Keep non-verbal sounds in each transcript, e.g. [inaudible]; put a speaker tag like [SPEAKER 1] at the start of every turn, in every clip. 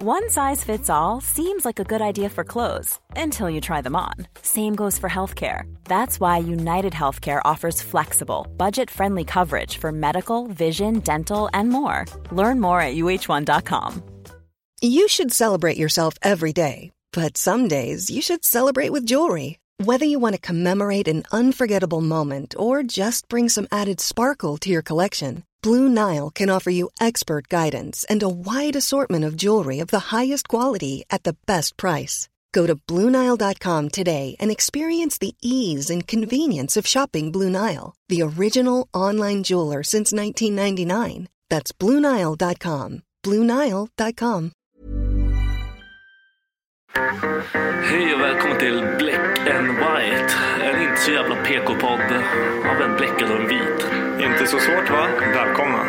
[SPEAKER 1] One size fits all seems like a good idea for clothes until you try them on. Same goes for healthcare. That's why United Healthcare offers flexible, budget friendly coverage for medical, vision, dental, and more. Learn more at uh1.com.
[SPEAKER 2] You should celebrate yourself every day, but some days you should celebrate with jewelry. Whether you want to commemorate an unforgettable moment or just bring some added sparkle to your collection, Blue Nile can offer you expert guidance and a wide assortment of jewelry of the highest quality at the best price. Go to BlueNile.com today and experience the ease and convenience of shopping Blue Nile, the original online jeweler since 1999. That's BlueNile.com. BlueNile.com.
[SPEAKER 3] Hej och välkommen till Black and White. En inte så jävla PK-podd av en bläckad och en vit.
[SPEAKER 4] Inte så svårt va? Välkomna.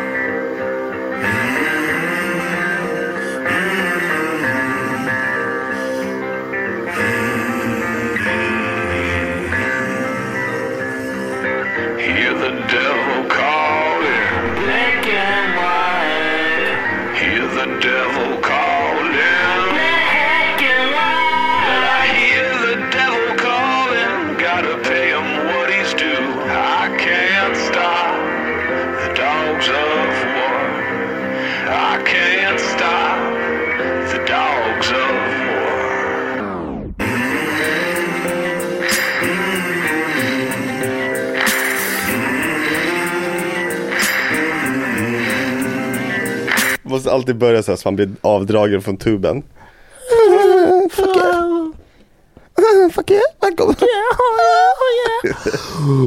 [SPEAKER 5] Hear the devil calling. Black and white. Hear the devil calling. Black and white. I hear the devil calling. Gotta pay him what he's due. I can't stop the dogs of war. I can't stop the dogs of war.
[SPEAKER 6] Måste alltid börja så här så man blir avdragen från tuben. Fuck yeah. Fuck yeah, välkommen.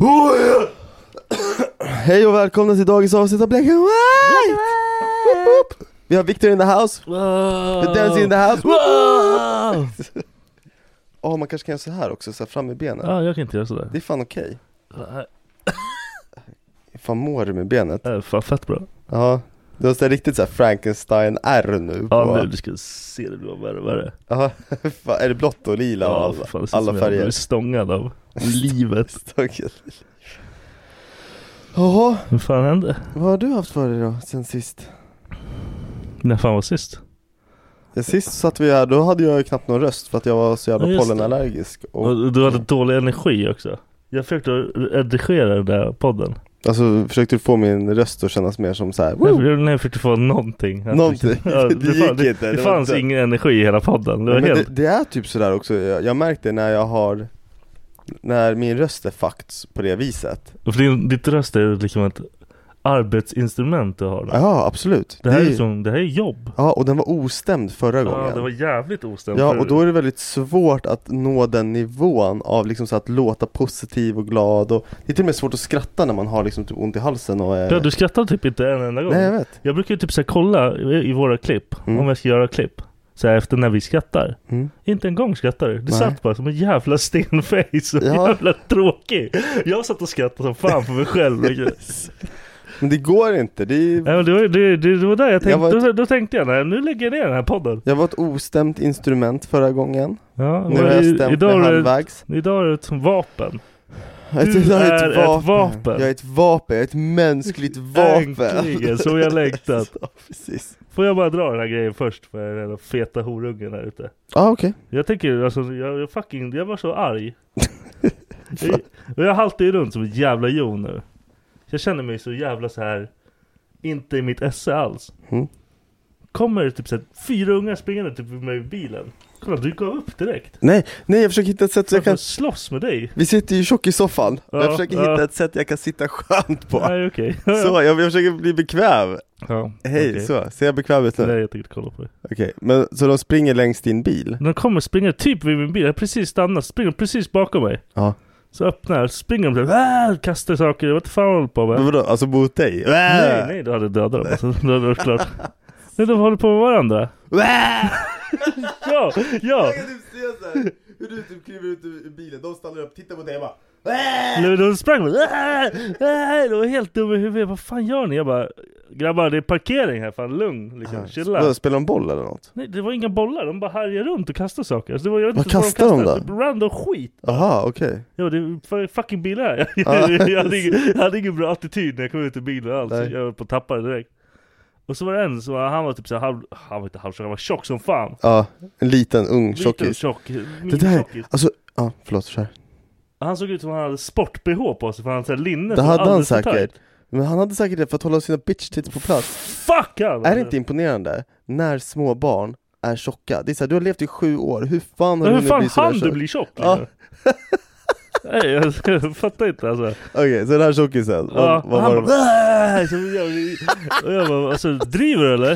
[SPEAKER 6] Oh, Hej och välkomna till dagens avsnitt av Black and White. Woop woop. Vi har Victor in the house.
[SPEAKER 3] Oh.
[SPEAKER 6] The dance in the house. Wow. Åh, man kanske kan göra så här också, så här fram med benen.
[SPEAKER 3] Ja, Ah, jag kan inte göra sådär.
[SPEAKER 6] Det är fan okej. Hur fan mår du med benet?
[SPEAKER 3] Det är fan fett bra.
[SPEAKER 6] Ja, du har så här riktigt så här Frankenstein-R nu. på-
[SPEAKER 3] Ja, nu du ska se det blir värre och värre.
[SPEAKER 6] Ja, [laughs] fan, är det blått och lila och
[SPEAKER 3] Ja,
[SPEAKER 6] alla,
[SPEAKER 3] för fan, det ser ut
[SPEAKER 6] alla
[SPEAKER 3] som jag blir
[SPEAKER 6] färger?
[SPEAKER 3] stångad av livet.
[SPEAKER 6] Taget. Jaha,
[SPEAKER 3] Vad fan hände?
[SPEAKER 6] vad har du haft för dig då sen sist?
[SPEAKER 3] När fan var sist?
[SPEAKER 6] Ja, sist satt vi här, då hade jag ju knappt någon röst för att jag var så jävla
[SPEAKER 3] Ja, just det.
[SPEAKER 6] pollenallergisk och,
[SPEAKER 3] Och Du hade dålig energi också. Jag försökte redigera den där podden.
[SPEAKER 6] Alltså försökte du få min röst att kännas mer som så här.
[SPEAKER 3] Nej,
[SPEAKER 6] Woo!
[SPEAKER 3] för- Nej, jag försökte få någonting. Jag
[SPEAKER 6] Någonting.
[SPEAKER 3] försökte-
[SPEAKER 6] Det gick
[SPEAKER 3] fan-
[SPEAKER 6] inte,
[SPEAKER 3] Det,
[SPEAKER 6] det
[SPEAKER 3] det
[SPEAKER 6] var
[SPEAKER 3] fanns
[SPEAKER 6] inte-
[SPEAKER 3] ingen energi i hela podden. Det var
[SPEAKER 6] Men det,
[SPEAKER 3] helt...
[SPEAKER 6] det är typ sådär också, jag, jag märkte när jag har När min röst är fucked på det viset
[SPEAKER 3] För din, ditt röst är liksom ett arbetsinstrument du har.
[SPEAKER 6] Ja absolut
[SPEAKER 3] Det här är
[SPEAKER 6] ju-
[SPEAKER 3] som, det här är jobb.
[SPEAKER 6] Ja och den var ostämd förra gången
[SPEAKER 3] Ja, det var jävligt ostämt.
[SPEAKER 6] Ja,
[SPEAKER 3] För-
[SPEAKER 6] och då är det väldigt svårt att nå den nivån av liksom så att låta positiv och glad och Det är till och med svårt att skratta när man har liksom typ ont i halsen och är...
[SPEAKER 3] ja, du skrattade typ inte en enda gång.
[SPEAKER 6] Nej jag vet
[SPEAKER 3] Jag brukar ju typ så här kolla i i våra klipp,
[SPEAKER 6] Mm.
[SPEAKER 3] om jag ska göra klipp. Så här efter när vi skrattar.
[SPEAKER 6] Mm.
[SPEAKER 3] Inte en gång skrattar du. Du
[SPEAKER 6] Nej.
[SPEAKER 3] satt bara som en jävla stenface och
[SPEAKER 6] Ja.
[SPEAKER 3] jävla tråkig. Jag satt och skrattade som fan för mig
[SPEAKER 6] [laughs]
[SPEAKER 3] själv.
[SPEAKER 6] Men det går inte, det är...
[SPEAKER 3] Nej, men det, var, det, det, det var där jag tänkte,
[SPEAKER 6] Jag var-
[SPEAKER 3] då, då tänkte jag nej, nu lägger jag ner den här podden.
[SPEAKER 6] Jag var ett ostämt instrument förra gången
[SPEAKER 3] Ja,
[SPEAKER 6] Nu
[SPEAKER 3] och
[SPEAKER 6] har jag
[SPEAKER 3] i-
[SPEAKER 6] stämt
[SPEAKER 3] idag,
[SPEAKER 6] mig
[SPEAKER 3] är det,
[SPEAKER 6] halvvägs
[SPEAKER 3] idag är det ett vapen.
[SPEAKER 6] Jag
[SPEAKER 3] du
[SPEAKER 6] jag
[SPEAKER 3] är ett vapen.
[SPEAKER 6] Jag är ett vapen, jag är
[SPEAKER 3] [laughs]
[SPEAKER 6] ett mänskligt vapen
[SPEAKER 3] Äntligen, som jag längtat.
[SPEAKER 6] [laughs] Ja, precis
[SPEAKER 3] Får jag bara dra den här grejen först för den här feta horungen här ute?
[SPEAKER 6] Ja ah, okej,
[SPEAKER 3] Jag tänker alltså, jag, jag fucking, jag var så
[SPEAKER 6] [laughs]
[SPEAKER 3] arg. jag, och jag haltar ju runt som ett jävla jon nu. Jag känner mig så jävla så här inte i mitt esse alls.
[SPEAKER 6] Mm.
[SPEAKER 3] Kommer det typ så här, fyra ungar springande typ med mig i bilen. Kolla, du gav upp direkt.
[SPEAKER 6] Nej, nej jag försöker hitta ett sätt så jag
[SPEAKER 3] Jag
[SPEAKER 6] kan...
[SPEAKER 3] kan slåss med dig.
[SPEAKER 6] Vi sitter ju tjock i soffan och jag
[SPEAKER 3] Ja,
[SPEAKER 6] försöker
[SPEAKER 3] ja.
[SPEAKER 6] hitta ett sätt jag kan sitta skönt på.
[SPEAKER 3] Nej, okej.
[SPEAKER 6] [laughs] Så, jag, jag försöker bli bekväm.
[SPEAKER 3] Ja,
[SPEAKER 6] Hej,
[SPEAKER 3] okej.
[SPEAKER 6] så. Ser jag bekväm ut nu?
[SPEAKER 3] Nej, jag tänkte kolla på det.
[SPEAKER 6] Okej, men så de springer längs din bil?
[SPEAKER 3] De kommer springa typ vid min bil. Jag har precis stannat. Springer precis bakom mig.
[SPEAKER 6] Ja.
[SPEAKER 3] Så öppnar jag, springer de där, "Äh!" kastar saker. Jag vet inte fan vad jag håller på med.
[SPEAKER 6] Men vadå, alltså mot dig?
[SPEAKER 3] Nej, nej, då hade jag dödat dem. Alltså, då hade det varit klart. Nej, de håller på med varandra. Ja, ja.
[SPEAKER 6] Jag kan typ se såhär, hur du typ kliver ut ur bilen, de stannar upp, tittar på dig och bara
[SPEAKER 3] Nej, De sprang bara, "Äh, äh!" De var helt dumma i huvudet. Vad fan gör ni? Jag bara, grabbar det är parkering här. Fan lugn. Liksom, chilla.
[SPEAKER 6] Ah, Vadå, Spelar de boll eller något?
[SPEAKER 3] Nej, det var inga bollar. De bara härjade runt och kastade saker. Alltså, det var, jag vet
[SPEAKER 6] Vad
[SPEAKER 3] inte
[SPEAKER 6] kastar de
[SPEAKER 3] kastade.
[SPEAKER 6] då?
[SPEAKER 3] Typ Random skit.
[SPEAKER 6] Aha, okej.
[SPEAKER 3] Ja det är f- fucking bilar här. [laughs]
[SPEAKER 6] Ja.
[SPEAKER 3] jag, hade ingen, jag hade ingen bra attityd när jag kom ut ur bilen alls.
[SPEAKER 6] Nej.
[SPEAKER 3] Jag höll på att tappa det direkt. Och så var det en som var- han var typ så här halv, han var inte halvtjock, han var tjock som fan.
[SPEAKER 6] Ja, en liten ung
[SPEAKER 3] Liten och
[SPEAKER 6] tjockis.
[SPEAKER 3] Tjock,
[SPEAKER 6] Det där, alltså, ja förlåt, kör.
[SPEAKER 3] han såg ut som han hade sport-bh på sig för han hade så här linne
[SPEAKER 6] Det
[SPEAKER 3] som var
[SPEAKER 6] hade han
[SPEAKER 3] alldeles för
[SPEAKER 6] säkert.
[SPEAKER 3] tajt.
[SPEAKER 6] Men han hade säkert det för att hålla sina bitch tits på plats.
[SPEAKER 3] Fuck han!
[SPEAKER 6] Är det inte imponerande när små barn är tjocka? Det är såhär, du har levt i sju år, hur fan har
[SPEAKER 3] Men
[SPEAKER 6] du
[SPEAKER 3] hur
[SPEAKER 6] hunnit
[SPEAKER 3] fan
[SPEAKER 6] bli sådär
[SPEAKER 3] hann du
[SPEAKER 6] tjock?
[SPEAKER 3] bli tjock?
[SPEAKER 6] Ja. [laughs]
[SPEAKER 3] liksom? Nej jag, jag [laughs] fattar inte alltså.
[SPEAKER 6] Okej, så den här tjockisen,
[SPEAKER 3] Ja,
[SPEAKER 6] vad, vad
[SPEAKER 3] han
[SPEAKER 6] var det?
[SPEAKER 3] bara "Äh", så jag- Och jag bara alltså driver du eller?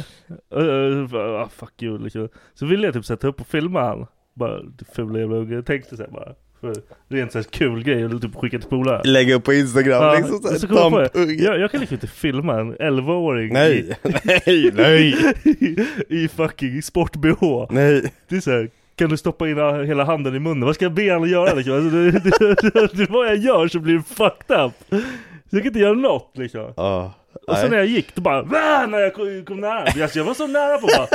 [SPEAKER 3] Och jag bara, Ah fuck you liksom. Så ville jag typ sätta upp och filma han. Bara du fula jävla unge. Jag tänkte såhär bara. För rent såhär kul grej. Eller typ skicka till polare.
[SPEAKER 6] Lägga upp på Instagram
[SPEAKER 3] Ja,
[SPEAKER 6] liksom
[SPEAKER 3] och så
[SPEAKER 6] såhär,
[SPEAKER 3] kom jag på det.
[SPEAKER 6] dampunge.
[SPEAKER 3] jag, jag kan liksom inte filma en 11-åring i,
[SPEAKER 6] Nej, nej, nej,
[SPEAKER 3] [laughs] i fucking sport-bh. [laughs]
[SPEAKER 6] nej.
[SPEAKER 3] Det är såhär, kan du stoppa in hela handen i munnen? Vad ska jag be honom göra liksom? Alltså, det, [laughs] det, det, det, vad jag gör så blir det fucked up. Så jag kan inte göra något liksom.
[SPEAKER 6] Ja,
[SPEAKER 3] Och sen när
[SPEAKER 6] nej.
[SPEAKER 3] jag gick, då bara "Va?" när jag kom, kom nära. Alltså, jag var så nära på bara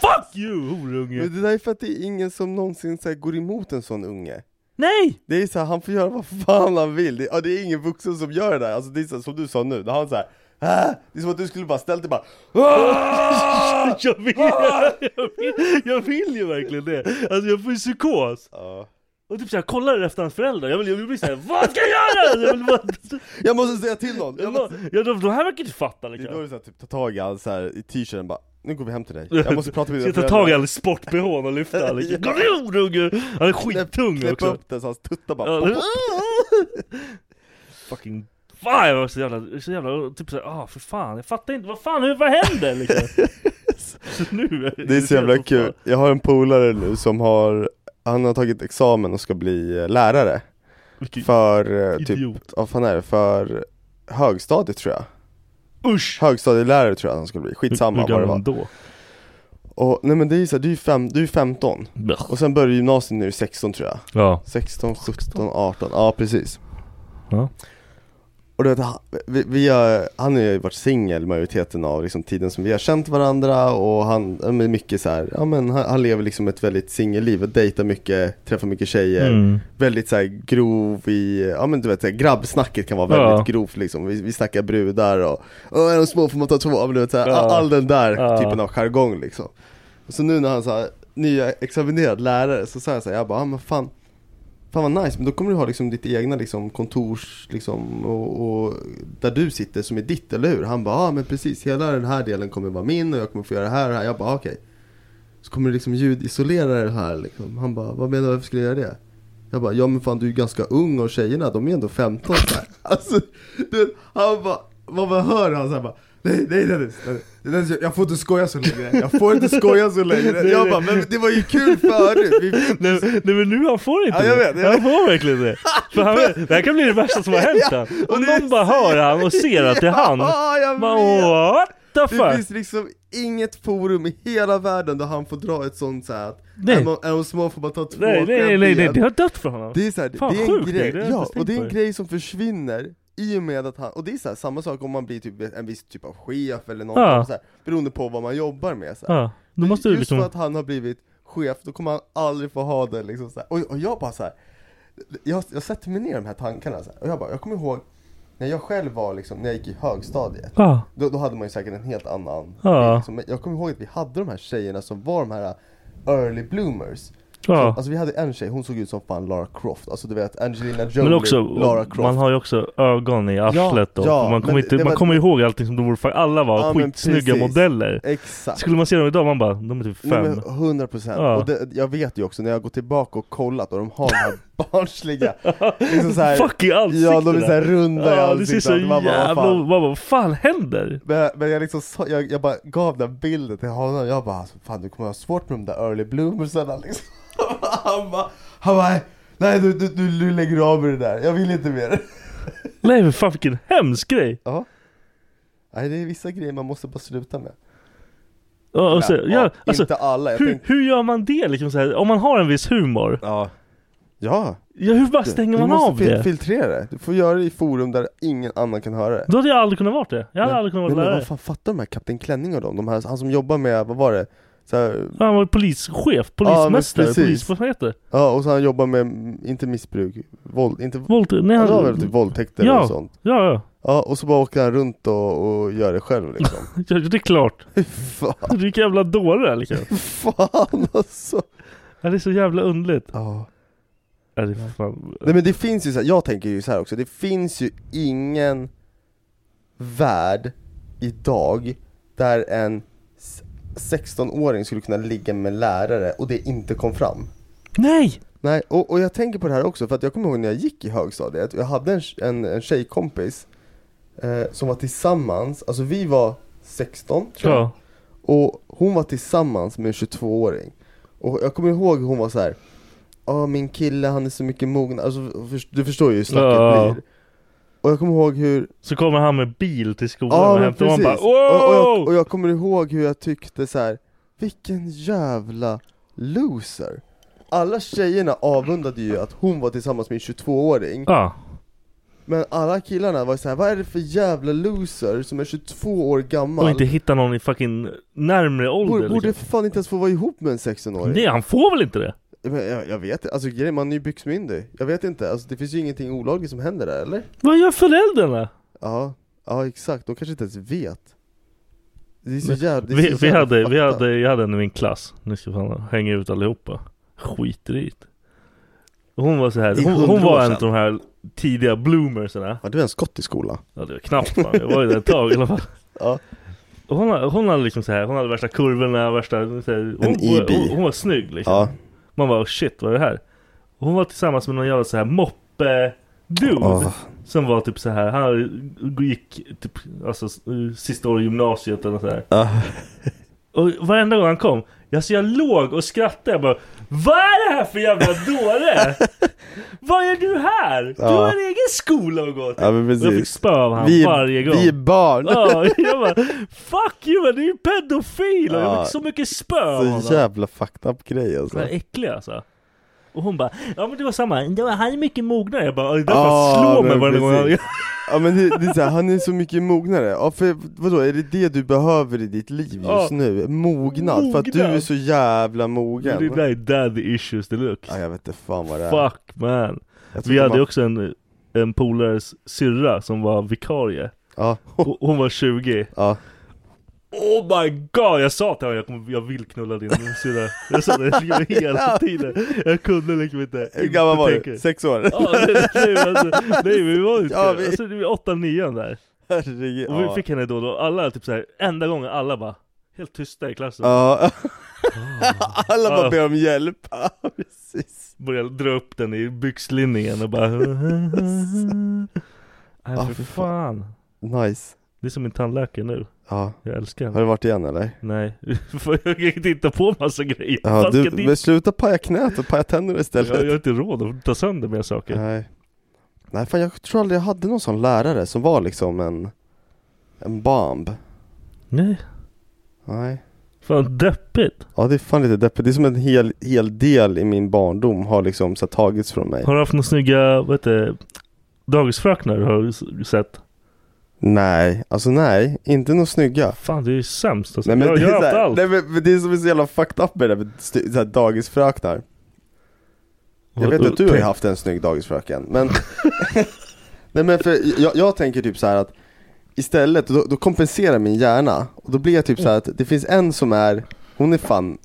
[SPEAKER 3] Fuck you horunge!
[SPEAKER 6] Men det där är för att det är ingen som någonsin så här, går emot en sån unge.
[SPEAKER 3] Nej!
[SPEAKER 6] Det är så här, han får göra vad fan han vill. Det, ja, det är ingen vuxen som gör det där. Alltså, det är så här, som du sa nu, när han så här, "Ah!" det är som att du skulle bara ställt dig bara "Ah!"
[SPEAKER 3] [laughs] Jag vill, jag, vill, jag vill ju verkligen det! Alltså jag får ju psykos!
[SPEAKER 6] Ja.
[SPEAKER 3] Och typ såhär, kollar efter hans föräldrar, jag vill, jag vill bli såhär Vad ska jag göra? Alltså, Jag vill bara,
[SPEAKER 6] Jag måste säga till någon! Jag
[SPEAKER 3] jag
[SPEAKER 6] måste...
[SPEAKER 3] bara, ja, de, de här verkar inte fatta
[SPEAKER 6] Det är då
[SPEAKER 3] liksom
[SPEAKER 6] du så här, typ, tar tag i han så här, i t-shirten bara Nu går vi hem till dig, jag måste prata
[SPEAKER 3] [laughs]
[SPEAKER 6] med
[SPEAKER 3] Ska
[SPEAKER 6] dina
[SPEAKER 3] jag ta tag i
[SPEAKER 6] föräldrar."
[SPEAKER 3] hans sport-bhn och lyfta
[SPEAKER 6] [laughs]
[SPEAKER 3] liksom? Kom igen horunge! Han är skittung
[SPEAKER 6] Knäpp
[SPEAKER 3] också!
[SPEAKER 6] upp den så hans tuttar bara
[SPEAKER 3] Ja.
[SPEAKER 6] pop, [laughs]
[SPEAKER 3] Fucking Fan jag var så jävla, så jävla typ såhär, ah för fan, jag fattar inte, vad fan, hur, vad händer
[SPEAKER 6] [laughs]
[SPEAKER 3] liksom? Så nu
[SPEAKER 6] Det är så jävla kul, jag har en polare nu som har Han har tagit examen och ska bli eh, lärare
[SPEAKER 3] Vilken
[SPEAKER 6] För, eh, typ,
[SPEAKER 3] idiot.
[SPEAKER 6] vad fan är det, för högstadiet tror jag
[SPEAKER 3] Usch!
[SPEAKER 6] Högstadielärare tror jag att han skulle bli, skitsamma vad det var
[SPEAKER 3] då?
[SPEAKER 6] och, Nej men det är ju såhär, du är ju fem, du är 15 Och sen börjar gymnasiet när du är 16 tror jag
[SPEAKER 3] Ja.
[SPEAKER 6] 16, 17, 18, ja precis
[SPEAKER 3] Ja.
[SPEAKER 6] Och du vet, han- vi, vi har, han har ju varit singel majoriteten av liksom, tiden som vi har känt varandra och han, ja, men mycket så här, ja men han, han lever liksom ett väldigt singelliv, dejtar mycket, träffar mycket tjejer
[SPEAKER 3] Mm.
[SPEAKER 6] Väldigt så här grov i, ja men du vet så här, grabbsnacket kan vara väldigt
[SPEAKER 3] Ja.
[SPEAKER 6] grovt liksom Vi, vi snackar brudar och, "Åh, är de små får man ta två, ja, men du vet så här,
[SPEAKER 3] Ja.
[SPEAKER 6] all, all den där
[SPEAKER 3] Ja.
[SPEAKER 6] typen av jargong liksom och Så nu när han så här, nya examinerad lärare så sa jag så här, jag bara, ah, men fan Fan vad nice, men då kommer du ha liksom ditt egna liksom kontors liksom och, och där du sitter som är ditt, eller hur? Han bara, ja ah, men precis, hela den här delen kommer vara min och jag kommer få göra det här och det här. Jag bara, ah, okej. Så kommer du liksom ljudisolera det här liksom. Han bara, vad menar du, varför skulle jag göra det? Jag bara, ja men fan du är ju ganska ung och tjejerna de är
[SPEAKER 3] [laughs]
[SPEAKER 6] ändå 15 så här. Alltså, du, vet, han bara, vad man hör han såhär bara Nej, nej Dennis, Dennis, Dennis, jag- jag får inte skoja så länge, jag får inte skoja så
[SPEAKER 3] [laughs]
[SPEAKER 6] länge
[SPEAKER 3] Nej,
[SPEAKER 6] Jag
[SPEAKER 3] nej.
[SPEAKER 6] bara, men det var ju kul förut, vi
[SPEAKER 3] [laughs] Nej, nej men nu han får inte
[SPEAKER 6] Ja, jag
[SPEAKER 3] det.
[SPEAKER 6] vet, jag
[SPEAKER 3] Han får verkligen det. För han,
[SPEAKER 6] [laughs]
[SPEAKER 3] det här kan bli det värsta som har hänt
[SPEAKER 6] Ja,
[SPEAKER 3] han. Och
[SPEAKER 6] och det är
[SPEAKER 3] någon bara hör han och ser att [laughs] det är han.
[SPEAKER 6] [laughs] Ja, jag
[SPEAKER 3] Bara,
[SPEAKER 6] vet.
[SPEAKER 3] what the
[SPEAKER 6] Det
[SPEAKER 3] fuck?
[SPEAKER 6] finns liksom inget forum i hela världen där han får dra ett sånt såhär att
[SPEAKER 3] Nej.
[SPEAKER 6] Är, man, är de små får man ta två
[SPEAKER 3] Nej nej
[SPEAKER 6] skämt
[SPEAKER 3] nej, nej,
[SPEAKER 6] igen.
[SPEAKER 3] det har dött för honom.
[SPEAKER 6] Det är såhär, det
[SPEAKER 3] Fan,
[SPEAKER 6] är en
[SPEAKER 3] sjukt,
[SPEAKER 6] grej,
[SPEAKER 3] det har jag
[SPEAKER 6] ja,
[SPEAKER 3] inte
[SPEAKER 6] och det är en
[SPEAKER 3] tänkt på.
[SPEAKER 6] grej som försvinner i och med att han, och det är såhär, samma sak om man blir typ en viss typ av chef eller någonting
[SPEAKER 3] Ja.
[SPEAKER 6] så här, Beroende på vad man jobbar med så här.
[SPEAKER 3] Ja, då måste du
[SPEAKER 6] Just
[SPEAKER 3] liksom...
[SPEAKER 6] för att han har blivit chef, då kommer han aldrig få ha det liksom så här. Och, och jag bara så här. Jag, jag sätter mig ner i de här tankarna så här, och jag bara, jag kommer ihåg när jag själv var liksom, när jag gick i högstadiet
[SPEAKER 3] Ja.
[SPEAKER 6] då, då hade man ju säkert en helt annan
[SPEAKER 3] Ja.
[SPEAKER 6] bild, liksom. Men Jag kommer ihåg att vi hade de här tjejerna som var de här early bloomers
[SPEAKER 3] Ja.
[SPEAKER 6] Alltså vi hade en tjej, hon såg ut som fan Lara Croft, alltså du vet Angelina alltså, Jolie,
[SPEAKER 3] Men också,
[SPEAKER 6] Lara Croft
[SPEAKER 3] man har ju också ögon i arslet då.
[SPEAKER 6] ja,
[SPEAKER 3] man kommer,
[SPEAKER 6] men
[SPEAKER 3] inte,
[SPEAKER 6] det
[SPEAKER 3] man
[SPEAKER 6] var-
[SPEAKER 3] kommer ihåg allting som de vore, fa- alla var
[SPEAKER 6] Ja, men
[SPEAKER 3] skitsnygga
[SPEAKER 6] precis.
[SPEAKER 3] modeller.
[SPEAKER 6] Exakt!
[SPEAKER 3] Skulle man se dem idag, man bara, de är typ
[SPEAKER 6] Nej,
[SPEAKER 3] fem.
[SPEAKER 6] men 100% procent,
[SPEAKER 3] Ja.
[SPEAKER 6] och det, jag vet ju också när jag går tillbaka och kollat och de har de här [laughs] barnsliga, liksom så här,
[SPEAKER 3] Fuck i ansiktena!
[SPEAKER 6] ja de är såhär runda i
[SPEAKER 3] Ja, det ser
[SPEAKER 6] ansiktet,
[SPEAKER 3] så
[SPEAKER 6] man bara,
[SPEAKER 3] jävla...
[SPEAKER 6] vad fan.
[SPEAKER 3] Man bara, vad fan händer?
[SPEAKER 6] Men, jag- men jag liksom, sa- jag, jag bara gav den bilden till honom, jag bara alltså, fan du kommer ha svårt med de där early bloomersarna liksom. [laughs] Han bara, han bara nej du, du, du, du lägger av med det där, jag vill inte mer.
[SPEAKER 3] Nej men fan vilken hemsk grej!
[SPEAKER 6] Ja. Nej det är vissa grejer man måste bara sluta med.
[SPEAKER 3] Ja, och så,
[SPEAKER 6] Ja,
[SPEAKER 3] ja, alltså,
[SPEAKER 6] inte alla, jag
[SPEAKER 3] hur,
[SPEAKER 6] tänkte,
[SPEAKER 3] hur gör man det liksom så här? om man har en viss humor?
[SPEAKER 6] ja. Ja,
[SPEAKER 3] Ja, hur bara stänger
[SPEAKER 6] du
[SPEAKER 3] man
[SPEAKER 6] måste
[SPEAKER 3] av
[SPEAKER 6] fil-
[SPEAKER 3] det?
[SPEAKER 6] filtrera det. Du får göra det i forum där ingen annan kan höra det.
[SPEAKER 3] Då hade jag aldrig kunnat vara det. Jag hade
[SPEAKER 6] Men-
[SPEAKER 3] aldrig kunnat
[SPEAKER 6] men,
[SPEAKER 3] vara
[SPEAKER 6] men
[SPEAKER 3] lärare.
[SPEAKER 6] vad fan fattar de här Kapten Klänning och dem? De här, han som jobbar med, vad var det? Så här,
[SPEAKER 3] Han var ju polischef,
[SPEAKER 6] men
[SPEAKER 3] polismästare,
[SPEAKER 6] precis.
[SPEAKER 3] polis... Vad heter det?
[SPEAKER 6] ja, och så han jobbar med, mm, inte missbruk, våld, inte
[SPEAKER 3] Volt... Nej,
[SPEAKER 6] Han
[SPEAKER 3] han...
[SPEAKER 6] har väl typ våldtäkter
[SPEAKER 3] Ja.
[SPEAKER 6] och sånt?
[SPEAKER 3] Ja, ja.
[SPEAKER 6] Ja, och så bara åker han runt och, och gör det själv liksom. [laughs]
[SPEAKER 3] Ja, det är klart.
[SPEAKER 6] fan,
[SPEAKER 3] Du är en jävla dåre liksom.
[SPEAKER 6] fan alltså!
[SPEAKER 3] Ja, det är så jävla underligt.
[SPEAKER 6] Ja.
[SPEAKER 3] Ja, det är fan...
[SPEAKER 6] Nej men det finns ju så här, jag tänker ju så här också, det finns ju ingen värld idag där en s- 16-åring skulle kunna ligga med lärare och det inte kom fram.
[SPEAKER 3] Nej!
[SPEAKER 6] Nej, och, och jag tänker på det här också för att jag kommer ihåg när jag gick i högstadiet och jag hade en, en, en tjejkompis eh, som var tillsammans, alltså vi var 16 tror jag,
[SPEAKER 3] Ja.
[SPEAKER 6] och hon var tillsammans med en 22-åring. Och jag kommer ihåg hon var så här. Ja min kille han är så mycket mogen, alltså för- du förstår ju hur snacket
[SPEAKER 3] Ja.
[SPEAKER 6] blir. Och jag kommer ihåg hur
[SPEAKER 3] Så kommer han med bil till skolan
[SPEAKER 6] Ja
[SPEAKER 3] och
[SPEAKER 6] men
[SPEAKER 3] hämtar och
[SPEAKER 6] precis,
[SPEAKER 3] man bara
[SPEAKER 6] och, och, jag,
[SPEAKER 3] wow!
[SPEAKER 6] och jag kommer ihåg hur jag tyckte så här. vilken jävla loser Alla tjejerna avundade ju att hon var tillsammans med en 22-åring
[SPEAKER 3] Ja.
[SPEAKER 6] Men alla killarna var så här: vad är det för jävla loser som är 22 år gammal?
[SPEAKER 3] Och inte hitta någon i fucking närmre ålder
[SPEAKER 6] Borde, borde
[SPEAKER 3] liksom.
[SPEAKER 6] för fan inte ens få vara ihop med en 16-åring?
[SPEAKER 3] Nej, han får väl inte det?
[SPEAKER 6] Men jag, jag vet inte, alltså grejen är, man är ju byxmyndig Jag vet inte, alltså det finns ju ingenting olagligt som händer där eller?
[SPEAKER 3] Vad gör föräldrarna?
[SPEAKER 6] Ja, ja exakt, de kanske inte ens vet Det är så
[SPEAKER 3] Men
[SPEAKER 6] jävla det är
[SPEAKER 3] Vi,
[SPEAKER 6] så
[SPEAKER 3] vi,
[SPEAKER 6] jävla
[SPEAKER 3] hade, vi
[SPEAKER 6] fucked up.
[SPEAKER 3] hade, jag hade en i min klass, nu ska fan hänga ut allihopa Skiter i det Hon var så här,
[SPEAKER 6] Det är
[SPEAKER 3] hon, hon
[SPEAKER 6] hundra år
[SPEAKER 3] var en
[SPEAKER 6] sedan.
[SPEAKER 3] av de här tidiga bloomerserna
[SPEAKER 6] Ja, du är en skott i skolan.
[SPEAKER 3] Ja det var knappt man, jag var ju där ett tag i alla fall
[SPEAKER 6] Ja.
[SPEAKER 3] Och hon, har- hon hade liksom så här, hon hade värsta kurvorna, värsta så här, hon,
[SPEAKER 6] EB.
[SPEAKER 3] hon, hon var snygg liksom Man bara shit vad är det här? Och hon var tillsammans med någon jävla så här moppe dude
[SPEAKER 6] Åh.
[SPEAKER 3] Som var typ så här han gick typ alltså s- sista året i gymnasiet eller så här. Och varenda gång han kom, alltså jag låg och skrattade jag bara Vad är det här för jävla
[SPEAKER 6] [laughs]
[SPEAKER 3] dåre? vad gör du här? Du
[SPEAKER 6] Ja.
[SPEAKER 3] har en egen skola att gå till!
[SPEAKER 6] Ja, men
[SPEAKER 3] Och jag fick
[SPEAKER 6] precis.
[SPEAKER 3] spö av han
[SPEAKER 6] Vi,
[SPEAKER 3] varje gång
[SPEAKER 6] vi är barn.
[SPEAKER 3] Ja, jag bara Fuck you men du är ju pedofil! Och jag
[SPEAKER 6] Ja.
[SPEAKER 3] fick så mycket spö av honom
[SPEAKER 6] Så jävla fucked up grej
[SPEAKER 3] så här
[SPEAKER 6] alltså.
[SPEAKER 3] äcklig alltså. Och hon bara, ja men det var samma, det var, han är mycket mognare. Jag bara, "Ja, det är därför
[SPEAKER 6] Ja,
[SPEAKER 3] han slår mig
[SPEAKER 6] men
[SPEAKER 3] varenda gång han
[SPEAKER 6] precis. Ja men det, det är så här, han är så mycket mognare. Ja, för, vadå, är det det du behöver i ditt liv just
[SPEAKER 3] Ja.
[SPEAKER 6] nu? Mognad? För att du
[SPEAKER 3] Mognad.
[SPEAKER 6] är så
[SPEAKER 3] [laughs]
[SPEAKER 6] jävla
[SPEAKER 3] Det
[SPEAKER 6] mogen.
[SPEAKER 3] där är daddy issues deluxe.
[SPEAKER 6] Ja, jag vet inte fan vad det är.
[SPEAKER 3] Fuck man.
[SPEAKER 6] Jag tror
[SPEAKER 3] Vi
[SPEAKER 6] de
[SPEAKER 3] hade
[SPEAKER 6] har-
[SPEAKER 3] också en, en polares syrra som var vikarie.
[SPEAKER 6] Ja, [laughs]
[SPEAKER 3] Hon- Hon var 20.
[SPEAKER 6] ja.
[SPEAKER 3] Oh my god! Jag sa till honom jag, kommer, jag vill knulla din syrra. Jag sa det [laughs] jag gjorde hela tiden. Jag kunde liksom inte.
[SPEAKER 6] Hur gammal
[SPEAKER 3] inte
[SPEAKER 6] var
[SPEAKER 3] tänka.
[SPEAKER 6] du? Sex år?
[SPEAKER 3] Ja, det, det, alltså, nej men vi var inte
[SPEAKER 6] Ja, vi-
[SPEAKER 3] alltså, vi var åtta, nian där.
[SPEAKER 6] [laughs] Herregud.
[SPEAKER 3] Och vi fick henne då och då, alla typ såhär, enda gången alla bara Helt tysta i klassen,
[SPEAKER 6] Ja. [laughs] Alla bara
[SPEAKER 3] Ah. Ja.
[SPEAKER 6] ber om hjälp. Ja, precis.
[SPEAKER 3] började dra upp den i byxlinningen och bara [laughs]
[SPEAKER 6] Ah,
[SPEAKER 3] Nej för
[SPEAKER 6] för
[SPEAKER 3] fan
[SPEAKER 6] Nice.
[SPEAKER 3] Det är som min tandläkare nu,
[SPEAKER 6] Ja.
[SPEAKER 3] jag älskar
[SPEAKER 6] Har
[SPEAKER 3] henne
[SPEAKER 6] du varit igen eller?
[SPEAKER 3] Nej, [laughs] för jag kan inte hitta på massa grejer
[SPEAKER 6] Ja,
[SPEAKER 3] Fan,
[SPEAKER 6] du,
[SPEAKER 3] ska dit-
[SPEAKER 6] men sluta paja knät och paja tänderna istället.
[SPEAKER 3] jag, jag har inte råd att ta sönder mer saker
[SPEAKER 6] Nej. Nej fan jag tror aldrig jag hade någon sån lärare som var liksom en En bomb
[SPEAKER 3] Nej,
[SPEAKER 6] Nej
[SPEAKER 3] fan deppigt
[SPEAKER 6] Ja det är fan lite deppigt, det är som en hel, hel del i min barndom har liksom så här, tagits från mig
[SPEAKER 3] Har du haft några snygga, vad heter det, dagisfröknar du har s- sett?
[SPEAKER 6] Nej, alltså nej, inte några snygga
[SPEAKER 3] Fan det är ju sämst alltså.
[SPEAKER 6] Nej men,
[SPEAKER 3] jag,
[SPEAKER 6] det,
[SPEAKER 3] jag har
[SPEAKER 6] är så
[SPEAKER 3] haft
[SPEAKER 6] här,
[SPEAKER 3] allt
[SPEAKER 6] nej, men men det är som är så jävla fucked up med det där med st- så här, dagisfröknar Jag vet att du har ju haft en snygg dagisfröken, men [laughs] Nej men för jag, jag tänker typ så här att Istället, då, då kompenserar min hjärna Och då blir jag typ så här att det finns en som är Hon är fan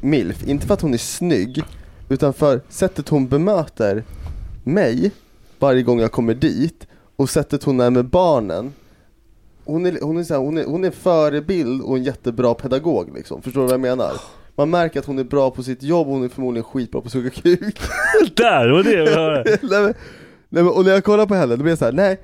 [SPEAKER 6] milf, inte för att hon är snygg, utan för sättet hon bemöter mig varje gång jag kommer dit och sättet hon är med barnen. Hon är, hon är, så här, hon är, hon är förebild och en jättebra pedagog liksom, förstår du vad jag menar? Man märker att hon är bra på sitt jobb och hon är förmodligen skitbra på att suga kuk. [laughs]
[SPEAKER 3] [laughs] Där var det jag ville höra.
[SPEAKER 6] nej, men, nej, men, och när jag kollar på henne, då blir jag så här: nej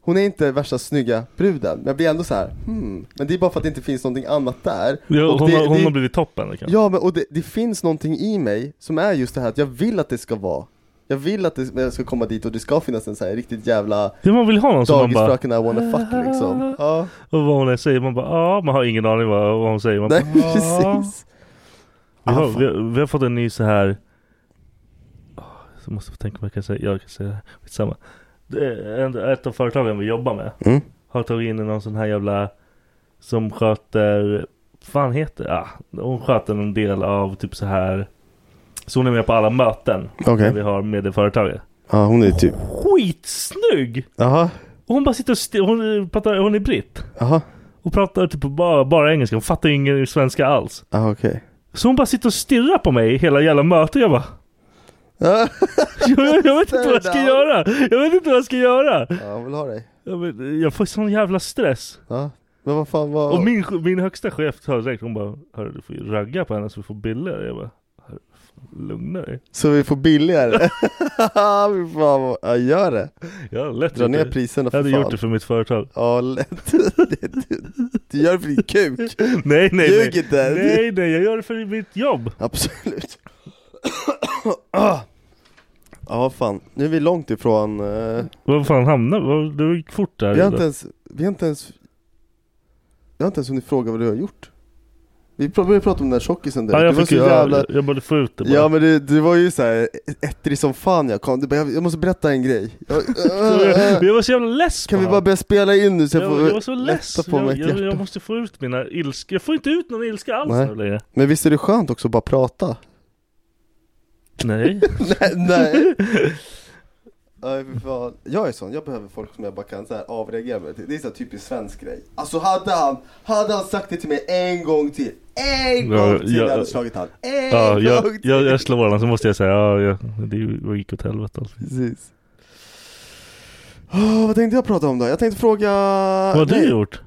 [SPEAKER 6] hon är inte värsta snygga bruden, men jag blir ändå så här, hmm. Men det är bara för att det inte finns någonting annat där.
[SPEAKER 3] Jo,
[SPEAKER 6] Och
[SPEAKER 3] hon,
[SPEAKER 6] det,
[SPEAKER 3] har,
[SPEAKER 6] det,
[SPEAKER 3] hon har blivit toppen. Liksom.
[SPEAKER 6] Ja, men och det, det finns någonting i mig som är just det här att jag vill att det ska vara Jag vill att det, jag ska komma dit och det ska finnas en så här riktigt jävla
[SPEAKER 3] Ja, man vill ha någon som man bara,
[SPEAKER 6] dagisfröken I wanna fuck liksom Ja,
[SPEAKER 3] och vad hon än säger, man bara ja, man har ingen aning vad, vad hon säger. Man bara,
[SPEAKER 6] nej
[SPEAKER 3] "Ah."
[SPEAKER 6] precis
[SPEAKER 3] Vi
[SPEAKER 6] Ah,
[SPEAKER 3] har,
[SPEAKER 6] fan.
[SPEAKER 3] vi, har, vi har fått en ny så här Ah, Jag måste tänka vad jag kan säga, jag kan säga samma. Ett av företagen vi jobbar med
[SPEAKER 6] Mm.
[SPEAKER 3] har tagit in någon sån här jävla som sköter, fan heter det? Ah, hon sköter en del av typ så här så hon är med på alla möten
[SPEAKER 6] Okej,
[SPEAKER 3] när vi har med det företaget.
[SPEAKER 6] ja hon är typ
[SPEAKER 3] Skitsnygg!
[SPEAKER 6] Jaha,
[SPEAKER 3] Och hon bara sitter och st- hon, eh, pratar, hon är britt.
[SPEAKER 6] jaha,
[SPEAKER 3] Och pratar typ bara, bara engelska, hon fattar ju ingen svenska alls.
[SPEAKER 6] ah, okej
[SPEAKER 3] Så hon bara sitter och stirrar på mig hela jävla mötet och jag
[SPEAKER 6] [laughs]
[SPEAKER 3] bara
[SPEAKER 6] Ja,
[SPEAKER 3] jag, jag, jag vet inte vad jag ska
[SPEAKER 6] Down.
[SPEAKER 3] göra! Jag vet inte vad jag ska göra!
[SPEAKER 6] hon vill ha dig
[SPEAKER 3] Jag, vet, jag får sån jävla stress.
[SPEAKER 6] Ja, men vad fan vad
[SPEAKER 3] Och min, min högsta chef tar direkt, hon bara Hörru du får ju ragga på henne så vi får billigare. Jag bara "Hörru, fan, Lugna dig.
[SPEAKER 6] Så vi får
[SPEAKER 3] [laughs]
[SPEAKER 6] billigare? [laughs] Fy fan vad, ja gör det!
[SPEAKER 3] Jag hade lätt
[SPEAKER 6] Dra
[SPEAKER 3] gjort
[SPEAKER 6] ner
[SPEAKER 3] det.
[SPEAKER 6] priserna
[SPEAKER 3] Jag
[SPEAKER 6] för
[SPEAKER 3] hade
[SPEAKER 6] fan
[SPEAKER 3] gjort det för mitt företag.
[SPEAKER 6] Ja lätt, [laughs] Det- du, du gör det för din kuk
[SPEAKER 3] [laughs] Nej nej
[SPEAKER 6] Ljug
[SPEAKER 3] nej.
[SPEAKER 6] inte!
[SPEAKER 3] Nej nej, jag gör det för mitt jobb.
[SPEAKER 6] Absolut. [clears throat] Ah. Ja fan, nu är vi långt ifrån, eh,
[SPEAKER 3] Vad fan hamnar vad- Du gick fort där.
[SPEAKER 6] vi, har
[SPEAKER 3] Ida.
[SPEAKER 6] inte ens, vi har inte ens Jag har inte ens hunnit fråga vad du har gjort Vi pr- började prata om den där tjockisen direkt,
[SPEAKER 3] Ja, jag,
[SPEAKER 6] det var
[SPEAKER 3] fick,
[SPEAKER 6] så
[SPEAKER 3] ju- jag,
[SPEAKER 6] jävla
[SPEAKER 3] jag, jag borde få ut det bara.
[SPEAKER 6] Ja men du, du var ju såhär ettrig som fan jag kom, du bara, jag, jag måste berätta en grej jag,
[SPEAKER 3] [laughs]
[SPEAKER 6] [laughs]
[SPEAKER 3] jag, jag var så jävla less på
[SPEAKER 6] Kan vi
[SPEAKER 3] honom.
[SPEAKER 6] bara börja spela in nu så jag får
[SPEAKER 3] jag, jag var så
[SPEAKER 6] lätta
[SPEAKER 3] less.
[SPEAKER 6] på mig
[SPEAKER 3] Jag,
[SPEAKER 6] ett
[SPEAKER 3] jag, jag
[SPEAKER 6] hjärta.
[SPEAKER 3] måste få ut mina ilska. Jag får inte ut någon ilska alls
[SPEAKER 6] Nej.
[SPEAKER 3] nu längre.
[SPEAKER 6] Men visst är det skönt också att bara prata?
[SPEAKER 3] [laughs] Nej.
[SPEAKER 6] nej, [laughs] nej. Nej, för fan. Jag är sån, jag behöver folk som jag bara kan så här avreagera mig till. Det är så här typisk svensk grej. Alltså hade han, hade han sagt det till mig en gång till, en
[SPEAKER 3] Ja,
[SPEAKER 6] gång till,
[SPEAKER 3] jag-
[SPEAKER 6] jag hade slagit han. En [laughs]
[SPEAKER 3] Ja,
[SPEAKER 6] gång
[SPEAKER 3] jag,
[SPEAKER 6] till!
[SPEAKER 3] jag, jag slår honom så måste jag säga ja, jag, det ju- gick åt helvete
[SPEAKER 6] Ah,
[SPEAKER 3] alltså.
[SPEAKER 6] Precis. Åh, vad tänkte jag prata om då? Jag tänkte fråga...
[SPEAKER 3] Vad har du
[SPEAKER 6] Nej.
[SPEAKER 3] gjort?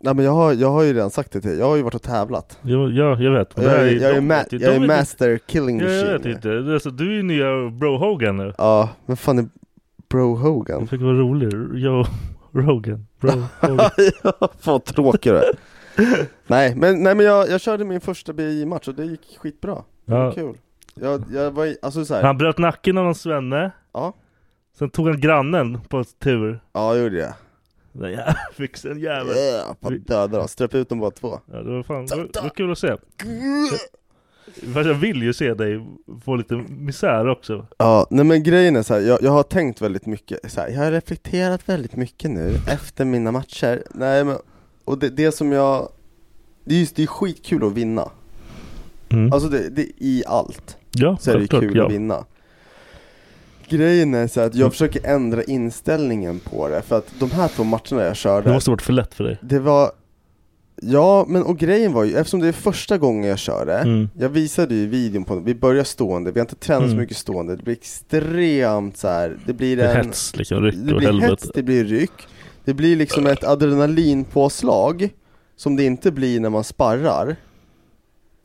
[SPEAKER 6] Nej men jag har, jag har ju redan sagt det till dig, jag har ju varit och tävlat.
[SPEAKER 3] Jag, jag, jag vet. men
[SPEAKER 6] Jag,
[SPEAKER 3] det här
[SPEAKER 6] är,
[SPEAKER 3] ju-
[SPEAKER 6] jag, är,
[SPEAKER 3] de
[SPEAKER 6] ma-
[SPEAKER 3] vet ju-
[SPEAKER 6] jag
[SPEAKER 3] de
[SPEAKER 6] är
[SPEAKER 3] vet ju-
[SPEAKER 6] master killing
[SPEAKER 3] Ja, Jag
[SPEAKER 6] machine.
[SPEAKER 3] vet inte. Det är Alltså, du är ju nya Bro Hogan nu.
[SPEAKER 6] Ja, men fan är Bro
[SPEAKER 3] [laughs]
[SPEAKER 6] Hogan?
[SPEAKER 3] Jag försöker vara rolig. Yo, [laughs] Rogan.
[SPEAKER 6] [laughs]
[SPEAKER 3] Bro Hogan.
[SPEAKER 6] Fan tråkig du är. Nej men, nej, men jag, jag körde min första BI-match och det gick skitbra. Det var
[SPEAKER 3] Ja.
[SPEAKER 6] kul. Jag, jag var i- alltså såhär,
[SPEAKER 3] Han bröt nacken av någon svenne.
[SPEAKER 6] Ja.
[SPEAKER 3] Sen tog han grannen på tur.
[SPEAKER 6] ja jag gjorde jag.
[SPEAKER 3] Den jävla [laughs] Fixen jävel.
[SPEAKER 6] Yeah, fan dödade dem, ströp ut dem bara två.
[SPEAKER 3] Ja, det var fan det var, det var kul att se. Fast jag vill ju se dig få lite misär också.
[SPEAKER 6] Ja, nej men grejen är såhär, jag, jag har tänkt väldigt mycket, så här, jag har reflekterat väldigt mycket nu efter mina matcher. Nej men, och det, det som jag, det är, just, det är skitkul att vinna.
[SPEAKER 3] Mm.
[SPEAKER 6] Alltså det, det är i allt.
[SPEAKER 3] ja,
[SPEAKER 6] så är det
[SPEAKER 3] självklart,
[SPEAKER 6] kul
[SPEAKER 3] ja.
[SPEAKER 6] att vinna. Grejen är så här att jag försöker ändra inställningen på det, för att de här två matcherna jag körde,
[SPEAKER 3] Det måste ha varit för lätt för dig.
[SPEAKER 6] det var... Ja, men och grejen var ju, eftersom det är första gången jag kör det,
[SPEAKER 3] Mm.
[SPEAKER 6] jag visade ju videon på, vi börjar stående, vi har inte tränat så
[SPEAKER 3] Mm.
[SPEAKER 6] mycket stående, det blir extremt så här. det blir
[SPEAKER 3] Det är
[SPEAKER 6] en...
[SPEAKER 3] hets liksom, ryck
[SPEAKER 6] Det
[SPEAKER 3] åt
[SPEAKER 6] blir hets, typ.
[SPEAKER 3] helvete.
[SPEAKER 6] det blir ryck, det blir liksom ett adrenalinpåslag som det inte blir när man sparrar.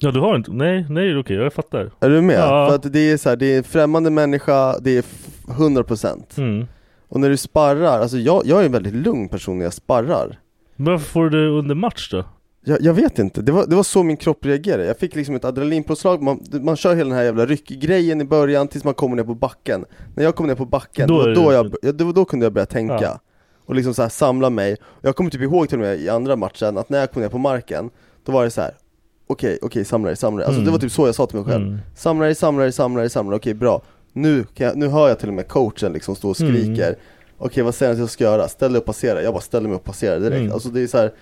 [SPEAKER 3] Ja du har inte, nej, nej okej jag fattar.
[SPEAKER 6] Är du med?
[SPEAKER 3] Ja.
[SPEAKER 6] För att det är så här, det är en främmande människa, det är f- 100%.
[SPEAKER 3] Mm.
[SPEAKER 6] Och när du sparrar, alltså jag, jag är en väldigt lugn person när jag sparrar
[SPEAKER 3] Men Varför får du det under match då?
[SPEAKER 6] Jag, jag vet inte, det var, det var så min kropp reagerade Jag fick liksom ett adrenalinpåslag, man, man kör hela den här jävla ryckgrejen i början tills man kommer ner på backen När jag kom ner på backen,
[SPEAKER 3] Då
[SPEAKER 6] då,
[SPEAKER 3] är
[SPEAKER 6] då,
[SPEAKER 3] det-
[SPEAKER 6] då, jag, ja, då, då kunde jag börja tänka
[SPEAKER 3] Ja.
[SPEAKER 6] Och liksom så här samla mig Jag kommer typ ihåg till och med i andra matchen att när jag kom ner på marken Då var det så här. Okej, okej, samla dig, samla dig. Alltså det
[SPEAKER 3] Mm.
[SPEAKER 6] var typ så jag sa till mig själv
[SPEAKER 3] Mm.
[SPEAKER 6] Samla dig, samla dig, samla dig, samla dig, okej bra nu, kan jag, nu hör jag till och med coachen liksom stå och
[SPEAKER 3] Mm.
[SPEAKER 6] skriker Okej vad säger han att jag ska göra? Ställ dig och passera, jag bara ställer mig och passerar direkt
[SPEAKER 3] Mm.
[SPEAKER 6] Alltså det är så här,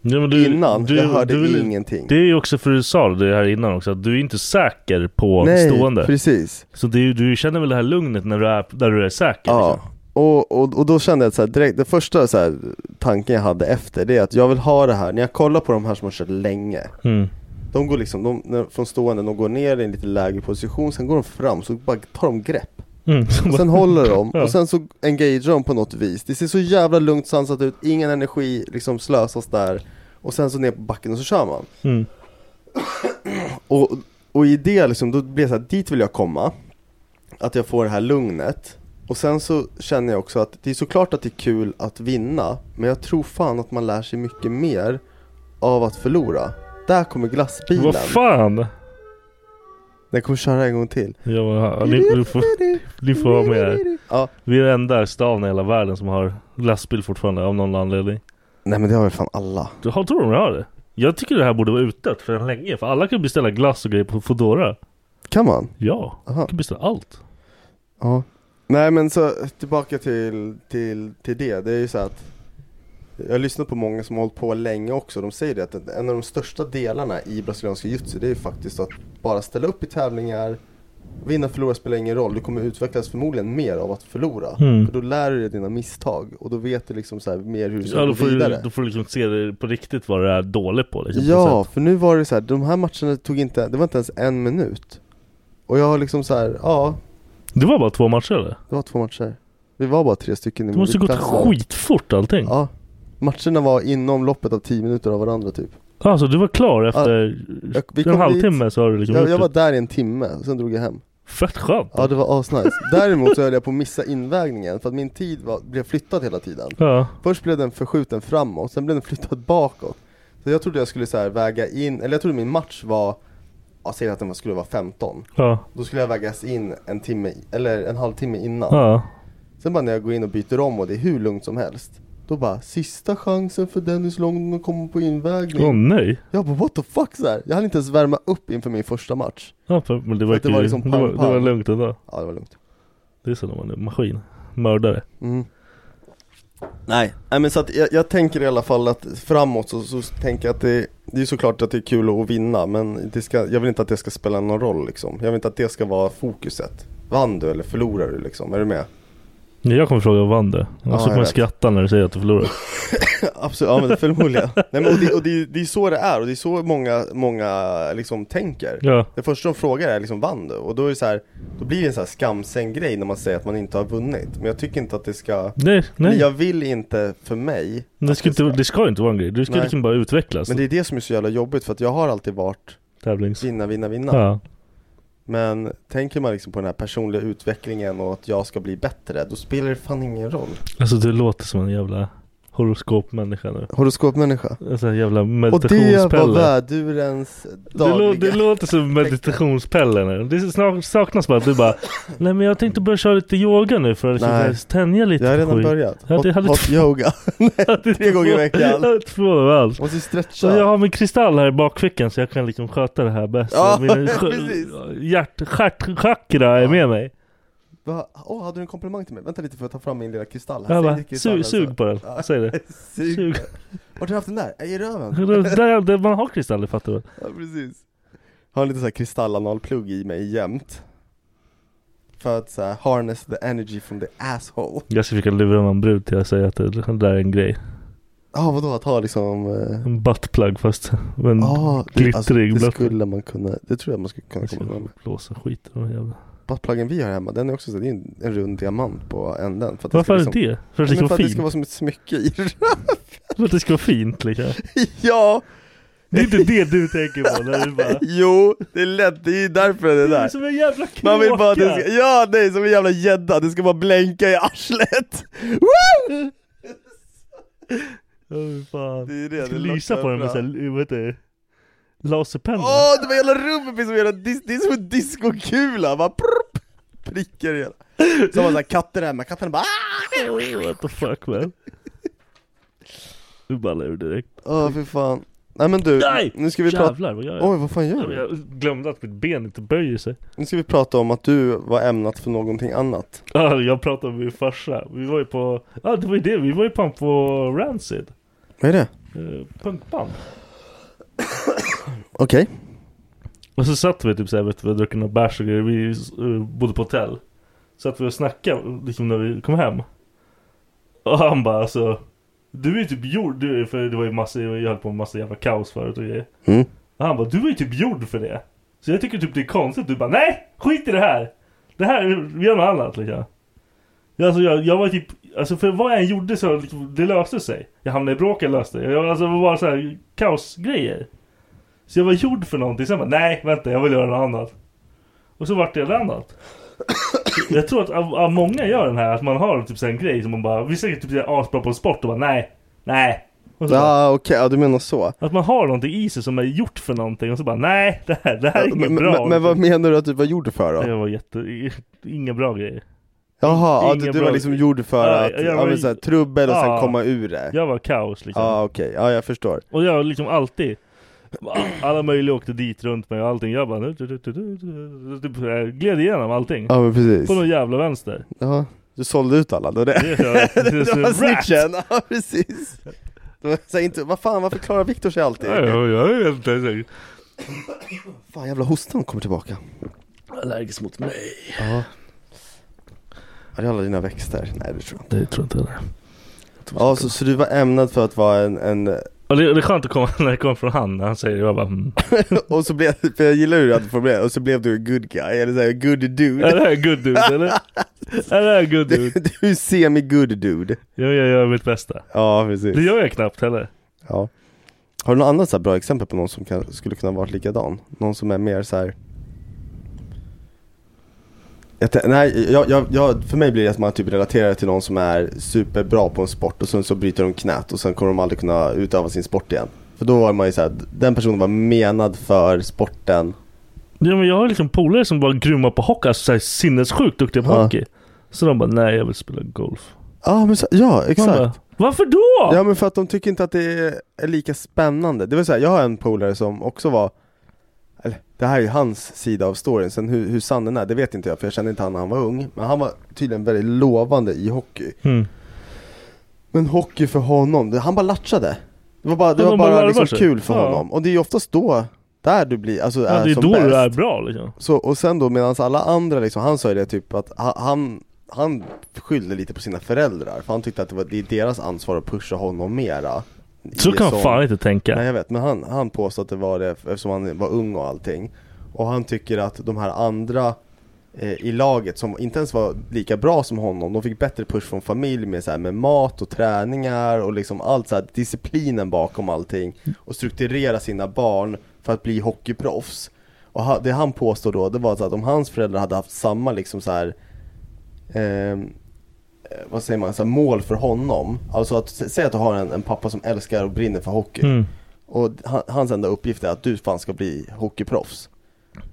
[SPEAKER 3] Ja, men du,
[SPEAKER 6] innan, jag hörde
[SPEAKER 3] vill-
[SPEAKER 6] ingenting
[SPEAKER 3] Det är ju också för du sa det här innan också, att du är inte säker på
[SPEAKER 6] Nej,
[SPEAKER 3] stående.
[SPEAKER 6] precis
[SPEAKER 3] Så det är, du känner väl det här lugnet när du är, där du är säker?
[SPEAKER 6] Ja,
[SPEAKER 3] Liksom.
[SPEAKER 6] och, och, och då kände jag att så här, direkt, den första så här, tanken jag hade efter det är att jag vill ha det här, när jag kollar på de här som har kört länge
[SPEAKER 3] Mm.
[SPEAKER 6] De går liksom, de, när, från stående, de går ner i en lite lägre position, sen går de fram, så bara tar de grepp.
[SPEAKER 3] Mm. [laughs] så
[SPEAKER 6] Och
[SPEAKER 3] bara-
[SPEAKER 6] sen håller de, och
[SPEAKER 3] Ja.
[SPEAKER 6] sen så engagerar de på något vis. Det ser så jävla lugnt sansat ut, ingen energi liksom slösas där. Och sen så ner på backen och så kör man.
[SPEAKER 3] Mm.
[SPEAKER 6] Och, och i det liksom, då blir det så här, dit vill jag komma. Att jag får det här lugnet. Och sen så känner jag också att det är såklart att det är kul att vinna, men jag tror fan att man lär sig mycket mer av att förlora. Där kommer glassbilen.
[SPEAKER 3] Vad fan!
[SPEAKER 6] Den kommer köra en gång till.
[SPEAKER 3] Ja, ni, ni, får, ni får vara med här.
[SPEAKER 6] Ja.
[SPEAKER 3] Vi är den enda staden i hela världen som har lastbil fortfarande av någon anledning.
[SPEAKER 6] Nej men det har väl fan alla.
[SPEAKER 3] Du har, tror de har det? Jag tycker det här borde vara utdött för länge. För alla kan beställa glass och grejer på Foodora.
[SPEAKER 6] Kan man?
[SPEAKER 3] Ja,
[SPEAKER 6] Aha.
[SPEAKER 3] du kan beställa allt.
[SPEAKER 6] Ja. Nej men så tillbaka till, till, till det. Det är ju så att jag har lyssnat på många som har hållit på länge också. De säger det att en av de största delarna i brasilianska jiu-jitsu det är ju faktiskt att bara ställa upp i tävlingar. Vinna, förlora spelar ingen roll. Du kommer utvecklas förmodligen mer av att förlora.
[SPEAKER 3] Mm.
[SPEAKER 6] För då lär du dig dina misstag och då vet du liksom så här mer hur du ska
[SPEAKER 3] Ja,
[SPEAKER 6] gå
[SPEAKER 3] då, får du,
[SPEAKER 6] vidare.
[SPEAKER 3] då får du liksom se det på riktigt vad du är dålig på. Liksom, på
[SPEAKER 6] Ja,
[SPEAKER 3] sätt.
[SPEAKER 6] för nu var det så här, de här matcherna tog inte, det var inte ens en minut. Och jag har liksom så här, ja,
[SPEAKER 3] Det var bara två matcher eller?
[SPEAKER 6] det var två matcher. Vi var bara tre stycken i
[SPEAKER 3] Det måste gått
[SPEAKER 6] mittklassen.
[SPEAKER 3] skitfort allting.
[SPEAKER 6] Ja. Matcherna var inom loppet av 10 minuter av varandra typ.
[SPEAKER 3] Alltså du var klar efter
[SPEAKER 6] Jag- vi
[SPEAKER 3] en
[SPEAKER 6] kom
[SPEAKER 3] halvtimme så har du liksom
[SPEAKER 6] Jag,
[SPEAKER 3] gjort
[SPEAKER 6] jag var
[SPEAKER 3] det.
[SPEAKER 6] där i en timme, och sen drog jag hem.
[SPEAKER 3] Fett skönt.
[SPEAKER 6] Ja det var asnice. Däremot så höll jag på att missa invägningen för att min tid var, blev flyttad hela tiden.
[SPEAKER 3] Ja.
[SPEAKER 6] Först blev den förskjuten framåt, sen blev den flyttad bakåt. Så jag trodde jag skulle så här väga in, eller jag trodde min match var, ja säg att den var- skulle vara 15.
[SPEAKER 3] Ja.
[SPEAKER 6] Då skulle jag vägas in en timme, i- eller en halvtimme innan.
[SPEAKER 3] Ja.
[SPEAKER 6] Sen bara när jag går in och byter om och det är hur lugnt som helst. Då bara, sista chansen för Dennis Långden att komma på invägning.
[SPEAKER 3] Åh nej.
[SPEAKER 6] Jag bara what the fuck så här. Jag hann inte ens värma upp inför min första match
[SPEAKER 3] Ja, för- men det var,
[SPEAKER 6] att det var liksom
[SPEAKER 3] det, var, det var
[SPEAKER 6] pang-pang.
[SPEAKER 3] lugnt ändå.
[SPEAKER 6] Ja det var lugnt
[SPEAKER 3] Det är så när man är maskin. Mördare.
[SPEAKER 6] mm. Nej Nej men så att jag, jag tänker i alla fall att framåt så, så tänker jag att det, det är såklart att det är kul att vinna men det ska, jag vill inte att det ska spela någon roll liksom Jag vill inte att det ska vara fokuset Vann du eller förlorar du liksom, är du med?
[SPEAKER 3] Ja, Jag kommer fråga om vann det. Och så
[SPEAKER 6] Ja, jag
[SPEAKER 3] kommer jag
[SPEAKER 6] vet.
[SPEAKER 3] skratta när du säger att du
[SPEAKER 6] [laughs]
[SPEAKER 3] förlorade.
[SPEAKER 6] Absolut, ja men det förmodligen [laughs] Nej men och det, och det, det är så det är och det är så många, många liksom tänker
[SPEAKER 3] Ja.
[SPEAKER 6] Det första de frågar är liksom vann du? Och då är det så här, då blir det en så här skamsen grej när man säger att man inte har vunnit Men jag tycker inte att det ska
[SPEAKER 3] Nej,
[SPEAKER 6] Men
[SPEAKER 3] nej. Alltså-
[SPEAKER 6] jag vill inte för mig
[SPEAKER 3] det, ska
[SPEAKER 6] att det
[SPEAKER 3] inte, det ska ju inte vara en grej. Du ska
[SPEAKER 6] Nej.
[SPEAKER 3] liksom bara utvecklas.
[SPEAKER 6] Men det är det som är så jävla jobbigt för att jag har alltid varit
[SPEAKER 3] Tävlings...
[SPEAKER 6] vinna, vinna, vinna
[SPEAKER 3] Ja.
[SPEAKER 6] Men tänker man liksom på den här personliga utvecklingen och att jag ska bli bättre Då spelar det fan ingen roll
[SPEAKER 3] Alltså du låter som en jävla horoskopmänniska nu. Alltså,
[SPEAKER 6] Horoskopmänniska
[SPEAKER 3] En sån här jävla
[SPEAKER 6] Och det var
[SPEAKER 3] meditationspelle.
[SPEAKER 6] vädurens
[SPEAKER 3] Det, lå- det
[SPEAKER 6] dagliga
[SPEAKER 3] låter som meditationspelle nu. Det är snak- saknas bara att du
[SPEAKER 6] [laughs]
[SPEAKER 3] bara Nej men jag tänkte börja köra lite yoga nu för att
[SPEAKER 6] Nej.
[SPEAKER 3] liksom tänja lite
[SPEAKER 6] Jag har redan
[SPEAKER 3] skit." [laughs]
[SPEAKER 6] börjat
[SPEAKER 3] Ja, det
[SPEAKER 6] Hot,
[SPEAKER 3] hade
[SPEAKER 6] hot
[SPEAKER 3] du- [laughs]
[SPEAKER 6] yoga tre gånger i veckan.
[SPEAKER 3] Jag är inte förvånad över allt.
[SPEAKER 6] Måste
[SPEAKER 3] Så jag
[SPEAKER 6] stretcha
[SPEAKER 3] har min kristall här i bakfickan så jag kan liksom sköta det här bäst.
[SPEAKER 6] Ja, [laughs]
[SPEAKER 3] Min sk-
[SPEAKER 6] precis.
[SPEAKER 3] hjärt, stjärt, chakra är med mig.
[SPEAKER 6] Va? Åh, hade du en komplimang till mig? Vänta lite för att ta fram min lilla kristall alltså. här
[SPEAKER 3] Jag
[SPEAKER 6] Säg
[SPEAKER 3] bara,
[SPEAKER 6] till
[SPEAKER 3] sug,
[SPEAKER 6] kristallen så.
[SPEAKER 3] sug på den.
[SPEAKER 6] Ja. [laughs]
[SPEAKER 3] Säg det.
[SPEAKER 6] Sug.
[SPEAKER 3] Sug.
[SPEAKER 6] Vart Typ. har du haft den där? Äh, I röven?
[SPEAKER 3] Det där, där man har kristaller fattar du
[SPEAKER 6] [laughs] Ja precis Har en liten sån här kristallanalplugg i mig jämt För att såhär harness the energy from the asshole
[SPEAKER 3] Jag ska försöka lura någon brud till att säga att det det där är en grej.
[SPEAKER 6] Ja vadå att ha liksom eh,
[SPEAKER 3] En buttplug fast [laughs] men
[SPEAKER 6] Ja, det, alltså,
[SPEAKER 3] glittrig
[SPEAKER 6] det
[SPEAKER 3] blöt.
[SPEAKER 6] skulle man kunna, det tror jag man skulle kunna
[SPEAKER 3] Jag ska
[SPEAKER 6] komma med
[SPEAKER 3] blåsa skit i de jävla.
[SPEAKER 6] Buttpluggen vi har hemma, den är också så, det är en, en rund diamant på änden för att
[SPEAKER 3] Varför är
[SPEAKER 6] det ska
[SPEAKER 3] det det? För att det
[SPEAKER 6] liksom,
[SPEAKER 3] ska
[SPEAKER 6] Men
[SPEAKER 3] vara
[SPEAKER 6] för att det ska
[SPEAKER 3] fint?
[SPEAKER 6] vara som ett smycke i [laughs]
[SPEAKER 3] För att det ska vara fint liksom.
[SPEAKER 6] Ja!
[SPEAKER 3] Det är inte det du tänker på när du bara
[SPEAKER 6] Jo! Det är lätt, det är ju därför [laughs] det är
[SPEAKER 3] Du är
[SPEAKER 6] där
[SPEAKER 3] som en jävla kråka!
[SPEAKER 6] Man vill bara att det ska, ja nej som en jävla gädda, det ska bara blänka i arslet! Woo!
[SPEAKER 3] Ja, fy fan.
[SPEAKER 6] Det är det,
[SPEAKER 3] Jag ska
[SPEAKER 6] det
[SPEAKER 3] lysa
[SPEAKER 6] lockar
[SPEAKER 3] på den med
[SPEAKER 6] fram.
[SPEAKER 3] såhär, vad heter det? Laserpenna?
[SPEAKER 6] Åh, det var hela rummet blir som hela dis- det är som en discokula, bara prrp, prickar i hela Som man såhär katter hemma, katterna bara "Ah!"
[SPEAKER 3] What the fuck man? Nu ballar ur direkt.
[SPEAKER 6] Åh för fan Nej men du,
[SPEAKER 3] Nej!
[SPEAKER 6] nu ska vi prata
[SPEAKER 3] Jävlar vad gör jag?
[SPEAKER 6] Oj vad fan gör du?
[SPEAKER 3] Jag glömde att mitt ben inte böjer sig.
[SPEAKER 6] Nu ska vi prata om att du var ämnat för någonting annat
[SPEAKER 3] Ah, jag pratade med min farsa. Vi var ju på, ja ah, det var ju det, vi var ju fan på Rancid.
[SPEAKER 6] Vad är det?
[SPEAKER 3] Eh, punkband.
[SPEAKER 6] Okej
[SPEAKER 3] Och så satt vi typ såhär, vet du, vi hade druckit några bärs och grejer. Vi eh, bodde på hotell. Satt vi och snackade liksom när vi kom hem. Och han bara alltså. Du är ju typ gjord, du, för det var ju massa, jag höll på med massa jävla kaos förut och grejer.
[SPEAKER 6] Mm.
[SPEAKER 3] Och han bara, du var ju typ gjord för det. Så jag tycker typ det är konstigt. Du bara, nej! Skit i det här! Det här, vi gör något annat liksom. Ja, Alltså jag, jag var typ, alltså för vad jag än gjorde så liksom, det löste sig. Jag hamnade i bråk, jag löste det. Jag, alltså det var bara så här kaosgrejer. Så jag var gjord för någonting. Sen bara, nej vänta jag vill göra något annat. Och så vart det något annat. [coughs] Jag tror att av, av många gör den här, att man har typ så här en grej som man bara, vissa är typ så här asbra på sport och bara nej, nej. Och så bara,
[SPEAKER 6] Ja okej, ja, du menar så.
[SPEAKER 3] att man har någonting i sig som är gjort för någonting och så bara nej, det här, det här är
[SPEAKER 6] Men,
[SPEAKER 3] inget
[SPEAKER 6] men,
[SPEAKER 3] bra. liksom.
[SPEAKER 6] men vad menar du att du var gjord för då?
[SPEAKER 3] Jag var jätte, inga bra grejer.
[SPEAKER 6] Jaha, ja,
[SPEAKER 3] Ingen
[SPEAKER 6] du, du
[SPEAKER 3] bra-
[SPEAKER 6] var liksom gjord för
[SPEAKER 3] Ja,
[SPEAKER 6] att,
[SPEAKER 3] jag
[SPEAKER 6] ja,
[SPEAKER 3] var
[SPEAKER 6] men
[SPEAKER 3] ju-
[SPEAKER 6] så här, trubbel och
[SPEAKER 3] Ja.
[SPEAKER 6] sen komma ur det? Ja
[SPEAKER 3] Jag var kaos liksom.
[SPEAKER 6] okej, ja jag förstår.
[SPEAKER 3] Och jag liksom alltid Alla möjliga åkte dit runt mig och allting Jag bara nu, du, du, du, du, du, typ, jag gled igenom allting
[SPEAKER 6] Ja men precis.
[SPEAKER 3] På någon jävla
[SPEAKER 6] [laughs]
[SPEAKER 3] vänster
[SPEAKER 6] Ja. Du sålde ut alla, det var det.
[SPEAKER 3] Det är jag. Det är så
[SPEAKER 6] [laughs] Det var
[SPEAKER 3] rat.
[SPEAKER 6] snitchen, ja precis. Det var så här, inte, vad fan, varför klarar Viktor sig alltid?
[SPEAKER 3] Ja, ja, jag är inte säker.
[SPEAKER 6] Fan jävla hostan kommer tillbaka.
[SPEAKER 3] Allergisk mot mig
[SPEAKER 6] Ja. Är det alla dina växter? Nej det tror jag inte.
[SPEAKER 3] Det tror inte jag
[SPEAKER 6] Ja, så, så du var ämnad för att vara en, en
[SPEAKER 3] och det, det är skönt att komma [laughs] när det kommer från han när han säger det jag bara mm.
[SPEAKER 6] och så blev, för jag gillar hur du hade formulerat, och så blev du en good guy, eller såhär good
[SPEAKER 3] Är det
[SPEAKER 6] dude.
[SPEAKER 3] här good dude eller? Är det här good
[SPEAKER 6] [laughs] Du,
[SPEAKER 3] dude?
[SPEAKER 6] du är semi-good dude.
[SPEAKER 3] Jo jag gör mitt bästa
[SPEAKER 6] Ja
[SPEAKER 3] Det
[SPEAKER 6] precis.
[SPEAKER 3] gör jag knappt heller
[SPEAKER 6] Ja. Har du något annat så här bra exempel på någon som kan, skulle kunna varit likadan? Någon som är mer så här. Jag, tän- nej, jag, jag, jag, för mig blir det att man typ relaterar till någon som är superbra på en sport och sen så bryter de knät och sen kommer de aldrig kunna utöva sin sport igen. För då var man ju såhär, den personen var menad för sporten.
[SPEAKER 3] Ja men jag har liksom polare som var grymma på hockey Alltså så här, sinnessjukt duktiga på
[SPEAKER 6] Ja.
[SPEAKER 3] hockey Så de bara nej jag vill spela golf
[SPEAKER 6] Ja, men så, ja
[SPEAKER 3] Man
[SPEAKER 6] exakt.
[SPEAKER 3] Bara, Varför då?
[SPEAKER 6] Ja men för att de tycker inte att det är lika spännande. Det vill säga, jag har en polare som också var eller, det här är ju hans sida av storyn, sen hur, hur sann den är, det vet inte jag för jag kände inte han när han var ung. Men han var tydligen väldigt lovande i hockey.
[SPEAKER 3] Mm.
[SPEAKER 6] Men hockey för honom, det, han bara latchade. Det var bara, det
[SPEAKER 3] Ja,
[SPEAKER 6] var
[SPEAKER 3] de bara
[SPEAKER 6] bara
[SPEAKER 3] larvar
[SPEAKER 6] liksom
[SPEAKER 3] sig.
[SPEAKER 6] kul för
[SPEAKER 3] Ja.
[SPEAKER 6] honom. Och det är ju oftast då, där du blir, alltså
[SPEAKER 3] Ja,
[SPEAKER 6] är
[SPEAKER 3] det är
[SPEAKER 6] som
[SPEAKER 3] då
[SPEAKER 6] bäst.
[SPEAKER 3] du är bra liksom.
[SPEAKER 6] Så, och sen då medan alla andra liksom, han sa ju det typ att ha- han, han skyllde lite på sina föräldrar för han tyckte att det, var, det är deras ansvar att pusha honom mera I
[SPEAKER 3] Så kan man
[SPEAKER 6] sån-
[SPEAKER 3] fan inte tänka.
[SPEAKER 6] Nej jag vet, men han, han påstod att det var det eftersom han var ung och allting Och han tycker att de här andra eh, i laget som inte ens var lika bra som honom, de fick bättre push från familj med, så här, med mat och träningar och liksom allt så här, disciplinen bakom allting och strukturera sina barn för att bli hockeyproffs. Och ha, det han påstår då, det var så att om hans föräldrar hade haft samma liksom så här ehm, eh, vad säger man, så här, mål för honom. Alltså att, sä- säg att du har en, en pappa som älskar och brinner för hockey.
[SPEAKER 3] Mm.
[SPEAKER 6] Och han, hans enda uppgift är att du fan ska bli hockeyproffs.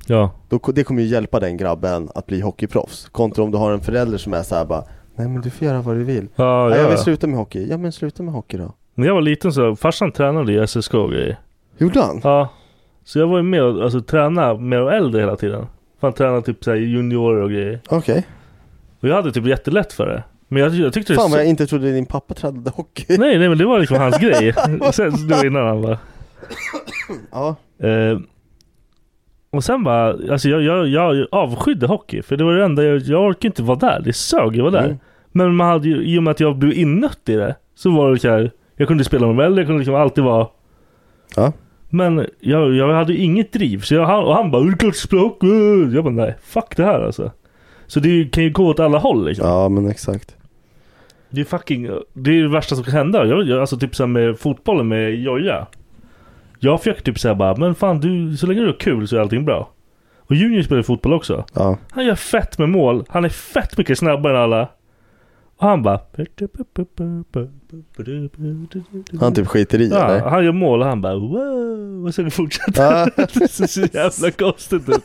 [SPEAKER 3] Ja.
[SPEAKER 6] Då, ko- det kommer ju hjälpa den grabben att bli hockeyproffs. Kontra om du har en förälder som är så här bara, nej men du får göra vad du vill.
[SPEAKER 3] Ja,
[SPEAKER 6] Nej, jag
[SPEAKER 3] ja,
[SPEAKER 6] vill
[SPEAKER 3] ja.
[SPEAKER 6] sluta med hockey. Ja men sluta med hockey då.
[SPEAKER 3] När jag var liten så, farsan tränade i SSK och grejer.
[SPEAKER 6] Gjorde han?
[SPEAKER 3] Ja. Så jag var ju med och alltså, tränade med de äldre hela tiden. Fan tränade typ såhär juniorer och grejer.
[SPEAKER 6] Okej.
[SPEAKER 3] Och jag hade typ jättelätt för det. Men jag, jag tyckte det
[SPEAKER 6] Fan
[SPEAKER 3] så-
[SPEAKER 6] vad jag inte trodde din pappa tränade hockey.
[SPEAKER 3] Nej nej men det var liksom hans grej. Sen det var innan han bara.
[SPEAKER 6] [laughs] Ja.
[SPEAKER 3] Eh, och sen bara, alltså jag, jag, jag avskydde hockey. För det var det enda, jag, jag orkade inte vara där. Det sög att vara där.
[SPEAKER 6] Mm.
[SPEAKER 3] Men man hade ju, i och med att jag blev inött i det. Så var det så här, jag kunde spela med de äldre, jag kunde liksom alltid vara
[SPEAKER 6] Ja.
[SPEAKER 3] Men jag, jag hade ju inget driv. Så jag, han- och han bara "Är det klart språk? eh." Jag bara nej, fuck det här alltså. Så det är ju- kan ju gå åt alla håll liksom.
[SPEAKER 6] ja men exakt.
[SPEAKER 3] Det är fucking, det är det värsta som kan hända. Jag, jag, alltså typ såhär med fotbollen med Joja. Jag fick typ såhär bara, men fan du, så länge du har kul så är allting bra. Och Junior spelar fotboll också.
[SPEAKER 6] Ja.
[SPEAKER 3] Han gör fett med mål. Han är fett mycket snabbare än alla. Och han bara...
[SPEAKER 6] Han typ skiter i eller?
[SPEAKER 3] Ja, han gör mål och han bara wow. Och sen fortsätter
[SPEAKER 6] Ja.
[SPEAKER 3] han. [laughs] Det ser så jävla konstigt ut.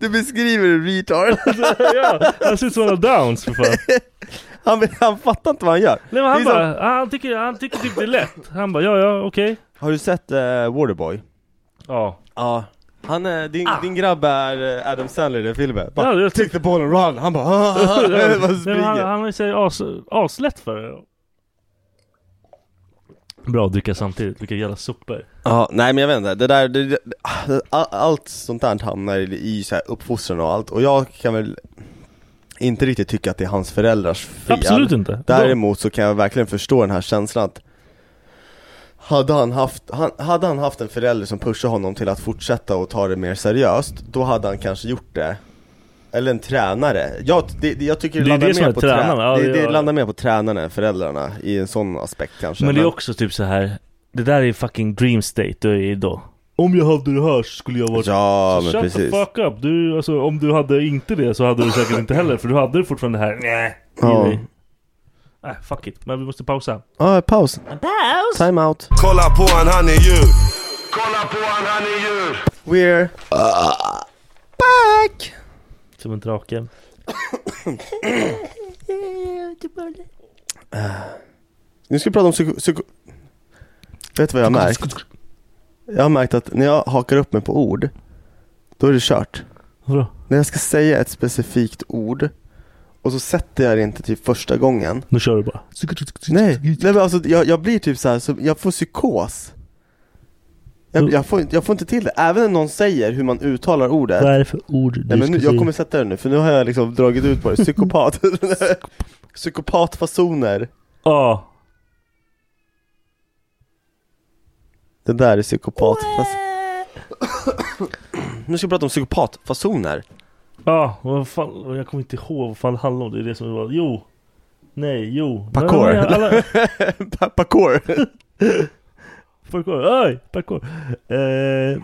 [SPEAKER 6] Du beskriver en retard. [laughs]
[SPEAKER 3] ja, han ser ut som han har downs för fan.
[SPEAKER 6] Han, han fattar inte vad han gör.
[SPEAKER 3] Nej, men han
[SPEAKER 6] Det är
[SPEAKER 3] bara, han tycker, han tycker typ det är lätt. Han bara, ja ja okej.
[SPEAKER 6] Har du sett eh, Waterboy?
[SPEAKER 3] Ja.
[SPEAKER 6] Ja han, eh, din, din grabb är eh, Adam Sandler i den filmen. Bara,
[SPEAKER 3] Ah. Ja, jag [laughs]
[SPEAKER 6] Take the ball and run! Han bara ah, ah, ah,
[SPEAKER 3] Nej,
[SPEAKER 6] [laughs] bara
[SPEAKER 3] men han,
[SPEAKER 6] springer.
[SPEAKER 3] han är så as, aslätt för det. Bra att dricka samtidigt, vilka jävla sopor.
[SPEAKER 6] Ja, nej men jag vet inte, det där, det, det, all, allt sånt där hamnar i, i så här uppfostran och allt och jag kan väl inte riktigt tycka att det är hans föräldrars fel
[SPEAKER 3] Absolut inte.
[SPEAKER 6] Däremot så kan jag verkligen förstå den här känslan att Hade han, haft, han, hade han haft en förälder som pushade honom till att fortsätta och ta det mer seriöst, då hade han kanske gjort det. Eller en tränare. Jag, det, det- jag tycker det,
[SPEAKER 3] Det är
[SPEAKER 6] landar
[SPEAKER 3] det som
[SPEAKER 6] mer
[SPEAKER 3] är
[SPEAKER 6] på
[SPEAKER 3] tränarna.
[SPEAKER 6] trä-
[SPEAKER 3] Ja,
[SPEAKER 6] det,
[SPEAKER 3] det-
[SPEAKER 6] det landar mer på tränarna än föräldrarna i en sån aspekt kanske.
[SPEAKER 3] Men det är också typ så här. Det där är fucking dream state du är i då. Om jag hade det här så skulle jag vara
[SPEAKER 6] Ja,
[SPEAKER 3] så
[SPEAKER 6] men
[SPEAKER 3] shut
[SPEAKER 6] precis.
[SPEAKER 3] the fuck up. Du, alltså, om du hade inte det så hade du säkert inte heller. För du hade fortfarande det här nej
[SPEAKER 6] Ja.
[SPEAKER 3] i dig. Nej, fuck it. Men vi måste pausa.
[SPEAKER 6] Ja, paus. Paus! Time out.
[SPEAKER 5] Kolla på han, han är djur. Kolla på han, han är djur.
[SPEAKER 6] We're back!
[SPEAKER 3] Som en drake.
[SPEAKER 6] Nu ska vi prata om psyko... psyko Vet du vad jag har märkt? Jag har märkt att när jag hakar upp mig på ord, då är det kört.
[SPEAKER 3] Vadå?
[SPEAKER 6] När jag ska säga ett specifikt ord och så sätter jag det inte till första gången.
[SPEAKER 3] Nu kör du bara.
[SPEAKER 6] Nej, nej men alltså jag, jag blir typ så här, så jag får psykos. Jag, jag, får, inte- jag får inte till det. Även när någon säger hur man uttalar ordet.
[SPEAKER 3] Vad är det för ord du
[SPEAKER 6] Nej, men nu,
[SPEAKER 3] ska
[SPEAKER 6] jag kommer sätta det nu, för nu har jag liksom dragit ut på
[SPEAKER 3] [laughs]
[SPEAKER 6] det. Psykopat. Psykopatfasoner.
[SPEAKER 3] säga? Ah.
[SPEAKER 6] Det där är psykopatfasoner. nu ska vi prata om [laughs] psykopatfasoner.
[SPEAKER 3] Ja, vad fan, jag kommer inte ihåg vad fan det handlade om. Det är det som var, jo, nej, jo.
[SPEAKER 6] Parkour.
[SPEAKER 3] Nej, nej,
[SPEAKER 6] [laughs]
[SPEAKER 3] alla-
[SPEAKER 6] Pa- Parkour.
[SPEAKER 3] Parkour, oj, parkour. Eh,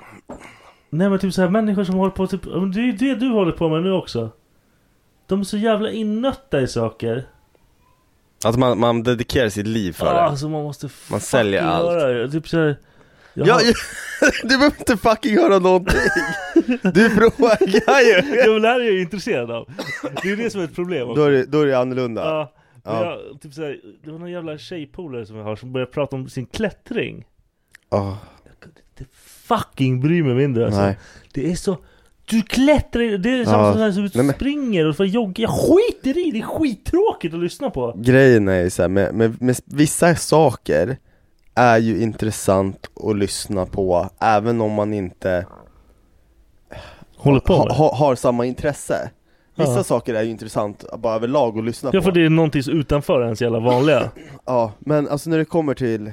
[SPEAKER 3] nej men typ såhär människor som håller på typ, ja, men det är ju det du håller på med nu också. De är så jävla innötta i saker.
[SPEAKER 6] Att man, man dedikerar sitt liv för det.
[SPEAKER 3] Alltså man måste
[SPEAKER 6] Man säljer
[SPEAKER 3] fucking
[SPEAKER 6] allt.
[SPEAKER 3] göra det. Typ såhär. Jag, [laughs]
[SPEAKER 6] Ja, [laughs]
[SPEAKER 3] har-
[SPEAKER 6] ju- du behöver inte fucking höra någonting. Du frågar ju.
[SPEAKER 3] ja, men det här är jag ju intresserad av. Det är ju det som är ett problem också.
[SPEAKER 6] Då är det, då är det annorlunda.
[SPEAKER 3] Ja, men
[SPEAKER 6] Ja.
[SPEAKER 3] jag, typ såhär, det var någon jävla tjejpolare som jag har som började prata om sin klättring.
[SPEAKER 6] Ah,
[SPEAKER 3] Det fucking bryr mig mindre alltså.
[SPEAKER 6] nej.
[SPEAKER 3] Det är så... Du klättrar i- Det är samma
[SPEAKER 6] Ja.
[SPEAKER 3] som när du
[SPEAKER 6] Nej, men-
[SPEAKER 3] springer och får jogga. Jag skiter i det! Det är skittråkigt att lyssna på.
[SPEAKER 6] Grejen är ju så här, med, med, med vissa saker är ju intressant att lyssna på även om man inte
[SPEAKER 3] Håller
[SPEAKER 6] ha, ha, har samma intresse. Vissa
[SPEAKER 3] Ja.
[SPEAKER 6] saker är ju intressant bara överlag att lyssna
[SPEAKER 3] Ja
[SPEAKER 6] på.
[SPEAKER 3] för det är någonting som är utanför ens jävla
[SPEAKER 6] [laughs]
[SPEAKER 3] vanliga.
[SPEAKER 6] Ja, men alltså när det kommer till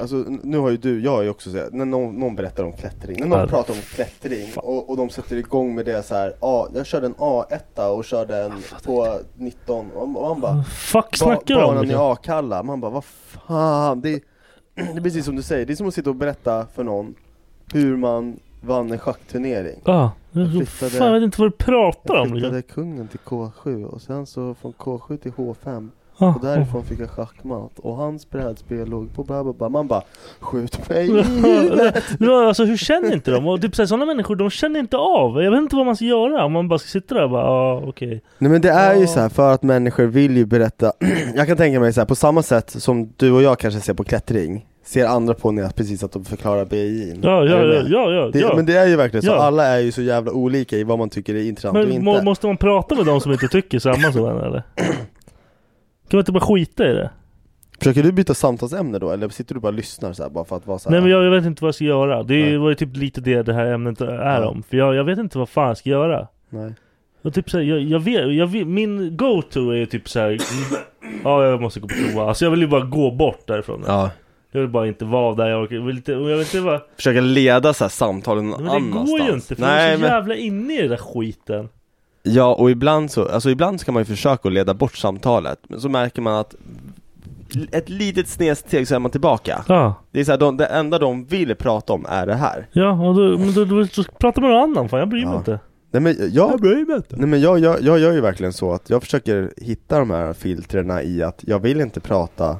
[SPEAKER 6] Alltså n- nu har ju du, jag har ju också så när någon, någon berättar om klättring, när någon
[SPEAKER 3] Ja.
[SPEAKER 6] pratar om klättring och, och de sätter igång med det så här, ja, jag körde en A1 och körde en på 19 och och man bara
[SPEAKER 3] Fuck
[SPEAKER 6] ba,
[SPEAKER 3] snackar du om? liksom?
[SPEAKER 6] Banan i
[SPEAKER 3] Mikael?
[SPEAKER 6] Akalla, man bara vad fan, det är, [clears throat] det är precis som du säger, det är som att sitta och berätta för någon hur man vann en schackturnering
[SPEAKER 3] Ja. Jag tror-
[SPEAKER 6] flyttade-
[SPEAKER 3] Fan jag vet inte vad du pratar
[SPEAKER 6] Jag
[SPEAKER 3] om
[SPEAKER 6] flyttade
[SPEAKER 3] liksom.
[SPEAKER 6] kungen till K7 och sen så från K7 till H5
[SPEAKER 3] Ja.
[SPEAKER 6] och därifrån fick jag schackmat och hans brädspel låg på bla bla bla. Man bara
[SPEAKER 3] [laughs]
[SPEAKER 6] skjut mig i huvudet.
[SPEAKER 3] [laughs] Ja, alltså hur känner inte de? Och typ såhär, sådana människor de känner inte av. Jag vet inte vad man ska göra. Om man bara ska sitta där och bara ja okej.
[SPEAKER 6] Nej men det är
[SPEAKER 3] Ja.
[SPEAKER 6] ju så här för att människor vill ju berätta. [clears throat] jag kan tänka mig så här på samma sätt som du och jag kanske ser på klättring. Ser andra på när jag precis att de förklarar BI.
[SPEAKER 3] Ja ja ja ja ja.
[SPEAKER 6] Det,
[SPEAKER 3] ja.
[SPEAKER 6] Men
[SPEAKER 3] Men,
[SPEAKER 6] det är ju verkligen så,
[SPEAKER 3] Ja.
[SPEAKER 6] alla är ju så jävla olika i vad man tycker är intressant och inte.
[SPEAKER 3] må, måste man prata med de som inte tycker samma som en eller? Kan man inte bara skita i det?
[SPEAKER 6] Försöker du byta samtalsämne då eller sitter du bara och lyssnar så här, bara för att vara så här,
[SPEAKER 3] Nej men jag, jag vet inte vad jag ska göra. Det
[SPEAKER 6] Nej.
[SPEAKER 3] är- var ju typ lite det det här ämnet är
[SPEAKER 6] Ja.
[SPEAKER 3] om. För jag, jag vet inte vad fan jag ska göra.
[SPEAKER 6] Nej.
[SPEAKER 3] Och typ så här, jag, jag vet, jag vet, min go-to är ju typ så här. mm, Ja jag måste gå på toa. Alltså jag vill ju bara gå bort därifrån.
[SPEAKER 6] Ja.
[SPEAKER 3] Jag vill bara inte vara där. Jag, orkar- jag vill inte, och jag vill inte vara...
[SPEAKER 6] försöka leda så här samtalen någon
[SPEAKER 3] Men det
[SPEAKER 6] annanstans.
[SPEAKER 3] går ju inte för jag är
[SPEAKER 6] Nej,
[SPEAKER 3] så
[SPEAKER 6] men,
[SPEAKER 3] jävla inne i den där skiten.
[SPEAKER 6] ja, och ibland så, alltså ibland ska man ju försöka att leda bort samtalet, men så märker man att ett litet snedsteg så är man tillbaka.
[SPEAKER 3] Ja.
[SPEAKER 6] Det är så här, de, det enda de vill prata om är det här.
[SPEAKER 3] Ja och då, men då, då, då prata med någon annan. Fan jag bryr mig
[SPEAKER 6] Ja.
[SPEAKER 3] inte.
[SPEAKER 6] Nej men
[SPEAKER 3] Jag
[SPEAKER 6] jag,
[SPEAKER 3] bryr mig inte.
[SPEAKER 6] nej, men jag, jag, jag gör ju verkligen så att jag försöker hitta de här filtrerna i att jag vill inte prata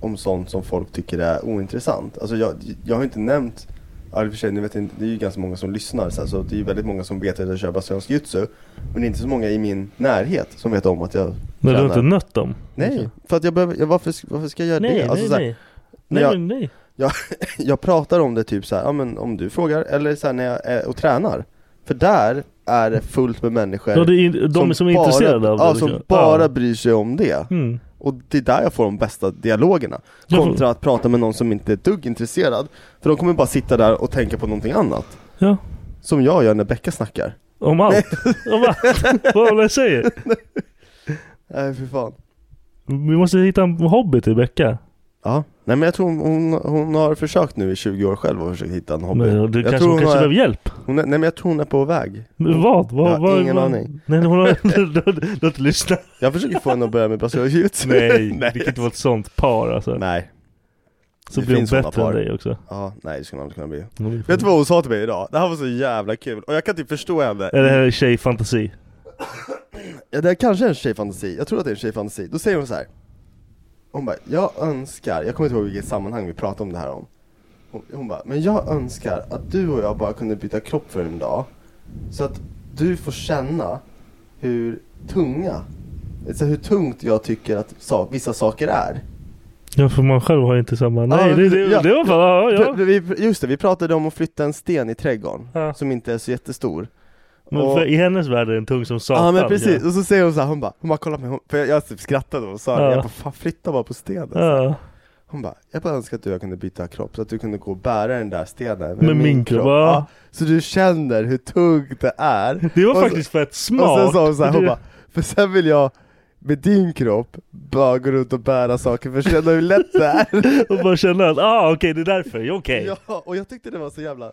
[SPEAKER 6] om sånt som folk tycker är ointressant. Alltså jag, jag har ju inte nämnt, ja i och för sig, ni vet inte, det är ju ganska många som lyssnar så, här, så det är ju väldigt många som vet att jag kör brasiliansk jitsu. Men det är inte så många i min närhet som vet om att jag
[SPEAKER 3] Men du har
[SPEAKER 6] tränar.
[SPEAKER 3] inte nött dem?
[SPEAKER 6] Nej, för att jag behöver, jag, varför, varför ska jag göra
[SPEAKER 3] Nej
[SPEAKER 6] det? Alltså,
[SPEAKER 3] nej
[SPEAKER 6] så här,
[SPEAKER 3] nej.
[SPEAKER 6] när
[SPEAKER 3] Nej
[SPEAKER 6] jag-
[SPEAKER 3] men nej.
[SPEAKER 6] jag pratar om det typ så här, ja men om du frågar, eller så här när jag är och tränar. För där är det fullt med människor
[SPEAKER 3] Ja, det är, de som, är
[SPEAKER 6] bara,
[SPEAKER 3] intresserade av det.
[SPEAKER 6] ja,
[SPEAKER 3] liksom.
[SPEAKER 6] som bara
[SPEAKER 3] Ja.
[SPEAKER 6] bryr sig om det.
[SPEAKER 3] Mm.
[SPEAKER 6] Och det är där jag får de bästa dialogerna.
[SPEAKER 3] Jag får-
[SPEAKER 6] Kontra att prata med någon som inte är ett dugg intresserad. För de kommer bara sitta där och tänka på någonting annat.
[SPEAKER 3] Ja.
[SPEAKER 6] Som jag gör när Becka snackar.
[SPEAKER 3] Om allt. [laughs] Om allt. Vad håller jag säger?
[SPEAKER 6] Nej fy fan.
[SPEAKER 3] Vi måste hitta en hobby till Becka.
[SPEAKER 6] Ja, Nej men jag tror hon, hon, hon har försökt nu i 20 år själv och försökt hitta en hobby.
[SPEAKER 3] Men du
[SPEAKER 6] jag
[SPEAKER 3] kanske,
[SPEAKER 6] tror
[SPEAKER 3] hon
[SPEAKER 6] hon,
[SPEAKER 3] kanske
[SPEAKER 6] har,
[SPEAKER 3] behöver hjälp?
[SPEAKER 6] hon är, Nej men jag tror hon är på väg.
[SPEAKER 3] Men vad? vad,
[SPEAKER 6] Jag har
[SPEAKER 3] vad
[SPEAKER 6] ingen
[SPEAKER 3] vad?
[SPEAKER 6] aning.
[SPEAKER 3] Nej, hon har,
[SPEAKER 6] [laughs]
[SPEAKER 3] [laughs] du, du, du har inte lyssnat.
[SPEAKER 6] Jag försöker få henne att börja med brasiliansk
[SPEAKER 3] [laughs]
[SPEAKER 6] jiu-jitsu.
[SPEAKER 3] Nej,
[SPEAKER 6] [laughs] nej.
[SPEAKER 3] det kan inte vara ett sånt par alltså.
[SPEAKER 6] nej.
[SPEAKER 3] så
[SPEAKER 6] det
[SPEAKER 3] blir hon
[SPEAKER 6] finns såna
[SPEAKER 3] bättre
[SPEAKER 6] par.
[SPEAKER 3] än dig också. Mm.
[SPEAKER 6] Ja, nej det skulle man inte kunna bli.
[SPEAKER 3] Hon blir
[SPEAKER 6] Vet du vad hon sa till mig idag? Det här var så jävla kul, och jag kan typ förstå henne.
[SPEAKER 3] Är det här tjejfantasi?
[SPEAKER 6] Ja, det här kanske är en tjejfantasi, jag tror att det är en tjejfantasi. Då säger hon så här. Hon bara, jag önskar, jag kommer inte ihåg vilket sammanhang vi pratade om det här om. Hon, hon bara, men jag önskar att du och jag bara kunde byta kropp för en dag. Så att du får känna hur tunga, alltså hur tungt jag tycker att sa, vissa saker är.
[SPEAKER 3] Ja, för man själv har inte samma... Nej,
[SPEAKER 6] men
[SPEAKER 3] det, det,
[SPEAKER 6] precis, ja.
[SPEAKER 3] det var fan... Ja, ja.
[SPEAKER 6] För- Vi, just det, vi pratade om att flytta en sten i trädgården.
[SPEAKER 3] Ja.
[SPEAKER 6] Som inte är så jättestor.
[SPEAKER 3] Men
[SPEAKER 6] Och-
[SPEAKER 3] för i hennes värld är den tung som satan.
[SPEAKER 6] Ja men precis,
[SPEAKER 3] Ja.
[SPEAKER 6] och så säger hon så här, hon bara, hon bara kolla på mig, hon, för jag, jag typ skrattade och sa
[SPEAKER 3] Ja.
[SPEAKER 6] det, jag bara fan flytta bara på stenen
[SPEAKER 3] Ja.
[SPEAKER 6] Hon bara, jag bara önskar att du och jag kunde byta kropp så att du kunde gå och bära den där stenen
[SPEAKER 3] Med min kropp, ja.
[SPEAKER 6] Så du känner hur tungt det är
[SPEAKER 3] [laughs] Det var
[SPEAKER 6] Och så-
[SPEAKER 3] faktiskt fett smart.
[SPEAKER 6] Och sen sa hon så här, hon
[SPEAKER 3] Det-
[SPEAKER 6] bara, för sen vill jag med din kropp bara gå runt och bära saker för att känna hur lätt det
[SPEAKER 3] [laughs]
[SPEAKER 6] är
[SPEAKER 3] och bara känna att ah, okej det är därför, Ja, [laughs] okej.
[SPEAKER 6] [laughs] Ja, och jag tyckte det var så jävla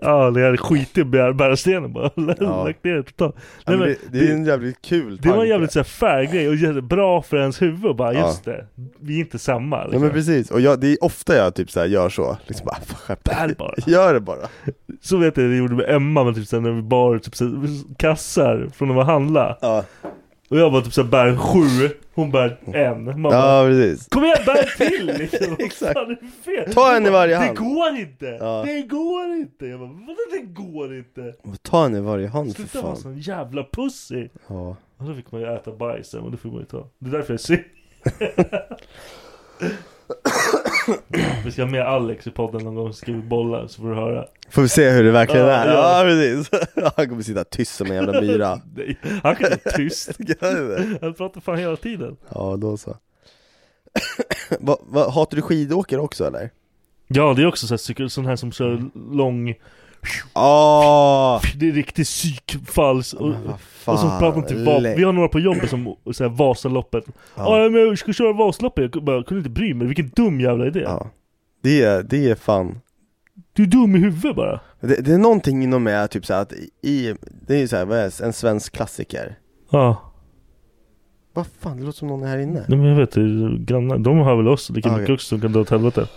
[SPEAKER 3] Ja, det hade skitit i att bära stenen bara. [laughs]
[SPEAKER 6] Ja.
[SPEAKER 3] Lagt ner det totalt.
[SPEAKER 6] Ja,
[SPEAKER 3] Nej,
[SPEAKER 6] men
[SPEAKER 3] men,
[SPEAKER 6] det, det är en jävligt kul
[SPEAKER 3] det var en
[SPEAKER 6] tanke.
[SPEAKER 3] jävligt så här fair grej och jävligt bra för ens huvud och bara
[SPEAKER 6] Ja.
[SPEAKER 3] just det, vi är inte samma.
[SPEAKER 6] Ja
[SPEAKER 3] Liksom.
[SPEAKER 6] men precis, och jag, det är ofta jag typ så här gör så, liksom bara "Fan, skärp
[SPEAKER 3] Bär
[SPEAKER 6] dig." [laughs]
[SPEAKER 3] bara.
[SPEAKER 6] Gör det bara!
[SPEAKER 3] Så vet jag det gjorde med Emma men typ så här, när vi bar typ så här, kassar från när vi handla
[SPEAKER 6] Ja,
[SPEAKER 3] Och jag bara typ så här, bär sju, hon bär en. Man bara,
[SPEAKER 6] ja precis.
[SPEAKER 3] Kom igen, bär
[SPEAKER 6] [laughs]
[SPEAKER 3] till liksom! Exakt. Fan, är det fel?
[SPEAKER 6] Ta en i varje
[SPEAKER 3] det
[SPEAKER 6] hand.
[SPEAKER 3] går inte!
[SPEAKER 6] Ja.
[SPEAKER 3] Det går inte! Jag bara, vadå det går inte?
[SPEAKER 6] Ta en i varje hand för
[SPEAKER 3] Sluta vara
[SPEAKER 6] fan.
[SPEAKER 3] sån jävla pussy!
[SPEAKER 6] Ja.
[SPEAKER 3] Och då fick man ju äta bajs sen, men det får man ju ta. Det är därför jag är
[SPEAKER 6] [laughs]
[SPEAKER 3] synd. Vi ska ha med Alex i podden någon gång, så ska vi bolla så får du höra.
[SPEAKER 6] Får vi se hur det verkligen
[SPEAKER 3] Ja,
[SPEAKER 6] är?
[SPEAKER 3] ja.
[SPEAKER 6] Ja precis! [laughs] Han kommer sitta tyst som en jävla myra.
[SPEAKER 3] Nej, han kan inte vara
[SPEAKER 6] [laughs]
[SPEAKER 3] tyst.
[SPEAKER 6] Gör du det?
[SPEAKER 3] Han pratar fan hela tiden.
[SPEAKER 6] Ja då så. [coughs] va, va, hatar du skidåkare också eller?
[SPEAKER 3] Ja, det är också så här cykel, sån här som
[SPEAKER 6] Mm.
[SPEAKER 3] kör lång...
[SPEAKER 6] Ah!
[SPEAKER 3] [laughs] Det är riktigt psykfalls... Och,
[SPEAKER 6] Men vad fan,
[SPEAKER 3] och så pratar de typ vapen.
[SPEAKER 6] lägg-
[SPEAKER 3] Vi har några på jobbet som så här, Vasaloppet. Ja. men jag ska köra Vasaloppet. Jag bara, kunde inte bry mig. Vilken dum jävla idé.
[SPEAKER 6] Ja. Det, är- det är fan
[SPEAKER 3] Du är dum i huvudet bara.
[SPEAKER 6] det, det är någonting inom mig att typ så här att i, det är ju såhär, vad är det? en svensk klassiker?
[SPEAKER 3] Ja,
[SPEAKER 6] Vad fan, det låter som någon är här inne
[SPEAKER 3] Nej, men jag vet det. Grannar, de har väl oss lika
[SPEAKER 6] Ja,
[SPEAKER 3] mycket
[SPEAKER 6] okej.
[SPEAKER 3] också som kan dra åt helvete.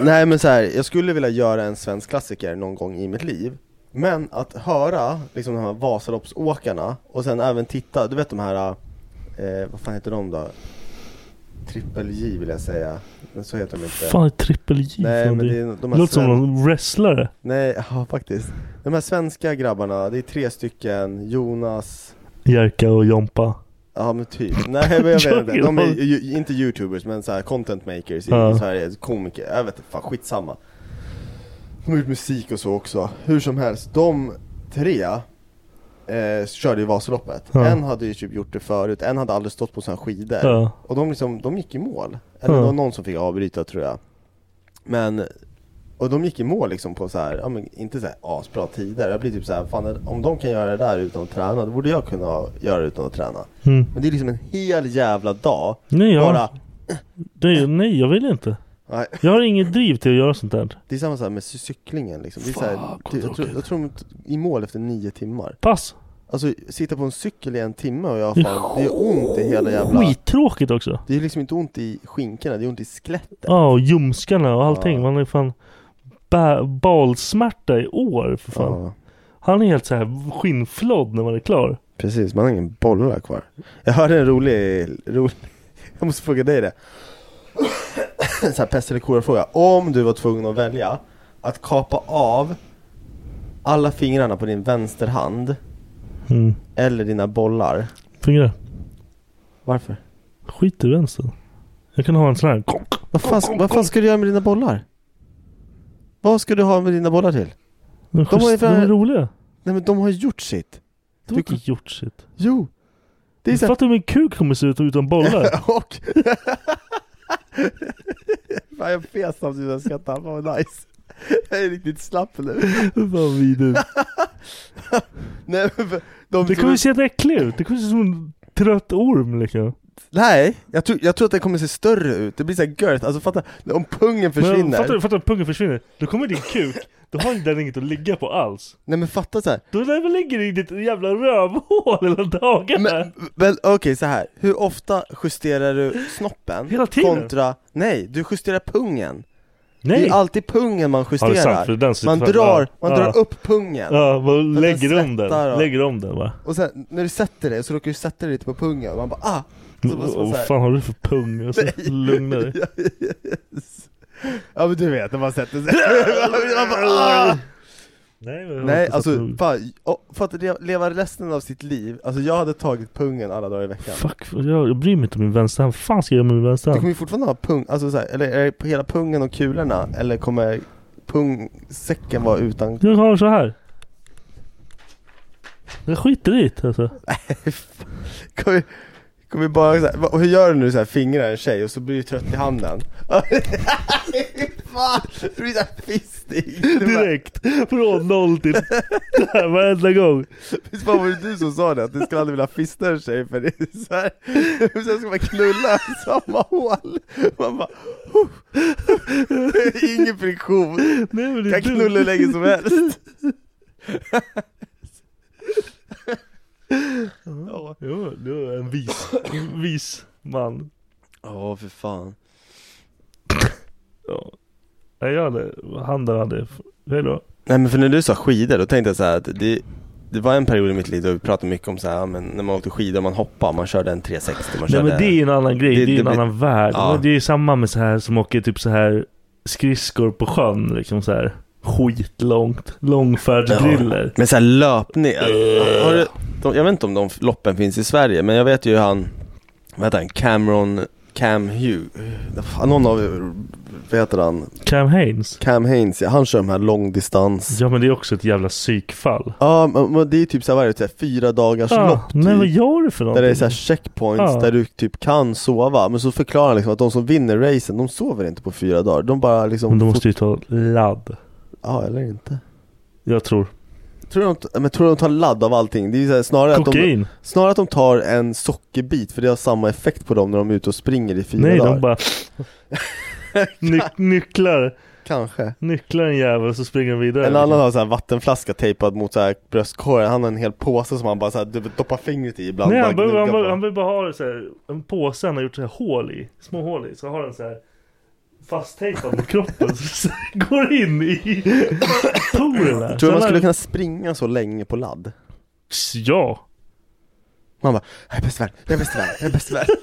[SPEAKER 6] Nej men så här, jag skulle vilja göra en svensk klassiker någon gång i mitt liv Men att höra liksom de här Vasaloppsåkarna och sen även titta, du vet de här, eh, vad fan heter de då? Trippel J vill jag säga, men så heter de inte
[SPEAKER 3] Fan, ett trippel J
[SPEAKER 6] Nej,
[SPEAKER 3] från
[SPEAKER 6] men
[SPEAKER 3] dig.
[SPEAKER 6] det är de
[SPEAKER 3] Det
[SPEAKER 6] här
[SPEAKER 3] låter som
[SPEAKER 6] sven-
[SPEAKER 3] någon wrestlare.
[SPEAKER 6] Nej, [laughs] ja faktiskt De här svenska grabbarna, det är tre stycken, Jonas
[SPEAKER 3] Jerka och Jompa.
[SPEAKER 6] Ja men typ, nej
[SPEAKER 3] [laughs]
[SPEAKER 6] men jag vet inte, de är
[SPEAKER 3] Jag-
[SPEAKER 6] ju, inte youtubers men så här content makers i
[SPEAKER 3] Ja.
[SPEAKER 6] Sverige, komiker, jag vet inte, fan skitsamma De har gjort musik och så också, hur som helst, de tre eh, körde ju Vasaloppet
[SPEAKER 3] Ja.
[SPEAKER 6] En hade ju typ gjort det förut, en hade aldrig stått på sina skidor
[SPEAKER 3] Ja.
[SPEAKER 6] Och de liksom, de gick i mål, eller
[SPEAKER 3] Ja.
[SPEAKER 6] det var någon som fick avbryta tror jag Men Och de gick i mål liksom på så här, ja, men inte så här asbra tider. Jag blir typ så här, fan om de kan göra det där utan att träna, då borde jag kunna göra det utan att träna.
[SPEAKER 3] Mm.
[SPEAKER 6] Men det är liksom en hel jävla dag.
[SPEAKER 3] Nej, jag,
[SPEAKER 6] Bara,
[SPEAKER 3] nej, nej, jag vill inte.
[SPEAKER 6] Nej.
[SPEAKER 3] Jag har inget driv till att göra sånt där.
[SPEAKER 6] det är samma så här med cy- cyklingen liksom. Det är så
[SPEAKER 3] Fan,
[SPEAKER 6] här, du, jag, tror, jag tror de är i mål efter nio timmar.
[SPEAKER 3] Pass!
[SPEAKER 6] Alltså sitta på en cykel i en timme och jag
[SPEAKER 3] Det är
[SPEAKER 6] fan, det gör ont i hela jävla...
[SPEAKER 3] Skittråkigt också.
[SPEAKER 6] Det är liksom inte ont i skinkorna, det är ont i skelettet.
[SPEAKER 3] Ja, och ljumskarna och allting.
[SPEAKER 6] Ja.
[SPEAKER 3] Man är fan ba- balsmärta i år för fan.
[SPEAKER 6] Ja.
[SPEAKER 3] Han är helt så här skinnflådd när man är klar.
[SPEAKER 6] Precis, man har ingen bollar kvar. Jag hörde en rolig, rolig [laughs] jag måste fråga dig det. Så här pest eller kolera fråga. Om du var tvungen att välja att kapa av alla fingrarna på din vänsterhand
[SPEAKER 3] Mm.
[SPEAKER 6] eller dina bollar.
[SPEAKER 3] Fingrar.
[SPEAKER 6] Varför?
[SPEAKER 3] Skit i vänster. Jag kan ha en sån här.
[SPEAKER 6] Vad fan, vad fan ska du göra med dina bollar? Vad ska du ha med dina bollar till?
[SPEAKER 3] De,
[SPEAKER 6] De har ju
[SPEAKER 3] de
[SPEAKER 6] fan-
[SPEAKER 3] är roliga.
[SPEAKER 6] Nej men de har gjort sitt.
[SPEAKER 3] De har
[SPEAKER 6] Du-
[SPEAKER 3] inte gjort sitt.
[SPEAKER 6] Jo! Det
[SPEAKER 3] [laughs]
[SPEAKER 6] är så här-
[SPEAKER 3] Fattar hur min kuk kommer se ut utan
[SPEAKER 6] [laughs]
[SPEAKER 3] bollar?
[SPEAKER 6] Och... Fan jag fes samtidigt som jag skrattade, fan vad nice. Jag är riktigt slapp nu.
[SPEAKER 3] Vad vidrigt.
[SPEAKER 6] Nej, men för- de
[SPEAKER 3] Det
[SPEAKER 6] som-
[SPEAKER 3] kommer se äcklig ut. Det kommer se ut som en trött orm liksom.
[SPEAKER 6] Nej, jag tror, jag tror att den kommer se större ut, det blir såhär girth, alltså fatta, om pungen
[SPEAKER 3] Men
[SPEAKER 6] försvinner
[SPEAKER 3] fattar du? Fattar du? Pungen försvinner. Då kommer din kuk. Då har den inget att ligga på alls.
[SPEAKER 6] Nej men fatta såhär,
[SPEAKER 3] Då där väl ligger det i ditt jävla rövhål hela dagarna.
[SPEAKER 6] men, men okej så här. hur ofta justerar du snoppen?
[SPEAKER 3] Hela tiden.
[SPEAKER 6] Kontra, nej, du justerar pungen Det
[SPEAKER 3] Nej!
[SPEAKER 6] är alltid pungen man
[SPEAKER 3] Ja,
[SPEAKER 6] justerar
[SPEAKER 3] det är sant, för den sitter
[SPEAKER 6] Man
[SPEAKER 3] fast-
[SPEAKER 6] drar,
[SPEAKER 3] ja.
[SPEAKER 6] man
[SPEAKER 3] Ja.
[SPEAKER 6] drar upp pungen
[SPEAKER 3] Ja, man
[SPEAKER 6] den
[SPEAKER 3] lägger om
[SPEAKER 6] svettar
[SPEAKER 3] den.
[SPEAKER 6] och-
[SPEAKER 3] Lägger om den va?
[SPEAKER 6] Och sen när du sätter dig så råkar du sätta dig lite på pungen, och man bara ah! Så måste man
[SPEAKER 3] Vad
[SPEAKER 6] så här-
[SPEAKER 3] fan har du för
[SPEAKER 6] [laughs]
[SPEAKER 3] pung? Alltså, lugna dig.
[SPEAKER 6] Ja men du vet, när man sätter [laughs] sig Man bara, ah!
[SPEAKER 3] Nej, men jag har
[SPEAKER 6] Nej
[SPEAKER 3] inte satt
[SPEAKER 6] alltså,
[SPEAKER 3] mig-
[SPEAKER 6] fan, och, för att le- leva resten av sitt liv, alltså jag hade tagit pungen alla dagar i veckan
[SPEAKER 3] Fuck, för jag, jag bryr mig inte om min vänsterhand. Vad fan ska jag göra med min
[SPEAKER 6] Du kommer
[SPEAKER 3] vänsterhand?
[SPEAKER 6] ju fortfarande ha pung, alltså så här, eller är det på hela pungen och kulorna? Eller kommer pungsäcken vara utan?
[SPEAKER 3] Jag har så här. Jag skiter i det alltså.
[SPEAKER 6] [laughs] Kommer, kommer bara så här, va- och hur gör du när du så här fingrar en tjej och så blir du trött i handen? [laughs] Fan, du blir såhär fistig! Det var-
[SPEAKER 3] Direkt! Från noll till varenda gång.
[SPEAKER 6] Visst fan var det du som sa det? Att du skulle aldrig vilja fista en tjej för det är så här, [laughs] sen ska man knulla i samma hål! Man bara, huh. Ingen friktion!
[SPEAKER 3] Nej, men det är
[SPEAKER 6] Kan
[SPEAKER 3] du.
[SPEAKER 6] knulla hur länge som helst!
[SPEAKER 3] Ja, jo, du är en vis, en vis man.
[SPEAKER 6] Ja för fan
[SPEAKER 3] Ja. Nej, jag hade, han där hade, hej då.
[SPEAKER 6] Nej men för när du sa skidor, då tänkte jag så här att det, det var en period i mitt liv då vi pratade mycket om så här, ja, men när man åkte skidor, man hoppade, man körde en 360, man
[SPEAKER 3] Nej
[SPEAKER 6] körde
[SPEAKER 3] men det är ju en annan grej, det,
[SPEAKER 6] Det-
[SPEAKER 3] är ju en
[SPEAKER 6] det blir-
[SPEAKER 3] annan värld.
[SPEAKER 6] Ja.
[SPEAKER 3] Men Det är ju samma med så här som åker typ så här skridskor på sjön liksom så här skitlångt, långfärdsbriller.
[SPEAKER 6] Men såhär löpning, har du, de, jag vet inte om de loppen finns i Sverige, men jag vet ju han, vad heter han, Cameron, Cam Hugh, fan, någon av, vad heter han,
[SPEAKER 3] Cam Haines.
[SPEAKER 6] Cam Haynes, ja, han kör de här långdistans
[SPEAKER 3] Ja men det är också ett jävla psykfall.
[SPEAKER 6] Ja men, men det är typ såhär, vad är det, så här fyra dagars
[SPEAKER 3] Ja,
[SPEAKER 6] lopp
[SPEAKER 3] nej
[SPEAKER 6] typ.
[SPEAKER 3] vad gör du för
[SPEAKER 6] Där
[SPEAKER 3] någonting?
[SPEAKER 6] det är så här checkpoints
[SPEAKER 3] Ja.
[SPEAKER 6] där du typ kan sova, men så förklarar han liksom att de som vinner racen, de sover inte på fyra dagar. De bara liksom...
[SPEAKER 3] men de måste ju ta ladd.
[SPEAKER 6] Ja, eller inte.
[SPEAKER 3] Jag tror.
[SPEAKER 6] Tror du de, men tror du de tar ladd av allting? Det är ju så här, snarare, att de,
[SPEAKER 3] Kokain.
[SPEAKER 6] snarare att de tar en sockerbit, för det har samma effekt på dem när de är ute och springer i fyra
[SPEAKER 3] Nej
[SPEAKER 6] dagar. [laughs]
[SPEAKER 3] de bara Ny, nycklar,
[SPEAKER 6] Kanske.
[SPEAKER 3] nycklar en jävel så springer de vidare.
[SPEAKER 6] En annan har så här vattenflaska tejpad mot så här bröstkorgen, han har en hel påse som han bara så här, du vet, doppar fingret i ibland.
[SPEAKER 3] Nej
[SPEAKER 6] bara
[SPEAKER 3] han behöver, han,
[SPEAKER 6] gnuggar
[SPEAKER 3] behöver,
[SPEAKER 6] på.
[SPEAKER 3] han behöver bara ha så här, en påse han har gjort så här hål i, små hål i, så har den så här fasttejpad mot kroppen så [laughs] det går in i porerna.
[SPEAKER 6] Tror
[SPEAKER 3] Så
[SPEAKER 6] du man
[SPEAKER 3] han
[SPEAKER 6] skulle
[SPEAKER 3] har-
[SPEAKER 6] kunna springa så länge på ladd?
[SPEAKER 3] Ja,
[SPEAKER 6] Man bara, jag är bäst i världen, jag är bäst i världen, jag är bäst i världen.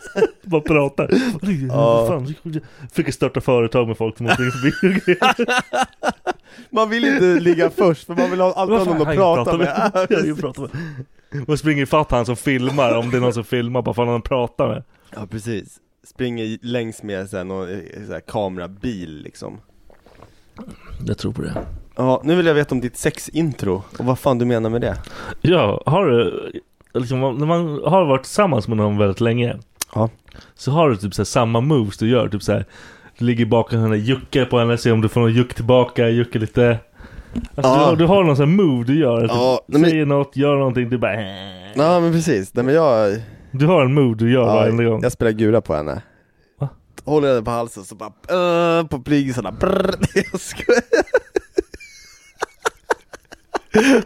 [SPEAKER 3] bara
[SPEAKER 6] [laughs]
[SPEAKER 3] pratar. Fan, fick jag starta företag med folk som åkte in förbi.
[SPEAKER 6] Man vill inte ligga först för man vill ha alltid ha
[SPEAKER 3] Varför
[SPEAKER 6] någon
[SPEAKER 3] har
[SPEAKER 6] att
[SPEAKER 3] jag
[SPEAKER 6] prata med. [laughs]
[SPEAKER 3] pratat [laughs] Jag har ju pratat med. Man springer ifatt han som filmar, om det är någon som filmar, bara fan han pratar med.
[SPEAKER 6] Ja precis. Springer längs med sen och här, kamerabil liksom.
[SPEAKER 3] Jag tror på det.
[SPEAKER 6] Ja, nu vill jag veta om ditt sexintro och vad fan du menar med det.
[SPEAKER 3] Ja, har du liksom, när man har varit tillsammans med någon väldigt länge
[SPEAKER 6] Ja.
[SPEAKER 3] Så har du typ så här samma moves du gör, typ så här Du ligger bakom henne, juckar på henne, ser om du får någon juck tillbaka, juckar lite. Alltså,
[SPEAKER 6] Ja.
[SPEAKER 3] du, har- du har någon sån här move du gör. Typ,
[SPEAKER 6] Ja, nej, men-
[SPEAKER 3] Säger något, gör någonting, du bara... "Äh."
[SPEAKER 6] Ja men precis, nej men jag...
[SPEAKER 3] Du har en mood du gör varenda gång.
[SPEAKER 6] Jag spelar gula på henne. Håller henne på halsen så bara, "Åh", på plingisarna, brrr. [laughs] Jag skojar.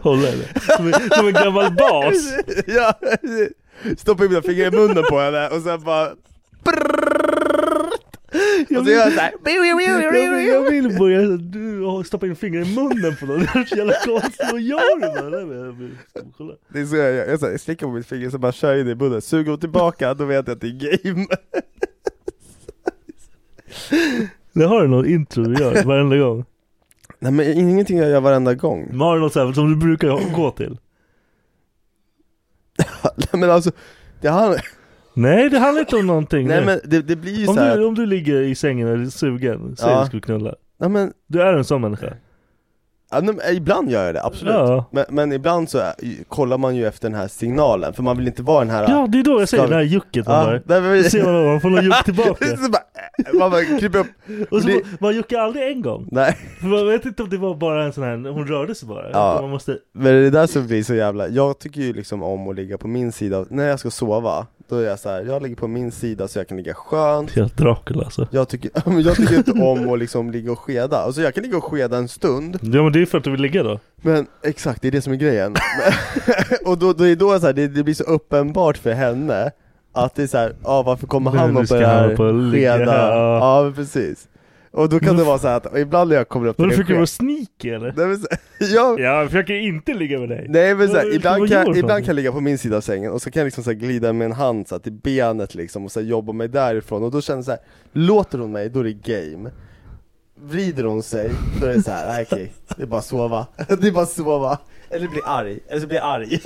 [SPEAKER 3] [laughs] Håller henne. Som en- som en gammal
[SPEAKER 6] [laughs]
[SPEAKER 3] bas.
[SPEAKER 6] ja. Stoppar in mina fingrar i munnen på henne och sen bara... Brrr. Och så gör jag såhär,
[SPEAKER 3] Jag vill- jag vill börja du, har- stoppa in fingrar i munnen på någon. [laughs] Det är så jävla konstigt. Vad gör du? bara? Nej, men jag vill- kolla.
[SPEAKER 6] det är så jag gör. Jag, så här, jag slickar på mitt finger så bara kör jag in det i munnen, suger hon tillbaka då vet jag att det är game.
[SPEAKER 3] Det har du någon intro du gör varenda gång?
[SPEAKER 6] Nej men ingenting jag gör varenda gång. [laughs]
[SPEAKER 3] Men Har du något så här, som du brukar gå till?
[SPEAKER 6] Nej men alltså, det handlar...
[SPEAKER 3] Nej det handlar inte om någonting.
[SPEAKER 6] Nej men det, det blir ju
[SPEAKER 3] om,
[SPEAKER 6] såhär...
[SPEAKER 3] du, om du ligger i sängen och är sugen, säg
[SPEAKER 6] Ja.
[SPEAKER 3] du skulle knulla.
[SPEAKER 6] Nej men,
[SPEAKER 3] Du är en sån människa.
[SPEAKER 6] ja, nej, men ibland gör jag det, absolut.
[SPEAKER 3] Ja.
[SPEAKER 6] Men, men ibland så är, kollar man ju efter den här signalen, för man vill inte vara den här...
[SPEAKER 3] Ja det är då jag säger
[SPEAKER 6] Ska vi-
[SPEAKER 3] det här jucket man
[SPEAKER 6] Ja,
[SPEAKER 3] hör.
[SPEAKER 6] nej, men,
[SPEAKER 3] Då ser man om man får någon juck
[SPEAKER 6] [laughs]
[SPEAKER 3] tillbaka.
[SPEAKER 6] Så bara, äh, man bara kryper upp.
[SPEAKER 3] Och så,
[SPEAKER 6] Det-
[SPEAKER 3] får- man juckar aldrig en gång.
[SPEAKER 6] Nej,
[SPEAKER 3] För man vet inte om det var bara en sån här, hon rörde sig bara.
[SPEAKER 6] Ja.
[SPEAKER 3] Man måste,
[SPEAKER 6] men det är där som blir så jävla, jag tycker ju liksom om att ligga på min sida, av- när jag ska sova, då är jag så här, jag ligger på min sida så jag kan ligga skönt
[SPEAKER 3] helt Dracula alltså.
[SPEAKER 6] jag tycker, [laughs] men jag tycker inte om att liksom ligga och skeda, alltså jag kan ligga och skeda en stund
[SPEAKER 3] Ja men det är för att du vill ligga då.
[SPEAKER 6] Men exakt, det är det som är grejen [laughs] Men- Och då, då är då så här, det, det blir så uppenbart för henne Att det är såhär, ja ah, varför kommer
[SPEAKER 3] Nu
[SPEAKER 6] han upp
[SPEAKER 3] ska
[SPEAKER 6] på det
[SPEAKER 3] han
[SPEAKER 6] här
[SPEAKER 3] upp och ligga
[SPEAKER 6] skeda?
[SPEAKER 3] här.
[SPEAKER 6] Ja men precis Och då kan det vara så här att ibland när jag kommer upp
[SPEAKER 3] Men
[SPEAKER 6] till
[SPEAKER 3] du
[SPEAKER 6] en
[SPEAKER 3] försöker
[SPEAKER 6] sked
[SPEAKER 3] vara sneaky eller?
[SPEAKER 6] Nej men, så, [laughs] ja,
[SPEAKER 3] Jag försöker inte ligga med dig.
[SPEAKER 6] Nej men
[SPEAKER 3] Vad-
[SPEAKER 6] såhär,
[SPEAKER 3] vad
[SPEAKER 6] ibland, kan,
[SPEAKER 3] gör
[SPEAKER 6] jag-
[SPEAKER 3] du?
[SPEAKER 6] ibland kan jag ligga på min sida av sängen och så kan jag liksom så här glida med en hand så här, till benet liksom och så här, jobba mig därifrån och då känner jag såhär, låter hon mig då är det game Vrider hon sig, då är det såhär, nej okej, det är bara att sova, [laughs] det är bara att sova Eller bli arg, eller så blir jag arg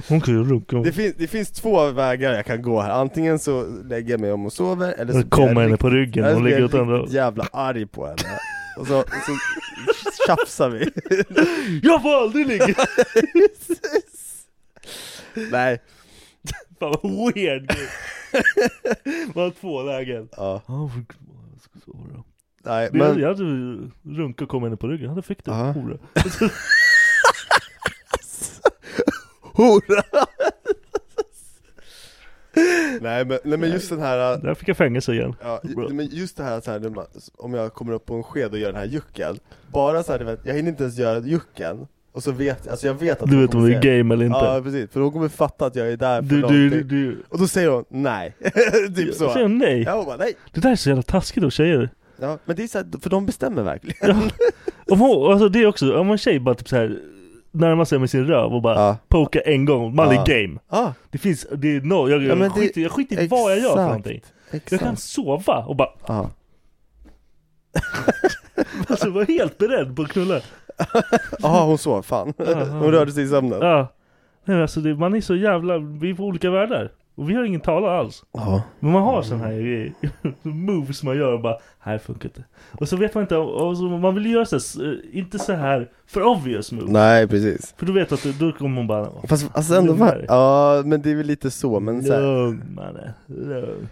[SPEAKER 6] [laughs]
[SPEAKER 3] Hon kan ju runka.
[SPEAKER 6] det, finns, det finns två vägar jag kan gå här, antingen så lägger jag mig om och sover
[SPEAKER 3] Eller
[SPEAKER 6] eller så blir jag
[SPEAKER 3] komma henne
[SPEAKER 6] riktigt-
[SPEAKER 3] på ryggen.
[SPEAKER 6] eller så
[SPEAKER 3] Hon
[SPEAKER 6] blir
[SPEAKER 3] ligger åt
[SPEAKER 6] jag
[SPEAKER 3] andra
[SPEAKER 6] riktigt
[SPEAKER 3] hållet.
[SPEAKER 6] jävla arg på henne Och så, så tjafsar vi [laughs]
[SPEAKER 3] Jag får aldrig ligga! [laughs] Fan
[SPEAKER 6] Nej,
[SPEAKER 3] vad [laughs] weird grej. Man har två lägen.
[SPEAKER 6] ja,
[SPEAKER 3] Ja, för- jag ska sova då.
[SPEAKER 6] nej
[SPEAKER 3] Det-
[SPEAKER 6] men
[SPEAKER 3] Jag hade ju runkat och kommit henne på ryggen. Ja, det fick du.
[SPEAKER 6] Ja.
[SPEAKER 3] Hora.
[SPEAKER 6] Hora! nej, men, nej men just den här, äh,
[SPEAKER 3] Där fick jag fängelse igen.
[SPEAKER 6] ja, ju- nej, men just det här, så här när man, om jag kommer upp på en sked och gör den här jucken Bara så här, du vet, jag hinner inte ens göra jucken Och så vet, alltså jag vet att
[SPEAKER 3] Du
[SPEAKER 6] hon
[SPEAKER 3] vet om
[SPEAKER 6] kommer
[SPEAKER 3] det är
[SPEAKER 6] se-
[SPEAKER 3] game eller
[SPEAKER 6] Ja
[SPEAKER 3] inte.
[SPEAKER 6] precis, för hon kommer fatta att jag är där för
[SPEAKER 3] Du,
[SPEAKER 6] någonting
[SPEAKER 3] du, du, du.
[SPEAKER 6] Och då säger hon nej, [laughs] typ
[SPEAKER 3] Jag säger
[SPEAKER 6] så
[SPEAKER 3] nej.
[SPEAKER 6] Ja hon bara nej,
[SPEAKER 3] Det där är så jävla taskigt av tjejer.
[SPEAKER 6] ja, men det är så här, för de bestämmer verkligen
[SPEAKER 3] Om hon, alltså det är också, om en tjej bara typ så här närmar sig med sin röv och bara
[SPEAKER 6] Ja.
[SPEAKER 3] pokar en gång, man
[SPEAKER 6] Ja.
[SPEAKER 3] är game.
[SPEAKER 6] [laughs] Ja,
[SPEAKER 3] Det finns, det är no, jag,
[SPEAKER 6] Ja, men
[SPEAKER 3] jag,
[SPEAKER 6] det-
[SPEAKER 3] skiter, jag skiter i vad jag gör för
[SPEAKER 6] exakt.
[SPEAKER 3] någonting. Jag
[SPEAKER 6] exakt
[SPEAKER 3] kan sova och bara,
[SPEAKER 6] Liksom. ja.
[SPEAKER 3] [laughs] alltså var helt beredd på att knulla.
[SPEAKER 6] Aha, hon sov, fan Hon rörde sig i sömnen
[SPEAKER 3] Ja. Nej men alltså det, man är så jävla, vi är på olika världar. Och vi har ingen tala alls.
[SPEAKER 6] Ja.
[SPEAKER 3] Men man har sån
[SPEAKER 6] Mm.
[SPEAKER 3] här grejer, [laughs] moves man gör och bara, här funkar inte. Och så vet man inte, och så, man vill ju göra så här, s- eh, inte så här för obvious moves.
[SPEAKER 6] Nej precis
[SPEAKER 3] För du vet att du- då kommer hon bara,
[SPEAKER 6] Fast alltså ändå
[SPEAKER 3] Lugnare.
[SPEAKER 6] var, ja men det är väl lite så men så här,
[SPEAKER 3] Lugn mannen, lugn.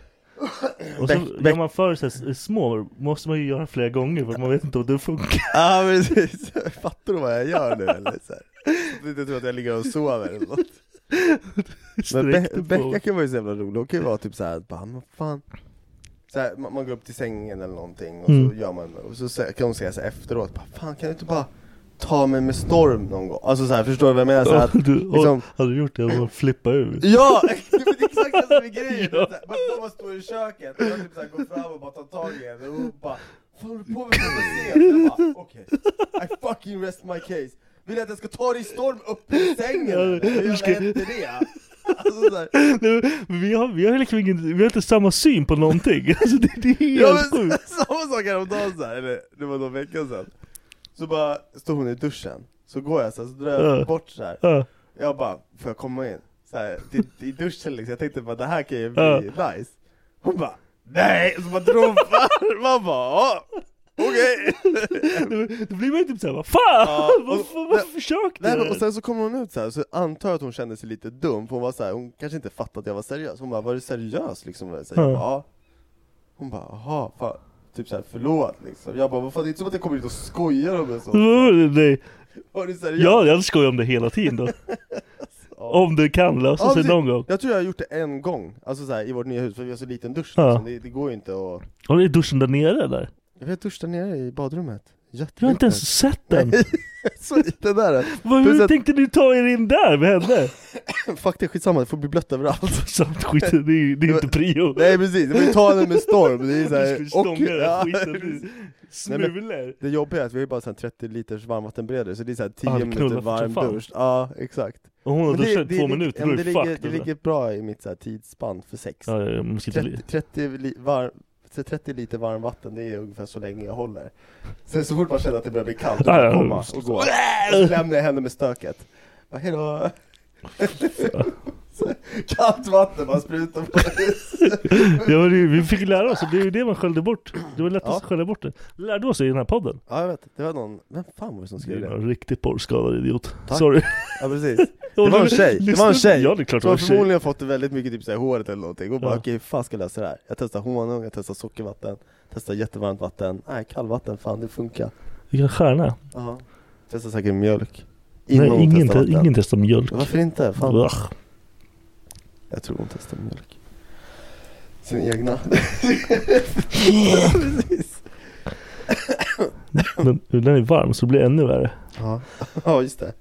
[SPEAKER 3] Och så
[SPEAKER 6] Beck-
[SPEAKER 3] gör
[SPEAKER 6] Beck-
[SPEAKER 3] man för sig s- små, måste man ju göra flera gånger för att man vet inte om det funkar.
[SPEAKER 6] Ja precis, fattar du vad jag gör nu eller? Så här. Du inte tror att jag ligger och sover
[SPEAKER 3] [laughs]
[SPEAKER 6] eller något Men
[SPEAKER 3] Sträck
[SPEAKER 6] Be-
[SPEAKER 3] dig på.
[SPEAKER 6] Becka kan vara ju så jävla rolig, hon kan ju vara typ såhär, bara men fan så här, man, man går upp till sängen eller någonting och så
[SPEAKER 3] Mm.
[SPEAKER 6] gör man, och så sä- kan hon säga så här efteråt, bara, fan kan du inte bara ta mig med storm någon gång? Alltså så här, förstår du vad jag menar? Så här, att,
[SPEAKER 3] du, och,
[SPEAKER 6] liksom-
[SPEAKER 3] Hade du gjort det hade man flippat ur.
[SPEAKER 6] [laughs] Ja! Det är exakt det
[SPEAKER 3] [laughs]
[SPEAKER 6] som är grejen!
[SPEAKER 3] Ja.
[SPEAKER 6] Så här, Man får man står i köket och jag typ så här går fram och bara tar tag i henne och hon bara Vad håller du på med? Får Jag se?" Jag bara okej, I fucking rest my case Vill du att jag ska ta dig i storm upp i sängen? eller? Hur jävla hette det? Alltså så här,
[SPEAKER 3] Nej, men vi, har, vi har liksom ingen, vi har inte samma syn på någonting. [laughs] Alltså det, det är
[SPEAKER 6] Ja
[SPEAKER 3] helt
[SPEAKER 6] men
[SPEAKER 3] sjukt.
[SPEAKER 6] [laughs] samma sak häromdagen såhär, eller det var någon vecka sedan Så bara, står hon i duschen, så går jag såhär, så drar
[SPEAKER 3] Ja.
[SPEAKER 6] jag bort såhär
[SPEAKER 3] Ja.
[SPEAKER 6] Jag bara, får jag komma in? Så här, i, I duschen liksom, jag tänkte bara det här kan ju bli
[SPEAKER 3] Ja.
[SPEAKER 6] nice Hon bara, nej! Så bara drog hon fram, [laughs] man bara, "Ja,
[SPEAKER 3] [laughs]
[SPEAKER 6] okej!
[SPEAKER 3] Då, då blir man ju typ såhär, [laughs] vad fan!
[SPEAKER 6] Ja, och-
[SPEAKER 3] varför varför försökte
[SPEAKER 6] Nej,
[SPEAKER 3] du? [laughs]
[SPEAKER 6] men, och sen så kommer hon ut så här, så antar jag att hon kände sig lite dum, för hon var så här, hon kanske inte fattade att jag var seriös Hon bara, var du seriös liksom? Så här, jag
[SPEAKER 3] Ja.
[SPEAKER 6] bara, ja Hon bara, jaha, fan typ såhär förlåt liksom. Jag bara, vad fan det är inte som att jag kommer hit och skojar om en sån.
[SPEAKER 3] Nej.
[SPEAKER 6] Var du seriös?
[SPEAKER 3] Mm. Ja, jag skojar om det hela tiden
[SPEAKER 6] [laughs]
[SPEAKER 3] då. Om det kan lösa sig
[SPEAKER 6] precis.
[SPEAKER 3] någon gång.
[SPEAKER 6] Jag tror jag har gjort det en gång, alltså såhär i vårt nya hus, för vi har så liten dusch
[SPEAKER 3] Ja.
[SPEAKER 6] liksom. det, det går ju inte att...
[SPEAKER 3] Har du duschen där nere eller?
[SPEAKER 6] Jag vet dusch där nere i badrummet.
[SPEAKER 3] Jag har inte ens sett den.
[SPEAKER 6] [laughs] så liten där. är
[SPEAKER 3] Vad,
[SPEAKER 6] Plus
[SPEAKER 3] hur
[SPEAKER 6] att-
[SPEAKER 3] tänkte du ta er in där med
[SPEAKER 6] [laughs]
[SPEAKER 3] henne?
[SPEAKER 6] den. Fuck det, skitsamma, det får bli blött överallt.
[SPEAKER 3] Samt skit, det är, ju- det är ju inte prio.
[SPEAKER 6] [laughs] Nej precis, det får ju ta den med storm. Det är [laughs] så här,
[SPEAKER 3] Du skulle stånga den här skiten.
[SPEAKER 6] precis. Nej, men
[SPEAKER 3] Smulor.
[SPEAKER 6] Det jobbiga är att vi har ju bara så här 30 liters varmvattenberedare, så det är såhär 10
[SPEAKER 3] Ja, det knullar
[SPEAKER 6] minuter
[SPEAKER 3] fort
[SPEAKER 6] varm
[SPEAKER 3] som fan.
[SPEAKER 6] dusch. Ja, exakt.
[SPEAKER 3] Och hon har
[SPEAKER 6] Men det-
[SPEAKER 3] duschat
[SPEAKER 6] det
[SPEAKER 3] i två
[SPEAKER 6] ligger-
[SPEAKER 3] minuter,
[SPEAKER 6] ja,
[SPEAKER 3] då
[SPEAKER 6] men
[SPEAKER 3] är det
[SPEAKER 6] det ligger,
[SPEAKER 3] fucked.
[SPEAKER 6] det
[SPEAKER 3] eller?
[SPEAKER 6] ligger bra i mitt så här tidsspann för sex.
[SPEAKER 3] Ja, ja, man ska inte
[SPEAKER 6] 30,
[SPEAKER 3] li-
[SPEAKER 6] 30, li, var, så 30 liter varmvatten, det är ungefär så länge jag håller. Sen så fort man känner att det börjar bli kallt, då
[SPEAKER 3] Ja,
[SPEAKER 6] får
[SPEAKER 3] ja.
[SPEAKER 6] jag komma och gå. Och så lämnar jag henne med stöket. Bara,
[SPEAKER 3] [laughs]
[SPEAKER 6] hejdå! Så, Kallt vatten bara sprutar på
[SPEAKER 3] ja, men [laughs] det- vi fick lära oss, och det är ju det man sköljde bort. Det var lättast
[SPEAKER 6] Ja.
[SPEAKER 3] att skölja bort det. Lärde oss i den här podden.
[SPEAKER 6] Ja jag vet, det var någon, vem fan var det som
[SPEAKER 3] Det
[SPEAKER 6] skrev
[SPEAKER 3] är
[SPEAKER 6] det?
[SPEAKER 3] en riktigt porrskadad idiot.
[SPEAKER 6] Tack.
[SPEAKER 3] Sorry.
[SPEAKER 6] Ja precis, det var en tjej, det var en tjej!
[SPEAKER 3] Ja, det är klart det
[SPEAKER 6] Som
[SPEAKER 3] var
[SPEAKER 6] har
[SPEAKER 3] en tjej.
[SPEAKER 6] förmodligen fått väldigt mycket typ såhär i håret eller någonting och bara
[SPEAKER 3] Ja.
[SPEAKER 6] okej hur fan ska jag lösa det här? Jag testar honung, jag testar sockervatten, testar jättevarmt vatten, nej kallvatten, fan det funkar
[SPEAKER 3] Vilken stjärna.
[SPEAKER 6] Ja Testar säkert mjölk Innan
[SPEAKER 3] Nej,
[SPEAKER 6] hon
[SPEAKER 3] ingen,
[SPEAKER 6] testar
[SPEAKER 3] te-
[SPEAKER 6] vatten.
[SPEAKER 3] ingen testar mjölk.
[SPEAKER 6] Varför inte? Fan.
[SPEAKER 3] Ugh.
[SPEAKER 6] Jag tror hon testar mjölk
[SPEAKER 3] [laughs]
[SPEAKER 6] Sin egna [laughs]
[SPEAKER 3] Men den är varm så det blir ännu värre.
[SPEAKER 6] Ja, [laughs] ja just det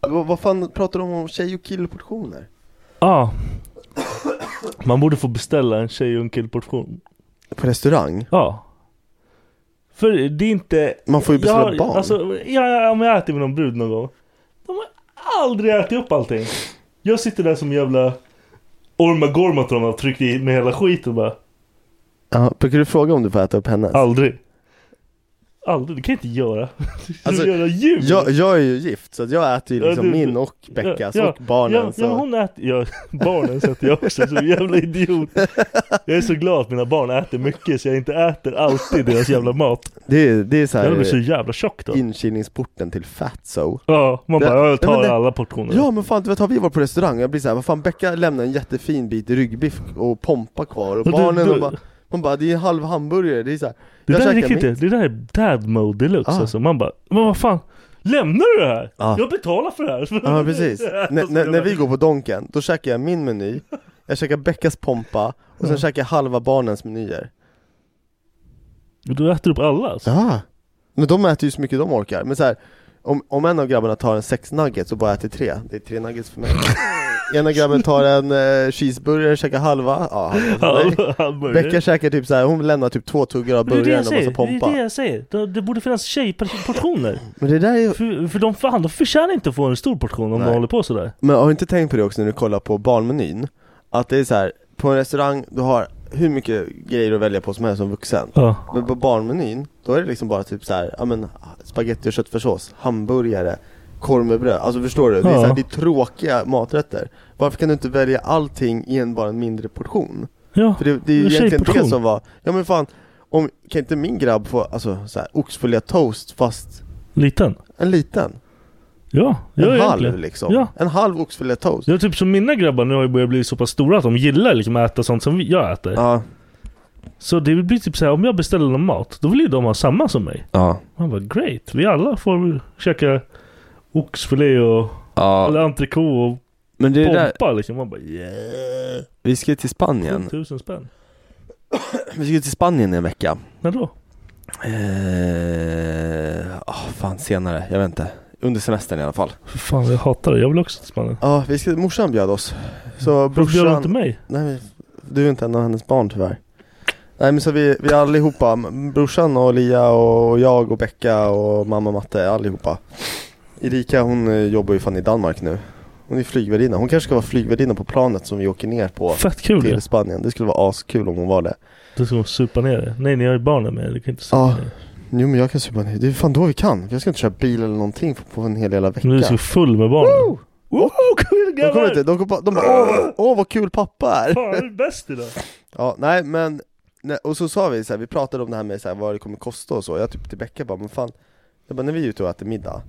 [SPEAKER 6] vad, vad fan pratar de om tjej och killportioner?
[SPEAKER 3] Ja. Ah. Man borde få beställa en tjej och en killportion.
[SPEAKER 6] På restaurang?
[SPEAKER 3] Ja. För det är inte...
[SPEAKER 6] Man får ju beställa
[SPEAKER 3] jag,
[SPEAKER 6] barn
[SPEAKER 3] Alltså, ja, ja, om jag äter med någon brud någon gång. De har aldrig ätit upp allting. Jag sitter där som jävla Ormagormatron och tryckt i med hela skiten bara.
[SPEAKER 6] ja, Brukar du fråga om du får äta upp hennes?
[SPEAKER 3] Aldrig. Aldrig, det kan jag inte göra. [laughs]
[SPEAKER 6] Alltså,
[SPEAKER 3] Alltså, göra djur.
[SPEAKER 6] Jag, jag är ju gift så att jag äter ju
[SPEAKER 3] Ja,
[SPEAKER 6] liksom
[SPEAKER 3] du-
[SPEAKER 6] min och Beckas
[SPEAKER 3] Ja,
[SPEAKER 6] och barnens
[SPEAKER 3] Ja, ja,
[SPEAKER 6] och-
[SPEAKER 3] hon äter, ja, barnen sätter jag också som jävla idiot. Jag är så glad att mina barn äter mycket så jag inte äter alltid deras jävla mat.
[SPEAKER 6] Det är, det är så
[SPEAKER 3] Jag blir så
[SPEAKER 6] här
[SPEAKER 3] jävla tjock då.
[SPEAKER 6] inkilningsporten till fatso
[SPEAKER 3] Ja, man
[SPEAKER 6] Det-
[SPEAKER 3] bara "Ja, jag
[SPEAKER 6] Nej,
[SPEAKER 3] tar
[SPEAKER 6] men det-
[SPEAKER 3] alla portioner.
[SPEAKER 6] Ja men fan du vet, har vi varit på restaurang jag blir såhär, vad fan Becka lämnar en jättefin bit ryggbiff och pompa kvar och
[SPEAKER 3] Ja, du-
[SPEAKER 6] barnen
[SPEAKER 3] du-
[SPEAKER 6] och bara Man bara, det är en halv hamburgare, det är såhär
[SPEAKER 3] det
[SPEAKER 6] jag
[SPEAKER 3] där är
[SPEAKER 6] käkar
[SPEAKER 3] riktigt,
[SPEAKER 6] mitt.
[SPEAKER 3] det där är dad mode deluxe
[SPEAKER 6] Ah.
[SPEAKER 3] alltså. Man bara, men vad fan. Lämnar du det här?
[SPEAKER 6] Ja.
[SPEAKER 3] Jag betalar för det här. [laughs]
[SPEAKER 6] Ja precis, N- när- när vi går på Donken, då käkar jag min meny Jag käkar Beckas pompa och sen käkar jag halva barnens menyer
[SPEAKER 3] Du äter upp alla alltså.
[SPEAKER 6] Ja, men de äter ju så mycket de orkar. Men så här, om, om en av grabbarna tar en sex nuggets och bara äter tre, det är tre
[SPEAKER 3] [laughs]
[SPEAKER 6] nuggets för mig. Ena grabben tar en eh, cheeseburger, käkar halva, ja, halva för mig.
[SPEAKER 3] [laughs] [laughs] Alla hamburgare.
[SPEAKER 6] Becka käkar typ så här, hon lämnar typ två tuggar av
[SPEAKER 3] Men det är det
[SPEAKER 6] burgaren
[SPEAKER 3] jag
[SPEAKER 6] och massa
[SPEAKER 3] säger. Det
[SPEAKER 6] pompa.
[SPEAKER 3] är det jag säger. Det, det borde finnas tjejportioner.
[SPEAKER 6] Men det där är ju,
[SPEAKER 3] För, för de, fan, de förtjänar inte att få en stor portion om
[SPEAKER 6] Nej.
[SPEAKER 3] de håller på sådär.
[SPEAKER 6] men har du inte tänkt på det också när du kollar på barnmenyn? Att det är så här, på en restaurang, du har hur mycket grejer att välja på som helst som vuxen.
[SPEAKER 3] Ja.
[SPEAKER 6] Men på barnmenyn, då är det liksom bara typ så här, ja men spagetti och köttfärssås, hamburgare, korv med bröd. Alltså förstår du? Det är,
[SPEAKER 3] Ja.
[SPEAKER 6] så här, det är tråkiga maträtter. Varför kan du inte välja allting i en bara en mindre portion?
[SPEAKER 3] Ja.
[SPEAKER 6] För det, det är ju
[SPEAKER 3] En
[SPEAKER 6] egentligen det
[SPEAKER 3] tjejportion.
[SPEAKER 6] som var, ja men fan, om, kan inte min grabb få alltså, så här, oxfilé toast fast
[SPEAKER 3] Liten.
[SPEAKER 6] en liten?
[SPEAKER 3] Ja.
[SPEAKER 6] En
[SPEAKER 3] ja,
[SPEAKER 6] halv
[SPEAKER 3] egentligen.
[SPEAKER 6] liksom.
[SPEAKER 3] Ja.
[SPEAKER 6] En halv oxfilé toast.
[SPEAKER 3] Jag är typ som mina grabbar nu har ju börjat bli så pass stora att de gillar liksom att äta sånt som vi- jag äter.
[SPEAKER 6] Ja.
[SPEAKER 3] Så det blir typ såhär, om jag beställer någon mat, då vill ju de ha samma som mig.
[SPEAKER 6] Ja.
[SPEAKER 3] Man bara great, vi alla får käka oxfilé och eller entrecote och
[SPEAKER 6] Men det är det där,
[SPEAKER 3] pompa liksom. Man bara yeah.
[SPEAKER 6] vi ska ju till Spanien.
[SPEAKER 3] 7000 spänn.
[SPEAKER 6] Vi ska ju till Spanien i en vecka.
[SPEAKER 3] När då?
[SPEAKER 6] Eh, ah, fan senare, jag vet inte. Under semestern i alla fall.
[SPEAKER 3] För fan jag hatar det, jag vill också till Spanien.
[SPEAKER 6] Ja, vi ska, morsan bjöd oss. Så
[SPEAKER 3] Varför bjöd du inte
[SPEAKER 6] brorsan,
[SPEAKER 3] mig?
[SPEAKER 6] nej, men du är inte en av hennes barn tyvärr. Nej men så vi, vi allihopa, m- brorsan och Lia och jag och Becka och mamma Matte, allihopa. Erika hon eh, jobbar ju fan i Danmark nu. Hon är flygvärdinna, hon kanske ska vara flygvärdinna på planet som vi åker ner på
[SPEAKER 3] Fett kul ju.
[SPEAKER 6] till Spanien. Det skulle vara askul om hon var det.
[SPEAKER 3] Du ska supa ner det. Nej ni har ju barnen med er, du kan inte supa
[SPEAKER 6] Ja.
[SPEAKER 3] ner.
[SPEAKER 6] Jo men jag kan supa ner, det är fan då vi kan. Jag ska inte köra bil eller någonting på- på en hel jävla vecka.
[SPEAKER 3] Men du är så full med barnen.
[SPEAKER 6] Woo!
[SPEAKER 3] Woo, kul
[SPEAKER 6] De kommer
[SPEAKER 3] grabbar!
[SPEAKER 6] inte, de kommer bara, de bara åh, vad- åh vad kul pappa är!
[SPEAKER 3] Fan, du är bäst idag!
[SPEAKER 6] Ja, nej men, nej, och så sa vi så här, vi pratade om det här med så här, vad det kommer kosta och så, jag typ till Becka bara, men fan Jag bara, när vi är ute och äter middag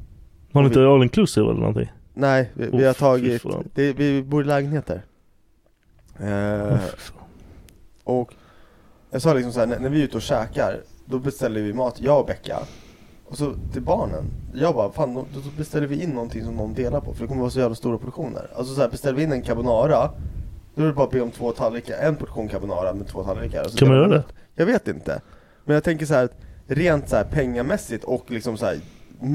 [SPEAKER 3] Har ni inte all inclusive eller någonting?
[SPEAKER 6] Nej, vi, vi
[SPEAKER 3] Åh,
[SPEAKER 6] har
[SPEAKER 3] fy
[SPEAKER 6] tagit,
[SPEAKER 3] fan.
[SPEAKER 6] det, Eh, vi bor i lägenheter eh, Och Jag sa liksom så här, när, när vi är ute och käkar, då beställer vi mat, jag och Becka. Och så till barnen, jag bara, fan då, då beställer vi in någonting som någon delar på för det kommer vara så jävla stora portioner. Alltså så här, beställer vi in en carbonara, då är det bara att be om två tallrikar, en portion carbonara med två tallrikar. Och så
[SPEAKER 3] Kan man
[SPEAKER 6] delar
[SPEAKER 3] göra det?
[SPEAKER 6] Jag vet inte. Men jag tänker så här, att rent så här pengamässigt och liksom så här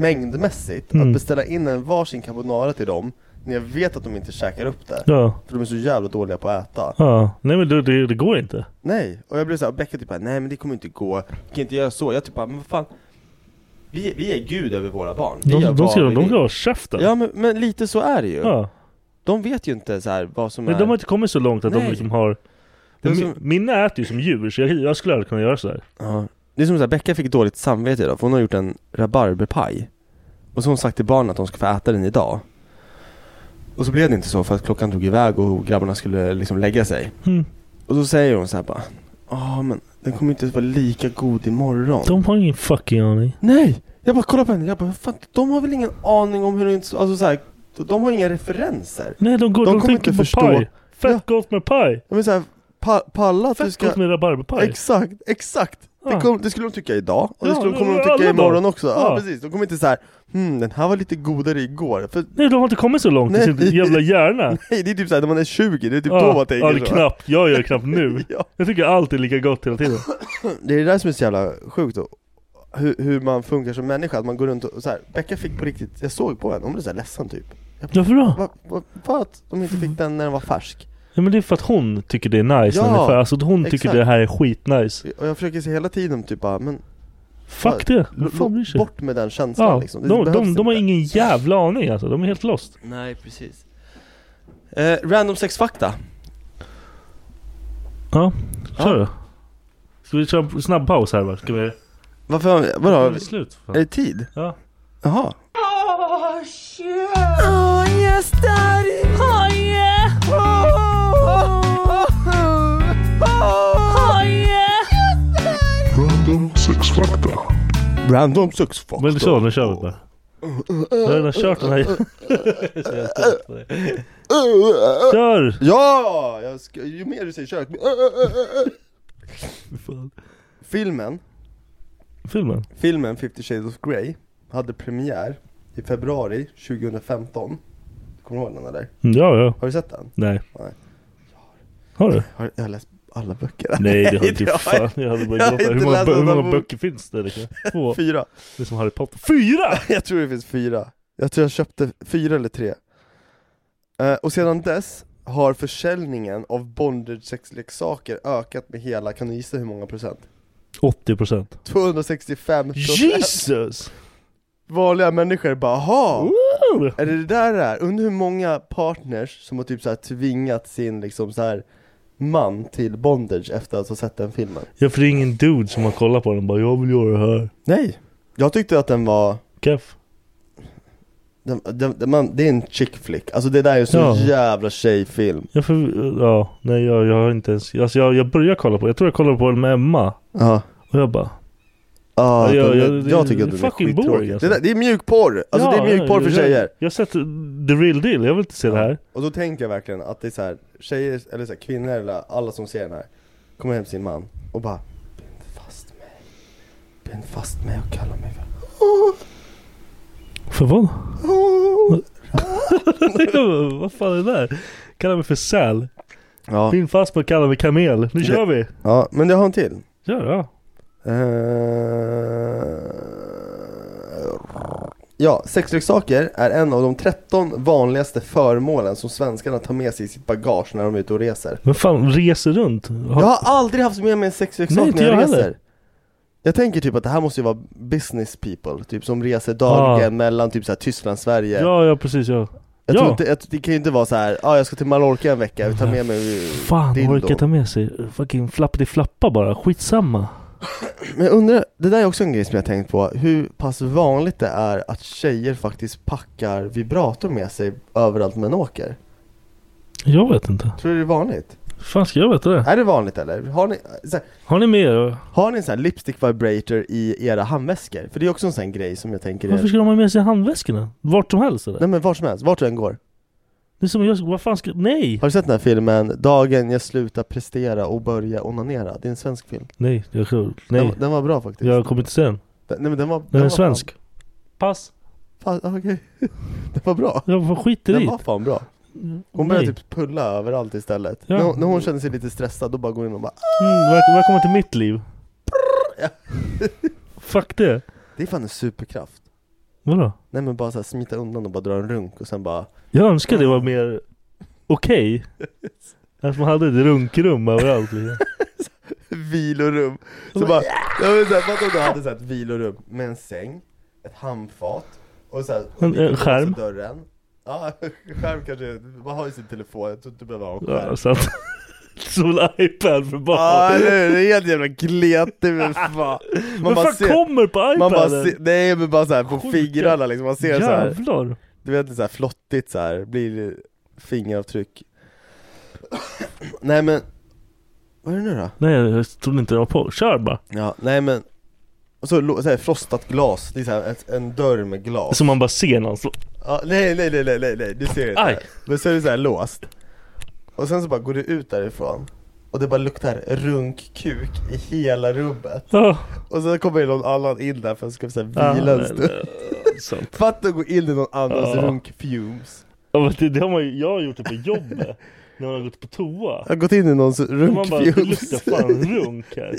[SPEAKER 6] mängdmässigt,
[SPEAKER 3] Mm.
[SPEAKER 6] att beställa in en varsin carbonara till dem, när jag vet att de inte käkar upp det.
[SPEAKER 3] Ja.
[SPEAKER 6] För de är så jävla dåliga på att äta.
[SPEAKER 3] Ja, nej men det, det, det går inte.
[SPEAKER 6] Nej, och jag blev såhär, och Becka typ bara, nej men det kommer inte gå, vi kan inte göra så. Jag typ bara, men vad fan. Vi, vi är gud över våra barn. Vi
[SPEAKER 3] De,
[SPEAKER 6] gör
[SPEAKER 3] de,
[SPEAKER 6] vad
[SPEAKER 3] ska,
[SPEAKER 6] vi
[SPEAKER 3] de
[SPEAKER 6] vill.
[SPEAKER 3] ska ha käften.
[SPEAKER 6] Ja men, men lite så är det ju.
[SPEAKER 3] Ja.
[SPEAKER 6] De vet ju inte så här vad som
[SPEAKER 3] Men
[SPEAKER 6] är...
[SPEAKER 3] de har inte kommit så långt att
[SPEAKER 6] Nej.
[SPEAKER 3] de liksom har...
[SPEAKER 6] Det är
[SPEAKER 3] Min,
[SPEAKER 6] som-
[SPEAKER 3] Mina äter ju som djur, så jag, jag skulle aldrig kunna göra sådär.
[SPEAKER 6] Ja. Det är som såhär, Becka fick dåligt samvete idag för hon har gjort en rabarberpaj. Och så har hon sagt till barnen att de ska få äta den idag. Och så blev det inte så för att klockan drog iväg och grabbarna skulle liksom lägga sig.
[SPEAKER 3] Mm.
[SPEAKER 6] Och så säger hon såhär bara, ja men den kommer inte vara lika god imorgon.
[SPEAKER 3] De har ingen fucking aning.
[SPEAKER 6] Nej! Jag bara kollar på henne, jag bara fan, de har väl ingen aning om hur det inte, alltså så här, de- de har inga referenser.
[SPEAKER 3] Nej, de, går,
[SPEAKER 6] De
[SPEAKER 3] de, tänker
[SPEAKER 6] kommer inte
[SPEAKER 3] på
[SPEAKER 6] förstå.
[SPEAKER 3] paj. Fett gott med paj.
[SPEAKER 6] Jag menar såhär, pa, palla att du
[SPEAKER 3] Fett
[SPEAKER 6] ska...
[SPEAKER 3] gott med rabarberpaj.
[SPEAKER 6] Exakt, exakt! Det,
[SPEAKER 3] Ja.
[SPEAKER 6] kom, det skulle de tycka idag, och det
[SPEAKER 3] Ja,
[SPEAKER 6] skulle de,
[SPEAKER 3] det
[SPEAKER 6] kommer de
[SPEAKER 3] gör
[SPEAKER 6] tycka
[SPEAKER 3] alla
[SPEAKER 6] imorgon
[SPEAKER 3] då.
[SPEAKER 6] också. Ja.
[SPEAKER 3] Ja.
[SPEAKER 6] precis, de kommer inte såhär, hmm den här var lite godare igår. För
[SPEAKER 3] Nej, de har inte kommit så långt i
[SPEAKER 6] Nej.
[SPEAKER 3] sin jävla hjärna.
[SPEAKER 6] nej, det är [laughs] typ såhär när man är 20, det är typ då man tänker
[SPEAKER 3] ja, det är
[SPEAKER 6] så.
[SPEAKER 3] knappt. Jag gör det knappt nu.
[SPEAKER 6] [laughs] Ja.
[SPEAKER 3] Jag tycker allt är lika gott hela
[SPEAKER 6] [laughs]
[SPEAKER 3] tiden.
[SPEAKER 6] Det är det där som är så jävla sjukt då. Hur, hur man funkar som människa, att man går runt och så här. Becka fick på riktigt, jag såg på henne, hon blev såhär ledsen typ.
[SPEAKER 3] Varför då?
[SPEAKER 6] Va- va- För att de inte fick den när den var färsk.
[SPEAKER 3] Ja, men det är för att hon tycker det är nice.
[SPEAKER 6] Ja,
[SPEAKER 3] Ja, ungefär. Alltså hon
[SPEAKER 6] exakt.
[SPEAKER 3] tycker det här är skitnice.
[SPEAKER 6] Och jag försöker se hela tiden typ bara, men
[SPEAKER 3] Fuck det.
[SPEAKER 6] Lo-
[SPEAKER 3] Vad fan bryr sig?
[SPEAKER 6] Bort med den känslan
[SPEAKER 3] Ja,
[SPEAKER 6] liksom. Det
[SPEAKER 3] de,
[SPEAKER 6] behövs
[SPEAKER 3] de, de har
[SPEAKER 6] inte.
[SPEAKER 3] ingen jävla aning alltså. De är helt lost.
[SPEAKER 6] Nej, precis. Eh, random sexfakta.
[SPEAKER 3] Ja, kör
[SPEAKER 6] Ja.
[SPEAKER 3] då. Ska vi köra en snabb paus här va? Ska vi...
[SPEAKER 6] Varför har vadå?
[SPEAKER 3] Ja, det är slut.
[SPEAKER 6] Är
[SPEAKER 3] Fan.
[SPEAKER 6] det tid?
[SPEAKER 3] Ja.
[SPEAKER 6] Jaha.
[SPEAKER 5] Oh shit! Oh yes daddy! Oh yeah! Oh, oh, oh, oh, oh yeah!
[SPEAKER 7] Random sexfakta.
[SPEAKER 6] Random sexfakta.
[SPEAKER 3] Men så, nu kör vi bara. Jag har redan kört den [laughs] här. Så jag är trött på det. Kör!
[SPEAKER 6] Ja! Jag ska, ju mer du säger kök.
[SPEAKER 3] Fan.
[SPEAKER 6] Filmen,
[SPEAKER 3] Filmen?
[SPEAKER 6] filmen 50 Shades of Grey hade premiär i februari 2015. Kommer du ihåg den eller?
[SPEAKER 3] Mm, Ja, ja.
[SPEAKER 6] Har du sett den?
[SPEAKER 3] Nej.
[SPEAKER 6] Nej.
[SPEAKER 3] Har du?
[SPEAKER 6] Har, jag har läst alla böcker. [laughs]
[SPEAKER 3] Nej det har inte
[SPEAKER 6] jag
[SPEAKER 3] fan. Jag hade
[SPEAKER 6] jag
[SPEAKER 3] bara
[SPEAKER 6] har
[SPEAKER 3] gått där.
[SPEAKER 6] inte
[SPEAKER 3] Hur många,
[SPEAKER 6] läst
[SPEAKER 3] bö- hur
[SPEAKER 6] någon
[SPEAKER 3] många
[SPEAKER 6] bok.
[SPEAKER 3] böcker finns det? [laughs] Liksom? Två?
[SPEAKER 6] Fyra.
[SPEAKER 3] Det är som Harry Potter. Fyra!
[SPEAKER 6] [laughs] Jag tror det finns fyra. Jag tror jag köpte fyra eller tre. Eh, och sedan dess har försäljningen av bondage sexleksaker ökat med hela, kan du gissa hur många procent?
[SPEAKER 3] 80 procent.
[SPEAKER 6] 265 procent!
[SPEAKER 3] Jesus!
[SPEAKER 6] Vanliga människor bara ha.
[SPEAKER 3] Woo!
[SPEAKER 6] Är det det där det är? Undrar hur många partners som har typ så här tvingat sin liksom så här man till bondage efter att ha sett den filmen?
[SPEAKER 3] Ja för det är ingen dude som har kollat på den och bara jag vill göra det här.
[SPEAKER 6] Nej! Jag tyckte att den var
[SPEAKER 3] Keff.
[SPEAKER 6] den, den, den, man, det är en chick flick, alltså det där är ju så
[SPEAKER 3] Ja.
[SPEAKER 6] jävla tjejfilm
[SPEAKER 3] Ja, för, ja nej jag, jag har inte ens, alltså jag, jag började kolla på, jag tror jag kollade på den med Emma.
[SPEAKER 6] Ja
[SPEAKER 3] Och jag bara,
[SPEAKER 6] Ja,
[SPEAKER 3] Ja,
[SPEAKER 6] Ah, den,
[SPEAKER 3] ja,
[SPEAKER 6] jag,
[SPEAKER 3] det-
[SPEAKER 6] tycker att
[SPEAKER 3] det
[SPEAKER 6] den är
[SPEAKER 3] fucking
[SPEAKER 6] skittråkig
[SPEAKER 3] boring, alltså.
[SPEAKER 6] det, där, det är mjukporr, alltså
[SPEAKER 3] ja,
[SPEAKER 6] det är mjukporr
[SPEAKER 3] jag-
[SPEAKER 6] för
[SPEAKER 3] jag-
[SPEAKER 6] tjejer
[SPEAKER 3] Jag har sett the real deal, jag vill inte se det här.
[SPEAKER 6] Och då tänker jag verkligen att det är så här, tjejer, eller så här, kvinnor eller alla som ser den här Kommer hem till sin man och bara Bind fast mig Bind fast mig och kalla mig för
[SPEAKER 3] För vad?
[SPEAKER 6] Åh.
[SPEAKER 3] [laughs] vad fan är det där? Kalla mig för säl.
[SPEAKER 6] ja.
[SPEAKER 3] Min fastmor kallar mig kamel. Nu kör vi!
[SPEAKER 6] ja, men jag har en till
[SPEAKER 3] Kör ja.
[SPEAKER 6] Eh, Ja, sexleksaker är en av de 13 vanligaste föremålen som svenskarna tar med sig i sitt bagage när de är ute och reser
[SPEAKER 3] Men fan, reser runt? Har-
[SPEAKER 6] Jag har aldrig haft med mig en sexleksak
[SPEAKER 3] Nej,
[SPEAKER 6] när
[SPEAKER 3] inte
[SPEAKER 6] jag,
[SPEAKER 3] jag
[SPEAKER 6] reser.
[SPEAKER 3] heller.
[SPEAKER 6] Jag tänker typ att det här måste ju vara business people, typ som reser dagligen mellan typ så här Tyskland, Sverige.
[SPEAKER 3] Ja, ja precis ja.
[SPEAKER 6] jag
[SPEAKER 3] ja.
[SPEAKER 6] tror inte, jag, det kan ju inte vara så här, ja ah, jag ska till Mallorca en vecka, vi tar med mig eh,
[SPEAKER 3] Fan,
[SPEAKER 6] dildo."
[SPEAKER 3] orkar ta med sig fucking flappity flappa bara. Skitsamma.
[SPEAKER 6] Men jag undrar, det där är också en grej som jag har tänkt på, hur pass vanligt det är att tjejer faktiskt packar vibrator med sig överallt man åker.
[SPEAKER 3] Jag vet inte.
[SPEAKER 6] Tror du det är vanligt?
[SPEAKER 3] fan ska jag veta det?
[SPEAKER 6] Är det vanligt eller? Har ni, så här,
[SPEAKER 3] Har ni med er?
[SPEAKER 6] har ni en sån här lipstick vibrator i era handväskor? För det är också en sån här grej som jag tänker är...
[SPEAKER 3] Varför ska de ha med sig handväskorna? Vart som helst eller?
[SPEAKER 6] Nej men vart som helst, vart du än går.
[SPEAKER 3] Det är som jag, vad fan ska, nej!
[SPEAKER 6] Har du sett den här filmen Dagen jag slutar prestera och börja onanera? Det är en svensk film
[SPEAKER 3] Nej, jag tror, nej.
[SPEAKER 6] Den, den var bra faktiskt
[SPEAKER 3] Jag kommer inte se den.
[SPEAKER 6] Den- Nej men den var
[SPEAKER 3] Den är
[SPEAKER 6] var fan-
[SPEAKER 3] svensk. Pass.
[SPEAKER 6] Pass, [laughs] okej Den var bra
[SPEAKER 3] Ja vad skit i
[SPEAKER 6] Den
[SPEAKER 3] det. Mm,
[SPEAKER 6] var fan bra Hon
[SPEAKER 3] Nej.
[SPEAKER 6] började typ pulla överallt istället
[SPEAKER 3] Ja.
[SPEAKER 6] när, hon, när hon kände sig lite stressad då bara går hon in och bara "Ah,
[SPEAKER 3] Mm, väl- välkommen till mitt liv. [laughs] Fuck det.
[SPEAKER 6] Det är fan en superkraft
[SPEAKER 3] Vadå?
[SPEAKER 6] Nej men bara så här, smita undan och bara dra en runk och sen bara [laughs]
[SPEAKER 3] Jag önskar det var mer okej. Att man hade ett runkrum överallt liksom.
[SPEAKER 6] Vilorum [laughs] Så bara, jag vill säga, fatta om du hade så här ett vilorum med en säng, ett handfat och så här, och
[SPEAKER 3] En-
[SPEAKER 6] vi kan
[SPEAKER 3] en
[SPEAKER 6] låsa
[SPEAKER 3] skärm.
[SPEAKER 6] dörren Ja, [laughs] skärm kanske, man har ju sin telefon, jag tror inte du behöver ha en skärm
[SPEAKER 3] Ja, så att, [laughs] som en iPad för barn.
[SPEAKER 6] Ja eller hur, det är helt jävla kletig men fan Man
[SPEAKER 3] Men fan kommer på iPaden?
[SPEAKER 6] man bara ser, Nej men bara såhär på
[SPEAKER 3] Sjuka.
[SPEAKER 6] fingrarna liksom, man ser
[SPEAKER 3] Jävlar.
[SPEAKER 6] såhär Du vet såhär flottigt såhär, blir fingeravtryck Nej men, vad är det nu då?
[SPEAKER 3] Nej jag trodde inte det var på. Kör bara.
[SPEAKER 6] Ja, nej men och så, lo- så här, frostat glas, det är så här, ett, en dörr med glas
[SPEAKER 3] Som man bara ser någon slå.
[SPEAKER 6] ja, nej, nej nej nej nej nej, du ser det
[SPEAKER 3] Aj.
[SPEAKER 6] inte Men så är det så här låst Och sen så bara går du ut därifrån Och det bara luktar runkkuk i hela rubbet
[SPEAKER 3] Ja.
[SPEAKER 6] Och sen kommer ju någon annan in där för att ska så här,
[SPEAKER 3] Ah,
[SPEAKER 6] vila en stund [laughs]
[SPEAKER 3] nej, Ah. sant.
[SPEAKER 6] Fatta att gå in i någon annans
[SPEAKER 3] Ja.
[SPEAKER 6] runkfumes
[SPEAKER 3] Ja, men det, det har man ju, jag har gjort det på jobbet. när man har gått på toa.
[SPEAKER 6] Jag har gått in i någons
[SPEAKER 3] Man bara, det luktar
[SPEAKER 6] runkfumes
[SPEAKER 3] fan runk här.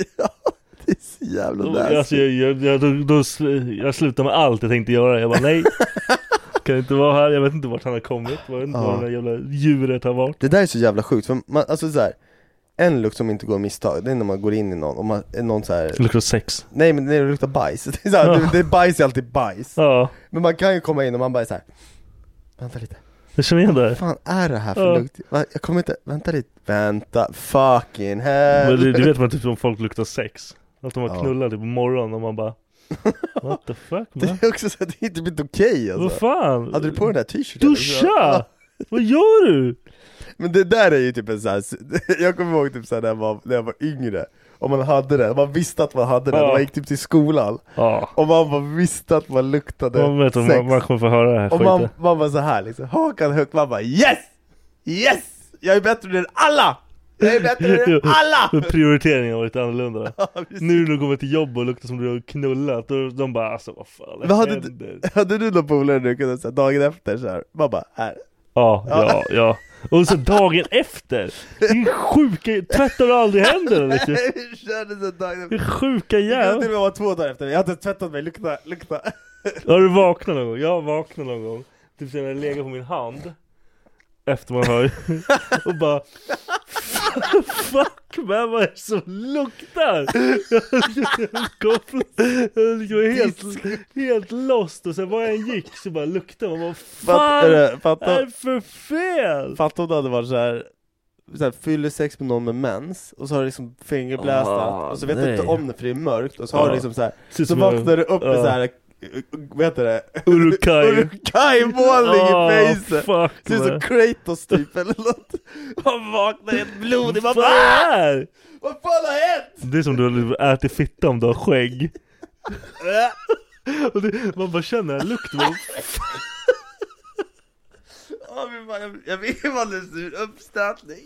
[SPEAKER 6] Så [laughs] jävla
[SPEAKER 3] Då-
[SPEAKER 6] nasty.
[SPEAKER 3] Alltså, jag, jag, jag, då, då, sl- jag slutade med allt jag tänkte göra. Jag bara
[SPEAKER 6] [laughs]
[SPEAKER 3] nej. Kan inte vara här. Jag vet inte vart han har kommit. Jag vet inte
[SPEAKER 6] Ja.
[SPEAKER 3] var det där jävla djuret har varit.
[SPEAKER 6] Det där är så jävla sjukt, för man, alltså så här, en lukt som inte går att missta, det är när man går in i någon och man, någon så här.
[SPEAKER 3] Luktar sex.
[SPEAKER 6] Nej men när det luktar bajs, [laughs] det är, så här,
[SPEAKER 3] Ja.
[SPEAKER 6] det, det är bajs är alltid bajs
[SPEAKER 3] Ja.
[SPEAKER 6] Men man kan ju komma in och man bara är så här. Vänta lite,
[SPEAKER 3] Jag känner igen det. här.
[SPEAKER 6] vad fan är det här för
[SPEAKER 3] Ja.
[SPEAKER 6] lukt? Va, Jag kommer inte, vänta lite, vänta, fucking
[SPEAKER 3] Men
[SPEAKER 6] hell
[SPEAKER 3] det, det vet man typ om folk luktar sex. Att de har
[SPEAKER 6] Äh, Ja.
[SPEAKER 3] knullat typ på morgonen och man
[SPEAKER 6] [laughs]
[SPEAKER 3] bara What the fuck
[SPEAKER 6] [laughs] Det
[SPEAKER 3] man?
[SPEAKER 6] är också så att det är inte blivit okej
[SPEAKER 3] Vad
[SPEAKER 6] alltså
[SPEAKER 3] fan?
[SPEAKER 6] Hade du på den där t-shirten?
[SPEAKER 3] Duscha! Vad gör du?
[SPEAKER 6] Men det där är ju typ en sån här, [laughs] jag kommer ihåg typ så här när, jag var, när jag var yngre Om man hade det, man visste att man hade det,
[SPEAKER 3] Ja.
[SPEAKER 6] när man gick typ till skolan
[SPEAKER 3] Ja.
[SPEAKER 6] Och man bara visste att man luktade
[SPEAKER 3] Man vet om
[SPEAKER 6] sex
[SPEAKER 3] man, man kommer få höra det här
[SPEAKER 6] Och
[SPEAKER 3] skiten.
[SPEAKER 6] man, man var så här liksom, hakan högt, man bara yes! Yes! Jag är bättre än alla! Jag
[SPEAKER 3] [laughs]
[SPEAKER 6] är bättre än alla! [laughs]
[SPEAKER 3] Men Prioriteringen har varit annorlunda. nu när du kommer till jobb och luktar som du har knullat, då, de bara alltså vad fan
[SPEAKER 6] Men hade,
[SPEAKER 3] händer?
[SPEAKER 6] du- hade du någon polare du kunde säga dagen efter så här, man bara här
[SPEAKER 3] Ja, ja, ja. Och så dagen efter! Din sjuka, tvättar du aldrig händerna
[SPEAKER 6] [laughs]
[SPEAKER 3] liksom?
[SPEAKER 6] Vi körde så dagen efter
[SPEAKER 3] Din sjuka
[SPEAKER 6] Det kunde till
[SPEAKER 3] jävel!
[SPEAKER 6] och med vara två dagar efter, jag hade tvättat mig, lukta, lukta
[SPEAKER 3] Har du vaknat någon gång? Jag har vaknat någon gång. Typ sen jag legat på min hand. Efter man hör. [laughs] Och bara Fuck man vad är det som luktar? [laughs] Jag kom från- Jag var helt, helt lost och sen var jag än gick så bara luktade man. Vad
[SPEAKER 6] Fatt-
[SPEAKER 3] fan
[SPEAKER 6] eller, fatta-
[SPEAKER 3] är det för fel?
[SPEAKER 6] Fatta om det hade varit såhär så här, fyller sex med någon med mens och så har du liksom fingerbläst
[SPEAKER 3] Ah,
[SPEAKER 6] allt och så vet du
[SPEAKER 3] nej.
[SPEAKER 6] inte om det för det är mörkt och så har
[SPEAKER 3] Ja.
[SPEAKER 6] du liksom såhär
[SPEAKER 3] Ser ut
[SPEAKER 6] Så
[SPEAKER 3] som en-
[SPEAKER 6] vaknar du upp med
[SPEAKER 3] ja.
[SPEAKER 6] såhär, vad heter det? [laughs]
[SPEAKER 3] Urukai.
[SPEAKER 6] Urukajmålning
[SPEAKER 3] Ah,
[SPEAKER 6] i fejset!
[SPEAKER 3] fuck,
[SPEAKER 6] Ser ut som
[SPEAKER 3] man.
[SPEAKER 6] Kratos typ eller något [laughs] Man vaknar helt blodig, man
[SPEAKER 3] Vad
[SPEAKER 6] bara
[SPEAKER 3] fan
[SPEAKER 6] "Ah!
[SPEAKER 3] är det?
[SPEAKER 6] Vad fan har hänt? [laughs]
[SPEAKER 3] Det är som du har ätit fitta om du har skägg. Och det, man bara känner en lukt. Man,
[SPEAKER 6] Åh, fy fan, Ah, jag- Jag fick en alldeles sur uppstötning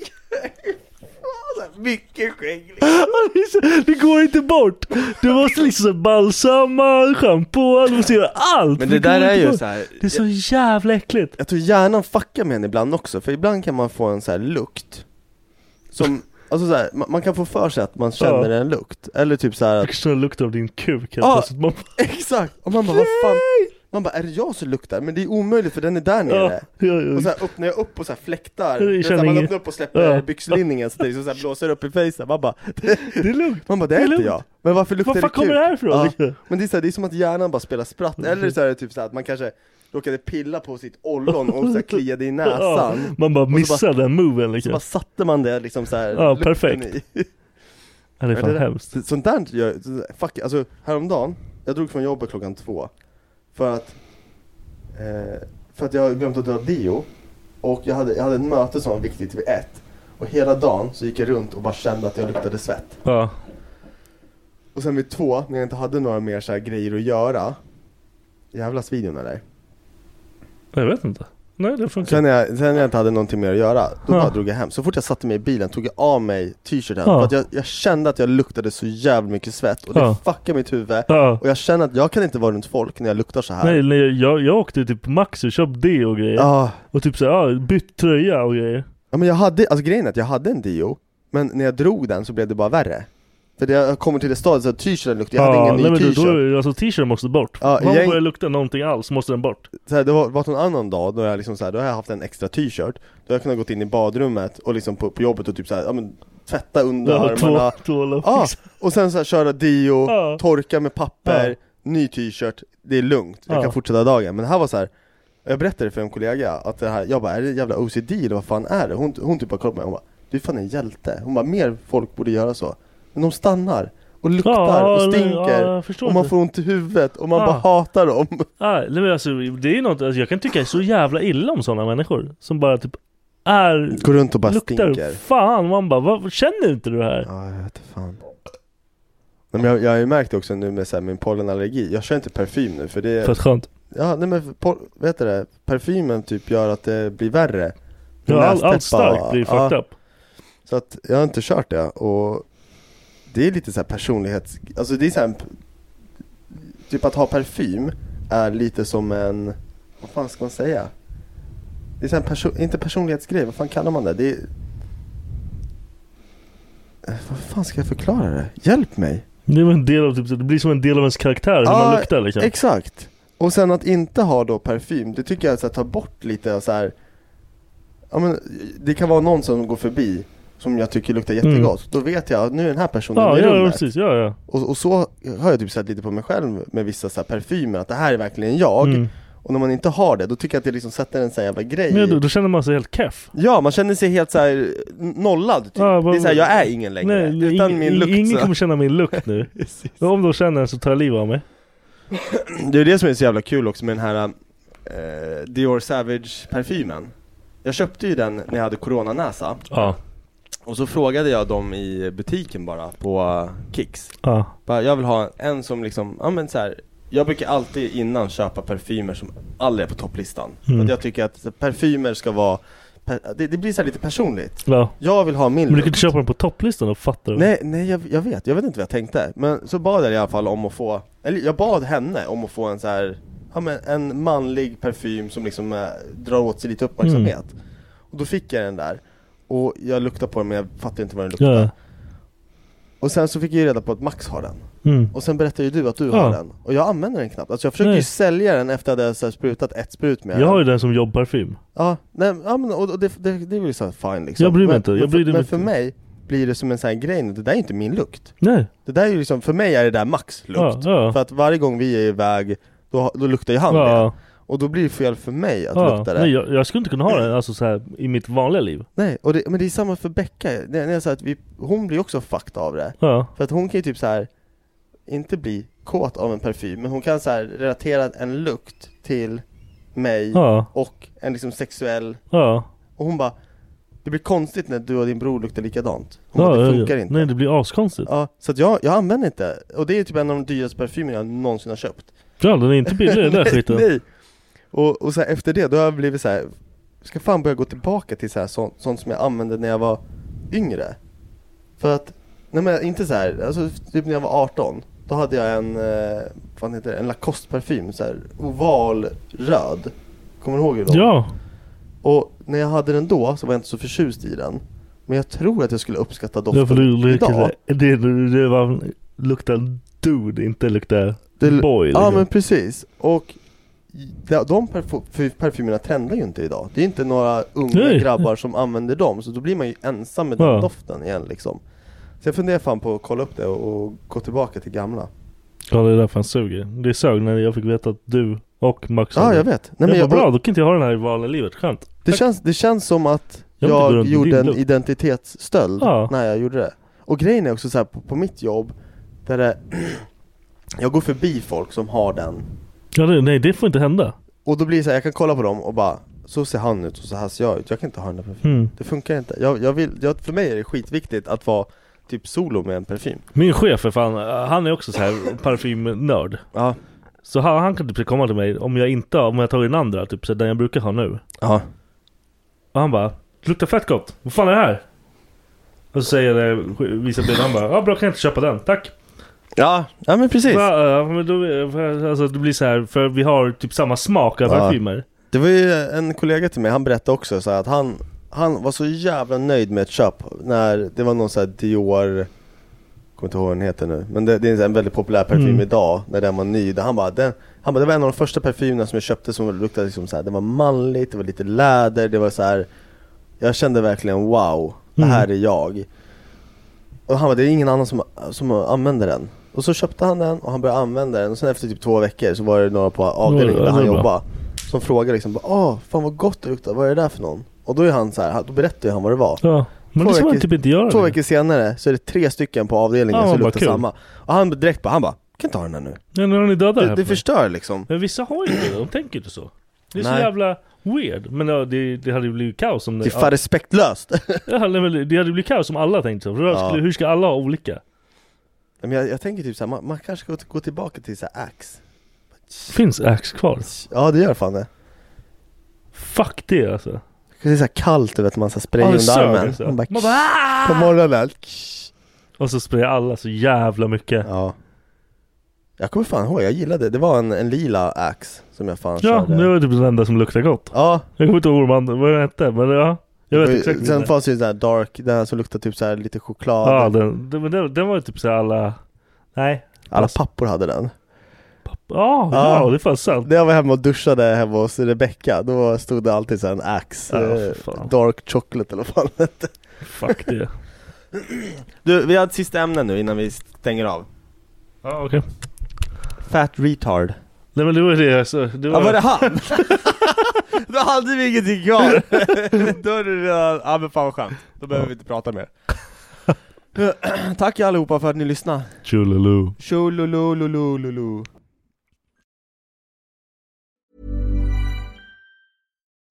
[SPEAKER 6] [laughs] Fan, Mycket skägg liksom.
[SPEAKER 3] Ja, det är så- [laughs] Det går inte bort! Du måste liksom så här balsamma, schampo, du måste göra allt!
[SPEAKER 6] Men det
[SPEAKER 3] går
[SPEAKER 6] där
[SPEAKER 3] inte
[SPEAKER 6] är ju
[SPEAKER 3] bort.
[SPEAKER 6] så här-
[SPEAKER 3] Det är så jävla äckligt!
[SPEAKER 6] Jag tror hjärnan fuckar med en ibland också, för ibland kan man få en så här lukt
[SPEAKER 3] [laughs]
[SPEAKER 6] Som, alltså så här, man, man kan få för sig att man känner
[SPEAKER 3] Ja.
[SPEAKER 6] en lukt, eller typ så här att
[SPEAKER 3] [laughs] Jag känner lukten av din kuk helt
[SPEAKER 6] Ja.
[SPEAKER 3] plötsligt. Man bara,
[SPEAKER 6] Exakt! Och man bara vad fan Man bara är det jag som luktar? Men det är omöjligt för den är där nere
[SPEAKER 3] ja, ja.
[SPEAKER 6] Och så här öppnar jag upp och så här
[SPEAKER 3] Jag
[SPEAKER 6] fläktar Du vet, så
[SPEAKER 3] känner
[SPEAKER 6] här, Man
[SPEAKER 3] inget.
[SPEAKER 6] öppnar upp och släpper
[SPEAKER 3] Ja.
[SPEAKER 6] byxlinningen så det liksom så här blåser upp i fejsen Man bara [laughs] det,
[SPEAKER 3] det är lugnt!
[SPEAKER 6] Man bara det
[SPEAKER 3] Det
[SPEAKER 6] är
[SPEAKER 3] är
[SPEAKER 6] inte
[SPEAKER 3] lugnt.
[SPEAKER 6] jag Men varför luktar
[SPEAKER 3] Var fan
[SPEAKER 6] det kul?
[SPEAKER 3] kommer det här ifrån?
[SPEAKER 6] Ja. Men det är, så här, det är som att hjärnan bara spelar spratt Eller så är det typ så här, att man kanske råkade pilla på sitt ollon och så här kliade
[SPEAKER 3] [laughs]
[SPEAKER 6] i
[SPEAKER 3] Ja.
[SPEAKER 6] näsan
[SPEAKER 3] Man bara
[SPEAKER 6] Och så
[SPEAKER 3] missar den moven
[SPEAKER 6] Så
[SPEAKER 3] liksom.
[SPEAKER 6] bara satte man det liksom så här
[SPEAKER 3] Ja,
[SPEAKER 6] lukten
[SPEAKER 3] perfekt.
[SPEAKER 6] i.
[SPEAKER 3] Ja, det är
[SPEAKER 6] Ja,
[SPEAKER 3] fan
[SPEAKER 6] det där-
[SPEAKER 3] hemskt.
[SPEAKER 6] så- Sånt där gör fuck, alltså häromdagen, jag drog från jobbet klockan två För att eh, För att jag hade glömt att dra deo Och jag hade, jag hade ett möte som var viktigt vid ett Och hela dagen så gick jag runt och bara kände att jag luktade svett
[SPEAKER 3] Ja.
[SPEAKER 6] Och sen vid två, när jag inte hade några mer så här grejer att göra Jävla videon eller?
[SPEAKER 3] Jag vet inte. Nej, det funkar.
[SPEAKER 6] Sen när, jag, sen när jag inte hade någonting mer att göra, då
[SPEAKER 3] Ja.
[SPEAKER 6] bara drog jag hem. Så fort jag satte mig i bilen tog jag av mig t-shirten,
[SPEAKER 3] Ja.
[SPEAKER 6] för att jag, jag kände att jag luktade så jävla mycket svett och det
[SPEAKER 3] Ja.
[SPEAKER 6] fuckade mitt huvud.
[SPEAKER 3] Ja.
[SPEAKER 6] Och jag kände att jag kan inte vara runt folk när jag luktar så här.
[SPEAKER 3] Nej, nej jag, jag åkte typ på Max och köpte det och grejer.
[SPEAKER 6] Ja.
[SPEAKER 3] Och typ såhär, ja, bytt tröja och grejer.
[SPEAKER 6] Ja men jag hade, alltså grejen är att jag hade en Dio, men när jag drog den så blev det bara värre. För det, jag kommer till det stadiet så att t-shirten luktade, jag hade ingen
[SPEAKER 3] nej,
[SPEAKER 6] ny
[SPEAKER 3] men då-
[SPEAKER 6] t-shirt.
[SPEAKER 3] då- Alltså t-shirt måste bort.
[SPEAKER 6] Ja,
[SPEAKER 3] Om man
[SPEAKER 6] gäng-
[SPEAKER 3] börjar lukta någonting alls måste den bort.
[SPEAKER 6] så här, det var varit en annan dag då jag liksom så här, då har jag haft en extra t-shirt Då har jag kunnat gått in i badrummet och liksom på, på jobbet och typ så här, ja men tvätta
[SPEAKER 3] Ja,
[SPEAKER 6] underarmarna
[SPEAKER 3] två- tvåla [laughs] och
[SPEAKER 6] ja,
[SPEAKER 3] fixa.
[SPEAKER 6] och sen så här, köra dio,
[SPEAKER 3] Liksom. Ja.
[SPEAKER 6] torka med papper,
[SPEAKER 3] Ja.
[SPEAKER 6] ny t-shirt Det är lugnt, jag
[SPEAKER 3] Ja.
[SPEAKER 6] kan fortsätta dagen Men det här var så här. Jag berättade för en kollega att det här, jag bara är det jävla OCD eller vad fan är det? Hon, hon typ bara kollade på mig och hon bara Du är fan en hjälte, hon bara mer folk borde göra så Men de stannar och luktar
[SPEAKER 3] Ja,
[SPEAKER 6] och
[SPEAKER 3] nej,
[SPEAKER 6] stinker
[SPEAKER 3] ja, jag förstår
[SPEAKER 6] och man
[SPEAKER 3] det.
[SPEAKER 6] får ont i huvudet och man
[SPEAKER 3] Ja.
[SPEAKER 6] bara
[SPEAKER 3] [laughs]
[SPEAKER 6] hatar dem
[SPEAKER 3] Ah, nej, men alltså, det är något, alltså, jag kan tycka så jävla illa om sådana människor som bara typ är...
[SPEAKER 6] Går runt och bara
[SPEAKER 3] luktar.
[SPEAKER 6] stinker.
[SPEAKER 3] Fan, man bara, vad, känner inte du det här?
[SPEAKER 6] Ja, jag vet fan. Nej, men jag, jag har ju märkt också nu med så här, min pollenallergi, jag kör inte parfym nu för det
[SPEAKER 3] Fett skönt.
[SPEAKER 6] Ja, nej men pol, vet du det? Parfymen typ gör att det blir värre
[SPEAKER 3] Ja, all- allt
[SPEAKER 6] Nästäppa,
[SPEAKER 3] starkt blir
[SPEAKER 6] ja.
[SPEAKER 3] fucked up.
[SPEAKER 6] Så att jag har inte kört det och Det är lite så här personlighets... Alltså det är så här, en p- Typ att ha parfym är lite som en Vad fan ska man säga? Det är så här en perso- inte personlighetsgrej, vad fan kallar man det? Det är... Eh, Vad fan ska jag förklara det? Hjälp mig!
[SPEAKER 3] Det, är väl en del av, typ, så det blir som en del av ens karaktär hur man
[SPEAKER 6] Ja,
[SPEAKER 3] luktar liksom.
[SPEAKER 6] Exakt! Och sen att inte ha då parfym, det tycker jag så här, tar bort lite av så här. Ja, men, det kan vara någon som går förbi som jag tycker luktar jättegott, då vet jag att nu är den här personen
[SPEAKER 3] Mm. Ja,
[SPEAKER 6] i
[SPEAKER 3] ja,
[SPEAKER 6] rummet
[SPEAKER 3] precis. Ja, ja.
[SPEAKER 6] och, och så har jag typ sett lite på mig själv med vissa så här parfymer, att det här är verkligen jag
[SPEAKER 3] Mm.
[SPEAKER 6] Och när man inte har det, då tycker jag att det liksom sätter en sån här jävla grej
[SPEAKER 3] Men då,
[SPEAKER 6] i.
[SPEAKER 3] då känner man sig helt keff.
[SPEAKER 6] Ja, man känner sig helt så här n- nollad typ.
[SPEAKER 3] Ja, bara-
[SPEAKER 6] Det är såhär, jag är ingen längre,
[SPEAKER 3] Nej,
[SPEAKER 6] utan
[SPEAKER 3] ing-
[SPEAKER 6] min lukt
[SPEAKER 3] Ingen
[SPEAKER 6] så- [laughs]
[SPEAKER 3] kommer känna min lukt nu. Om de känner den så tar jag livet av mig.
[SPEAKER 6] Det är det som är så jävla kul också med den här eh, Dior Savage parfymen Jag köpte ju den när jag hade coronanäsa
[SPEAKER 3] Ja.
[SPEAKER 6] Och så frågade jag dem i butiken bara på eh, Kicks
[SPEAKER 3] Ja.
[SPEAKER 6] bara, Jag vill ha en som liksom, ja men så här. Jag brukar alltid innan köpa parfymer som aldrig är på topplistan
[SPEAKER 3] Mm.
[SPEAKER 6] För att jag tycker att parfymer ska vara per- det, det blir så här lite personligt
[SPEAKER 3] Ja.
[SPEAKER 6] Jag vill ha min
[SPEAKER 3] Men du
[SPEAKER 6] lukt.
[SPEAKER 3] kan inte köpa den på topplistan och fattar du?
[SPEAKER 6] Nej, nej jag, jag vet, jag vet inte vad jag tänkte Men så bad jag i alla fall om att få Eller jag bad henne om att få en så här Ja men en manlig parfym som liksom eh, drar åt sig lite uppmärksamhet
[SPEAKER 3] Mm.
[SPEAKER 6] Och då fick jag den där Och jag luktade på den men jag fattade inte vad den luktade
[SPEAKER 3] Ja.
[SPEAKER 6] Och sen så fick jag ju reda på att Max har den
[SPEAKER 3] Mm.
[SPEAKER 6] Och sen berättade ju du att du
[SPEAKER 3] Ja.
[SPEAKER 6] har den Och jag använder den knappt Alltså jag försöker
[SPEAKER 3] Nej.
[SPEAKER 6] ju sälja den efter att jag hade så här sprutat ett sprut med
[SPEAKER 3] Jag
[SPEAKER 6] den
[SPEAKER 3] har ju den som jobbparfym.
[SPEAKER 6] Ja, nej, ja men och och det, det, det är väl så här fine liksom
[SPEAKER 3] Jag bryr mig
[SPEAKER 6] men,
[SPEAKER 3] inte, jag
[SPEAKER 6] men
[SPEAKER 3] bryr mig
[SPEAKER 6] för, Men
[SPEAKER 3] inte.
[SPEAKER 6] för mig blir det som en sån här grej nu, det där är inte min lukt
[SPEAKER 3] Nej.
[SPEAKER 6] Det där är ju liksom, för mig är det där max lukt
[SPEAKER 3] Ja, ja.
[SPEAKER 6] För att varje gång vi är iväg, då, då luktar ju han
[SPEAKER 3] Ja.
[SPEAKER 6] det Och då blir det fel för mig att
[SPEAKER 3] Ja.
[SPEAKER 6] lukta det
[SPEAKER 3] Nej, jag, jag skulle inte kunna ha den alltså, så här, i mitt vanliga liv.
[SPEAKER 6] Nej, och det, men det är samma för Becka, när när jag sa att vi, hon blir också fucked av det
[SPEAKER 3] Ja.
[SPEAKER 6] För att hon kan ju typ så här inte bli kåt av en parfym, men hon kan så här relatera en lukt till mig
[SPEAKER 3] Ja.
[SPEAKER 6] och en liksom sexuell
[SPEAKER 3] Ja.
[SPEAKER 6] Och hon bara Det blir konstigt när du och din bror luktar likadant Hon
[SPEAKER 3] Ja,
[SPEAKER 6] bara,
[SPEAKER 3] ja,
[SPEAKER 6] det
[SPEAKER 3] ja.
[SPEAKER 6] funkar inte
[SPEAKER 3] Nej, det blir askonstigt.
[SPEAKER 6] Ja, så att jag, jag använder inte, och det är typ en av de dyraste parfymerna jag någonsin har köpt
[SPEAKER 3] Ja, den är inte billig den där
[SPEAKER 6] [laughs] Nej,
[SPEAKER 3] skiten.
[SPEAKER 6] Nej! Och, och så här, efter det, då har jag blivit så här. Ska fan börja gå tillbaka till så här, så, sånt som jag använde när jag var yngre För att, nej men inte så här, alltså typ när jag var 18 Då hade jag en, eh, vad heter det, en Lacoste parfym, så här oval röd Kommer du ihåg hur de?
[SPEAKER 3] Ja.
[SPEAKER 6] Och när jag hade den då så var jag inte så förtjust i den Men jag tror att jag skulle uppskatta
[SPEAKER 3] Ja, för
[SPEAKER 6] doften
[SPEAKER 3] du, du,
[SPEAKER 6] idag
[SPEAKER 3] det, det, det var, luktar dude, inte luktar
[SPEAKER 6] Det-
[SPEAKER 3] boy.
[SPEAKER 6] Ja
[SPEAKER 3] liksom.
[SPEAKER 6] men precis, och de, de perfo- för- parfymerna trendar ju inte idag Det är inte några unga
[SPEAKER 3] Nej.
[SPEAKER 6] grabbar som använder dem, så då blir man ju ensam med
[SPEAKER 3] Ja.
[SPEAKER 6] den doften igen liksom Så jag funderar fan på att kolla upp det och, och gå tillbaka till gamla
[SPEAKER 3] Ja det är därför han suger. Det sög när jag fick veta att du och Max
[SPEAKER 6] Ja,
[SPEAKER 3] hade-
[SPEAKER 6] jag vet. Nej,
[SPEAKER 3] jag
[SPEAKER 6] men
[SPEAKER 3] bara,
[SPEAKER 6] jag-
[SPEAKER 3] bra, då kan inte jag ha den här i vanliga livet. Skönt.
[SPEAKER 6] Det, känns, det känns som att
[SPEAKER 3] Jag vill inte
[SPEAKER 6] jag,
[SPEAKER 3] gå runt med
[SPEAKER 6] gjorde
[SPEAKER 3] din
[SPEAKER 6] en
[SPEAKER 3] lukt.
[SPEAKER 6] identitetsstöld
[SPEAKER 3] Ja.
[SPEAKER 6] när jag gjorde det Och grejen är också så här på, på mitt jobb, där det, [clears throat] jag går förbi folk som har den
[SPEAKER 3] Ja, det, nej det får inte hända.
[SPEAKER 6] Och då blir det så här, jag kan kolla på dem och bara Så ser han ut och så här ser jag ut, jag kan inte ha den där parfymen
[SPEAKER 3] Mm.
[SPEAKER 6] Det funkar inte, jag, jag vill, jag, för mig är det skitviktigt att vara typ solo med en parfym
[SPEAKER 3] Min chef är fan, han är också så här parfymnörd.
[SPEAKER 6] Ja.
[SPEAKER 3] Så han, han kan typ komma till mig om jag inte om jag tar den andra, typ så här, den jag brukar ha nu.
[SPEAKER 6] Ja.
[SPEAKER 3] Och han bara "Det Luktar fett gott, vad fan är det här? Och så säger jag det, visar bilden, han bara ja bra kan jag inte köpa den, tack.
[SPEAKER 6] Ja, ja men precis.
[SPEAKER 3] Ja, ja, men då, för- alltså det blir så här, för vi har typ samma smak av
[SPEAKER 6] Ja.
[SPEAKER 3] parfymer.
[SPEAKER 6] Det var ju en kollega till mig, han berättade också så här att han, han var så jävla nöjd med ett köp när det var någon så här Dior jag kommer inte ihåg vad den heter nu, men det, det är en sån här väldigt populär parfym
[SPEAKER 8] Mm.
[SPEAKER 6] idag när den var ny. Där han, bara, den, han bara, det var en av de första parfymerna som jag köpte som luktade liksom så här, det var manligt, det var lite läder, det var så här. Jag kände verkligen wow, det här
[SPEAKER 8] Mm.
[SPEAKER 6] är jag. Och han bara, det är ingen annan som, som använder den. Och så köpte han den och han började använda den och sen efter typ två veckor så var det några på avdelningen
[SPEAKER 8] Ja,
[SPEAKER 6] där
[SPEAKER 8] det
[SPEAKER 6] han
[SPEAKER 8] är bra.
[SPEAKER 6] jobbade Som frågade liksom, bara, åh fan vad gott det luktar, vad är det där för någon? Och då är han så här, då berättar ju han vad det var
[SPEAKER 3] Ja, men
[SPEAKER 6] Två
[SPEAKER 3] det ska man
[SPEAKER 6] veckor-
[SPEAKER 3] typ inte göra
[SPEAKER 6] Två
[SPEAKER 3] det.
[SPEAKER 6] veckor senare så är det tre stycken på avdelningen
[SPEAKER 3] Ja,
[SPEAKER 6] som
[SPEAKER 3] vad
[SPEAKER 6] luktar
[SPEAKER 3] kul.
[SPEAKER 6] samma Och han direkt bara, han bara, kan inte ha den här nu
[SPEAKER 3] Ja, nu har ni dödat
[SPEAKER 6] Det,
[SPEAKER 3] här
[SPEAKER 6] det
[SPEAKER 3] för-
[SPEAKER 6] förstör liksom
[SPEAKER 3] Men vissa har ju inte det, de tänker inte så. Det är så
[SPEAKER 6] Nej.
[SPEAKER 3] jävla weird. Men ja, det, det hade ju blivit kaos om
[SPEAKER 6] Det är fan respektlöst! [laughs]
[SPEAKER 3] ja, nej, men det hade blivit kaos om alla tänkte så. För då
[SPEAKER 6] Ja.
[SPEAKER 3] skulle, hur ska alla ha olika?
[SPEAKER 6] Men jag, jag tänker typ såhär, man, man kanske ska gå- gå tillbaka till såhär Axe
[SPEAKER 3] Finns Axe kvar?
[SPEAKER 6] Ja det gör fan det
[SPEAKER 3] Fuck det alltså
[SPEAKER 6] Det är såhär kallt du vet, man såhär sprayar
[SPEAKER 3] Ja, det
[SPEAKER 6] under
[SPEAKER 3] sög,
[SPEAKER 6] armen
[SPEAKER 3] alltså.
[SPEAKER 6] Man bara,
[SPEAKER 3] Man bara,
[SPEAKER 6] på morgonen
[SPEAKER 3] Och så sprayar alla så jävla mycket
[SPEAKER 6] Ja Jag kommer fan ihåg, jag gillade det, det var en, en lila Axe som jag fan
[SPEAKER 3] Ja,
[SPEAKER 6] körde
[SPEAKER 3] det var typ den enda som luktade gott
[SPEAKER 6] Ja
[SPEAKER 3] Jag kommer inte ihåg vad man- vad den hette, men ja Jag vet exakt
[SPEAKER 6] Sen
[SPEAKER 3] vilken det är.
[SPEAKER 6] fanns det ju den här dark, den här som luktar typ såhär lite choklad
[SPEAKER 3] Ja, den, den, men den, den var ju typ så här alla Nej
[SPEAKER 6] Alla pappor hade den
[SPEAKER 3] Ja, ja, det är fan sant
[SPEAKER 6] När jag var hemma och duschade hemma hos Rebecca Då stod det alltid såhär en Axe
[SPEAKER 3] Ja,
[SPEAKER 6] eh,
[SPEAKER 3] för fan.
[SPEAKER 6] Dark chocolate eller vad fan det hette.
[SPEAKER 3] Fuck det
[SPEAKER 6] [laughs] Du, vi har ett sista ämne nu innan vi stänger av
[SPEAKER 3] Ja, okej
[SPEAKER 6] Fat retard
[SPEAKER 3] Nej men det var ju det alltså, det
[SPEAKER 6] Ja var det han? [laughs] Då hade vi ingenting [laughs] kvar! Då är det redan, ja men fan vad skönt, då behöver vi inte prata [laughs] mer Tack allihopa för att ni lyssnade
[SPEAKER 3] Tjololo
[SPEAKER 6] Tjololololololo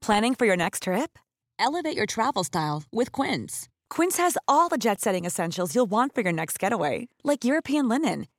[SPEAKER 9] Planning for your next trip? Elevate your travel style with Quince.
[SPEAKER 1] Quince has all the jet setting essentials you'll want for your next getaway, like European linen,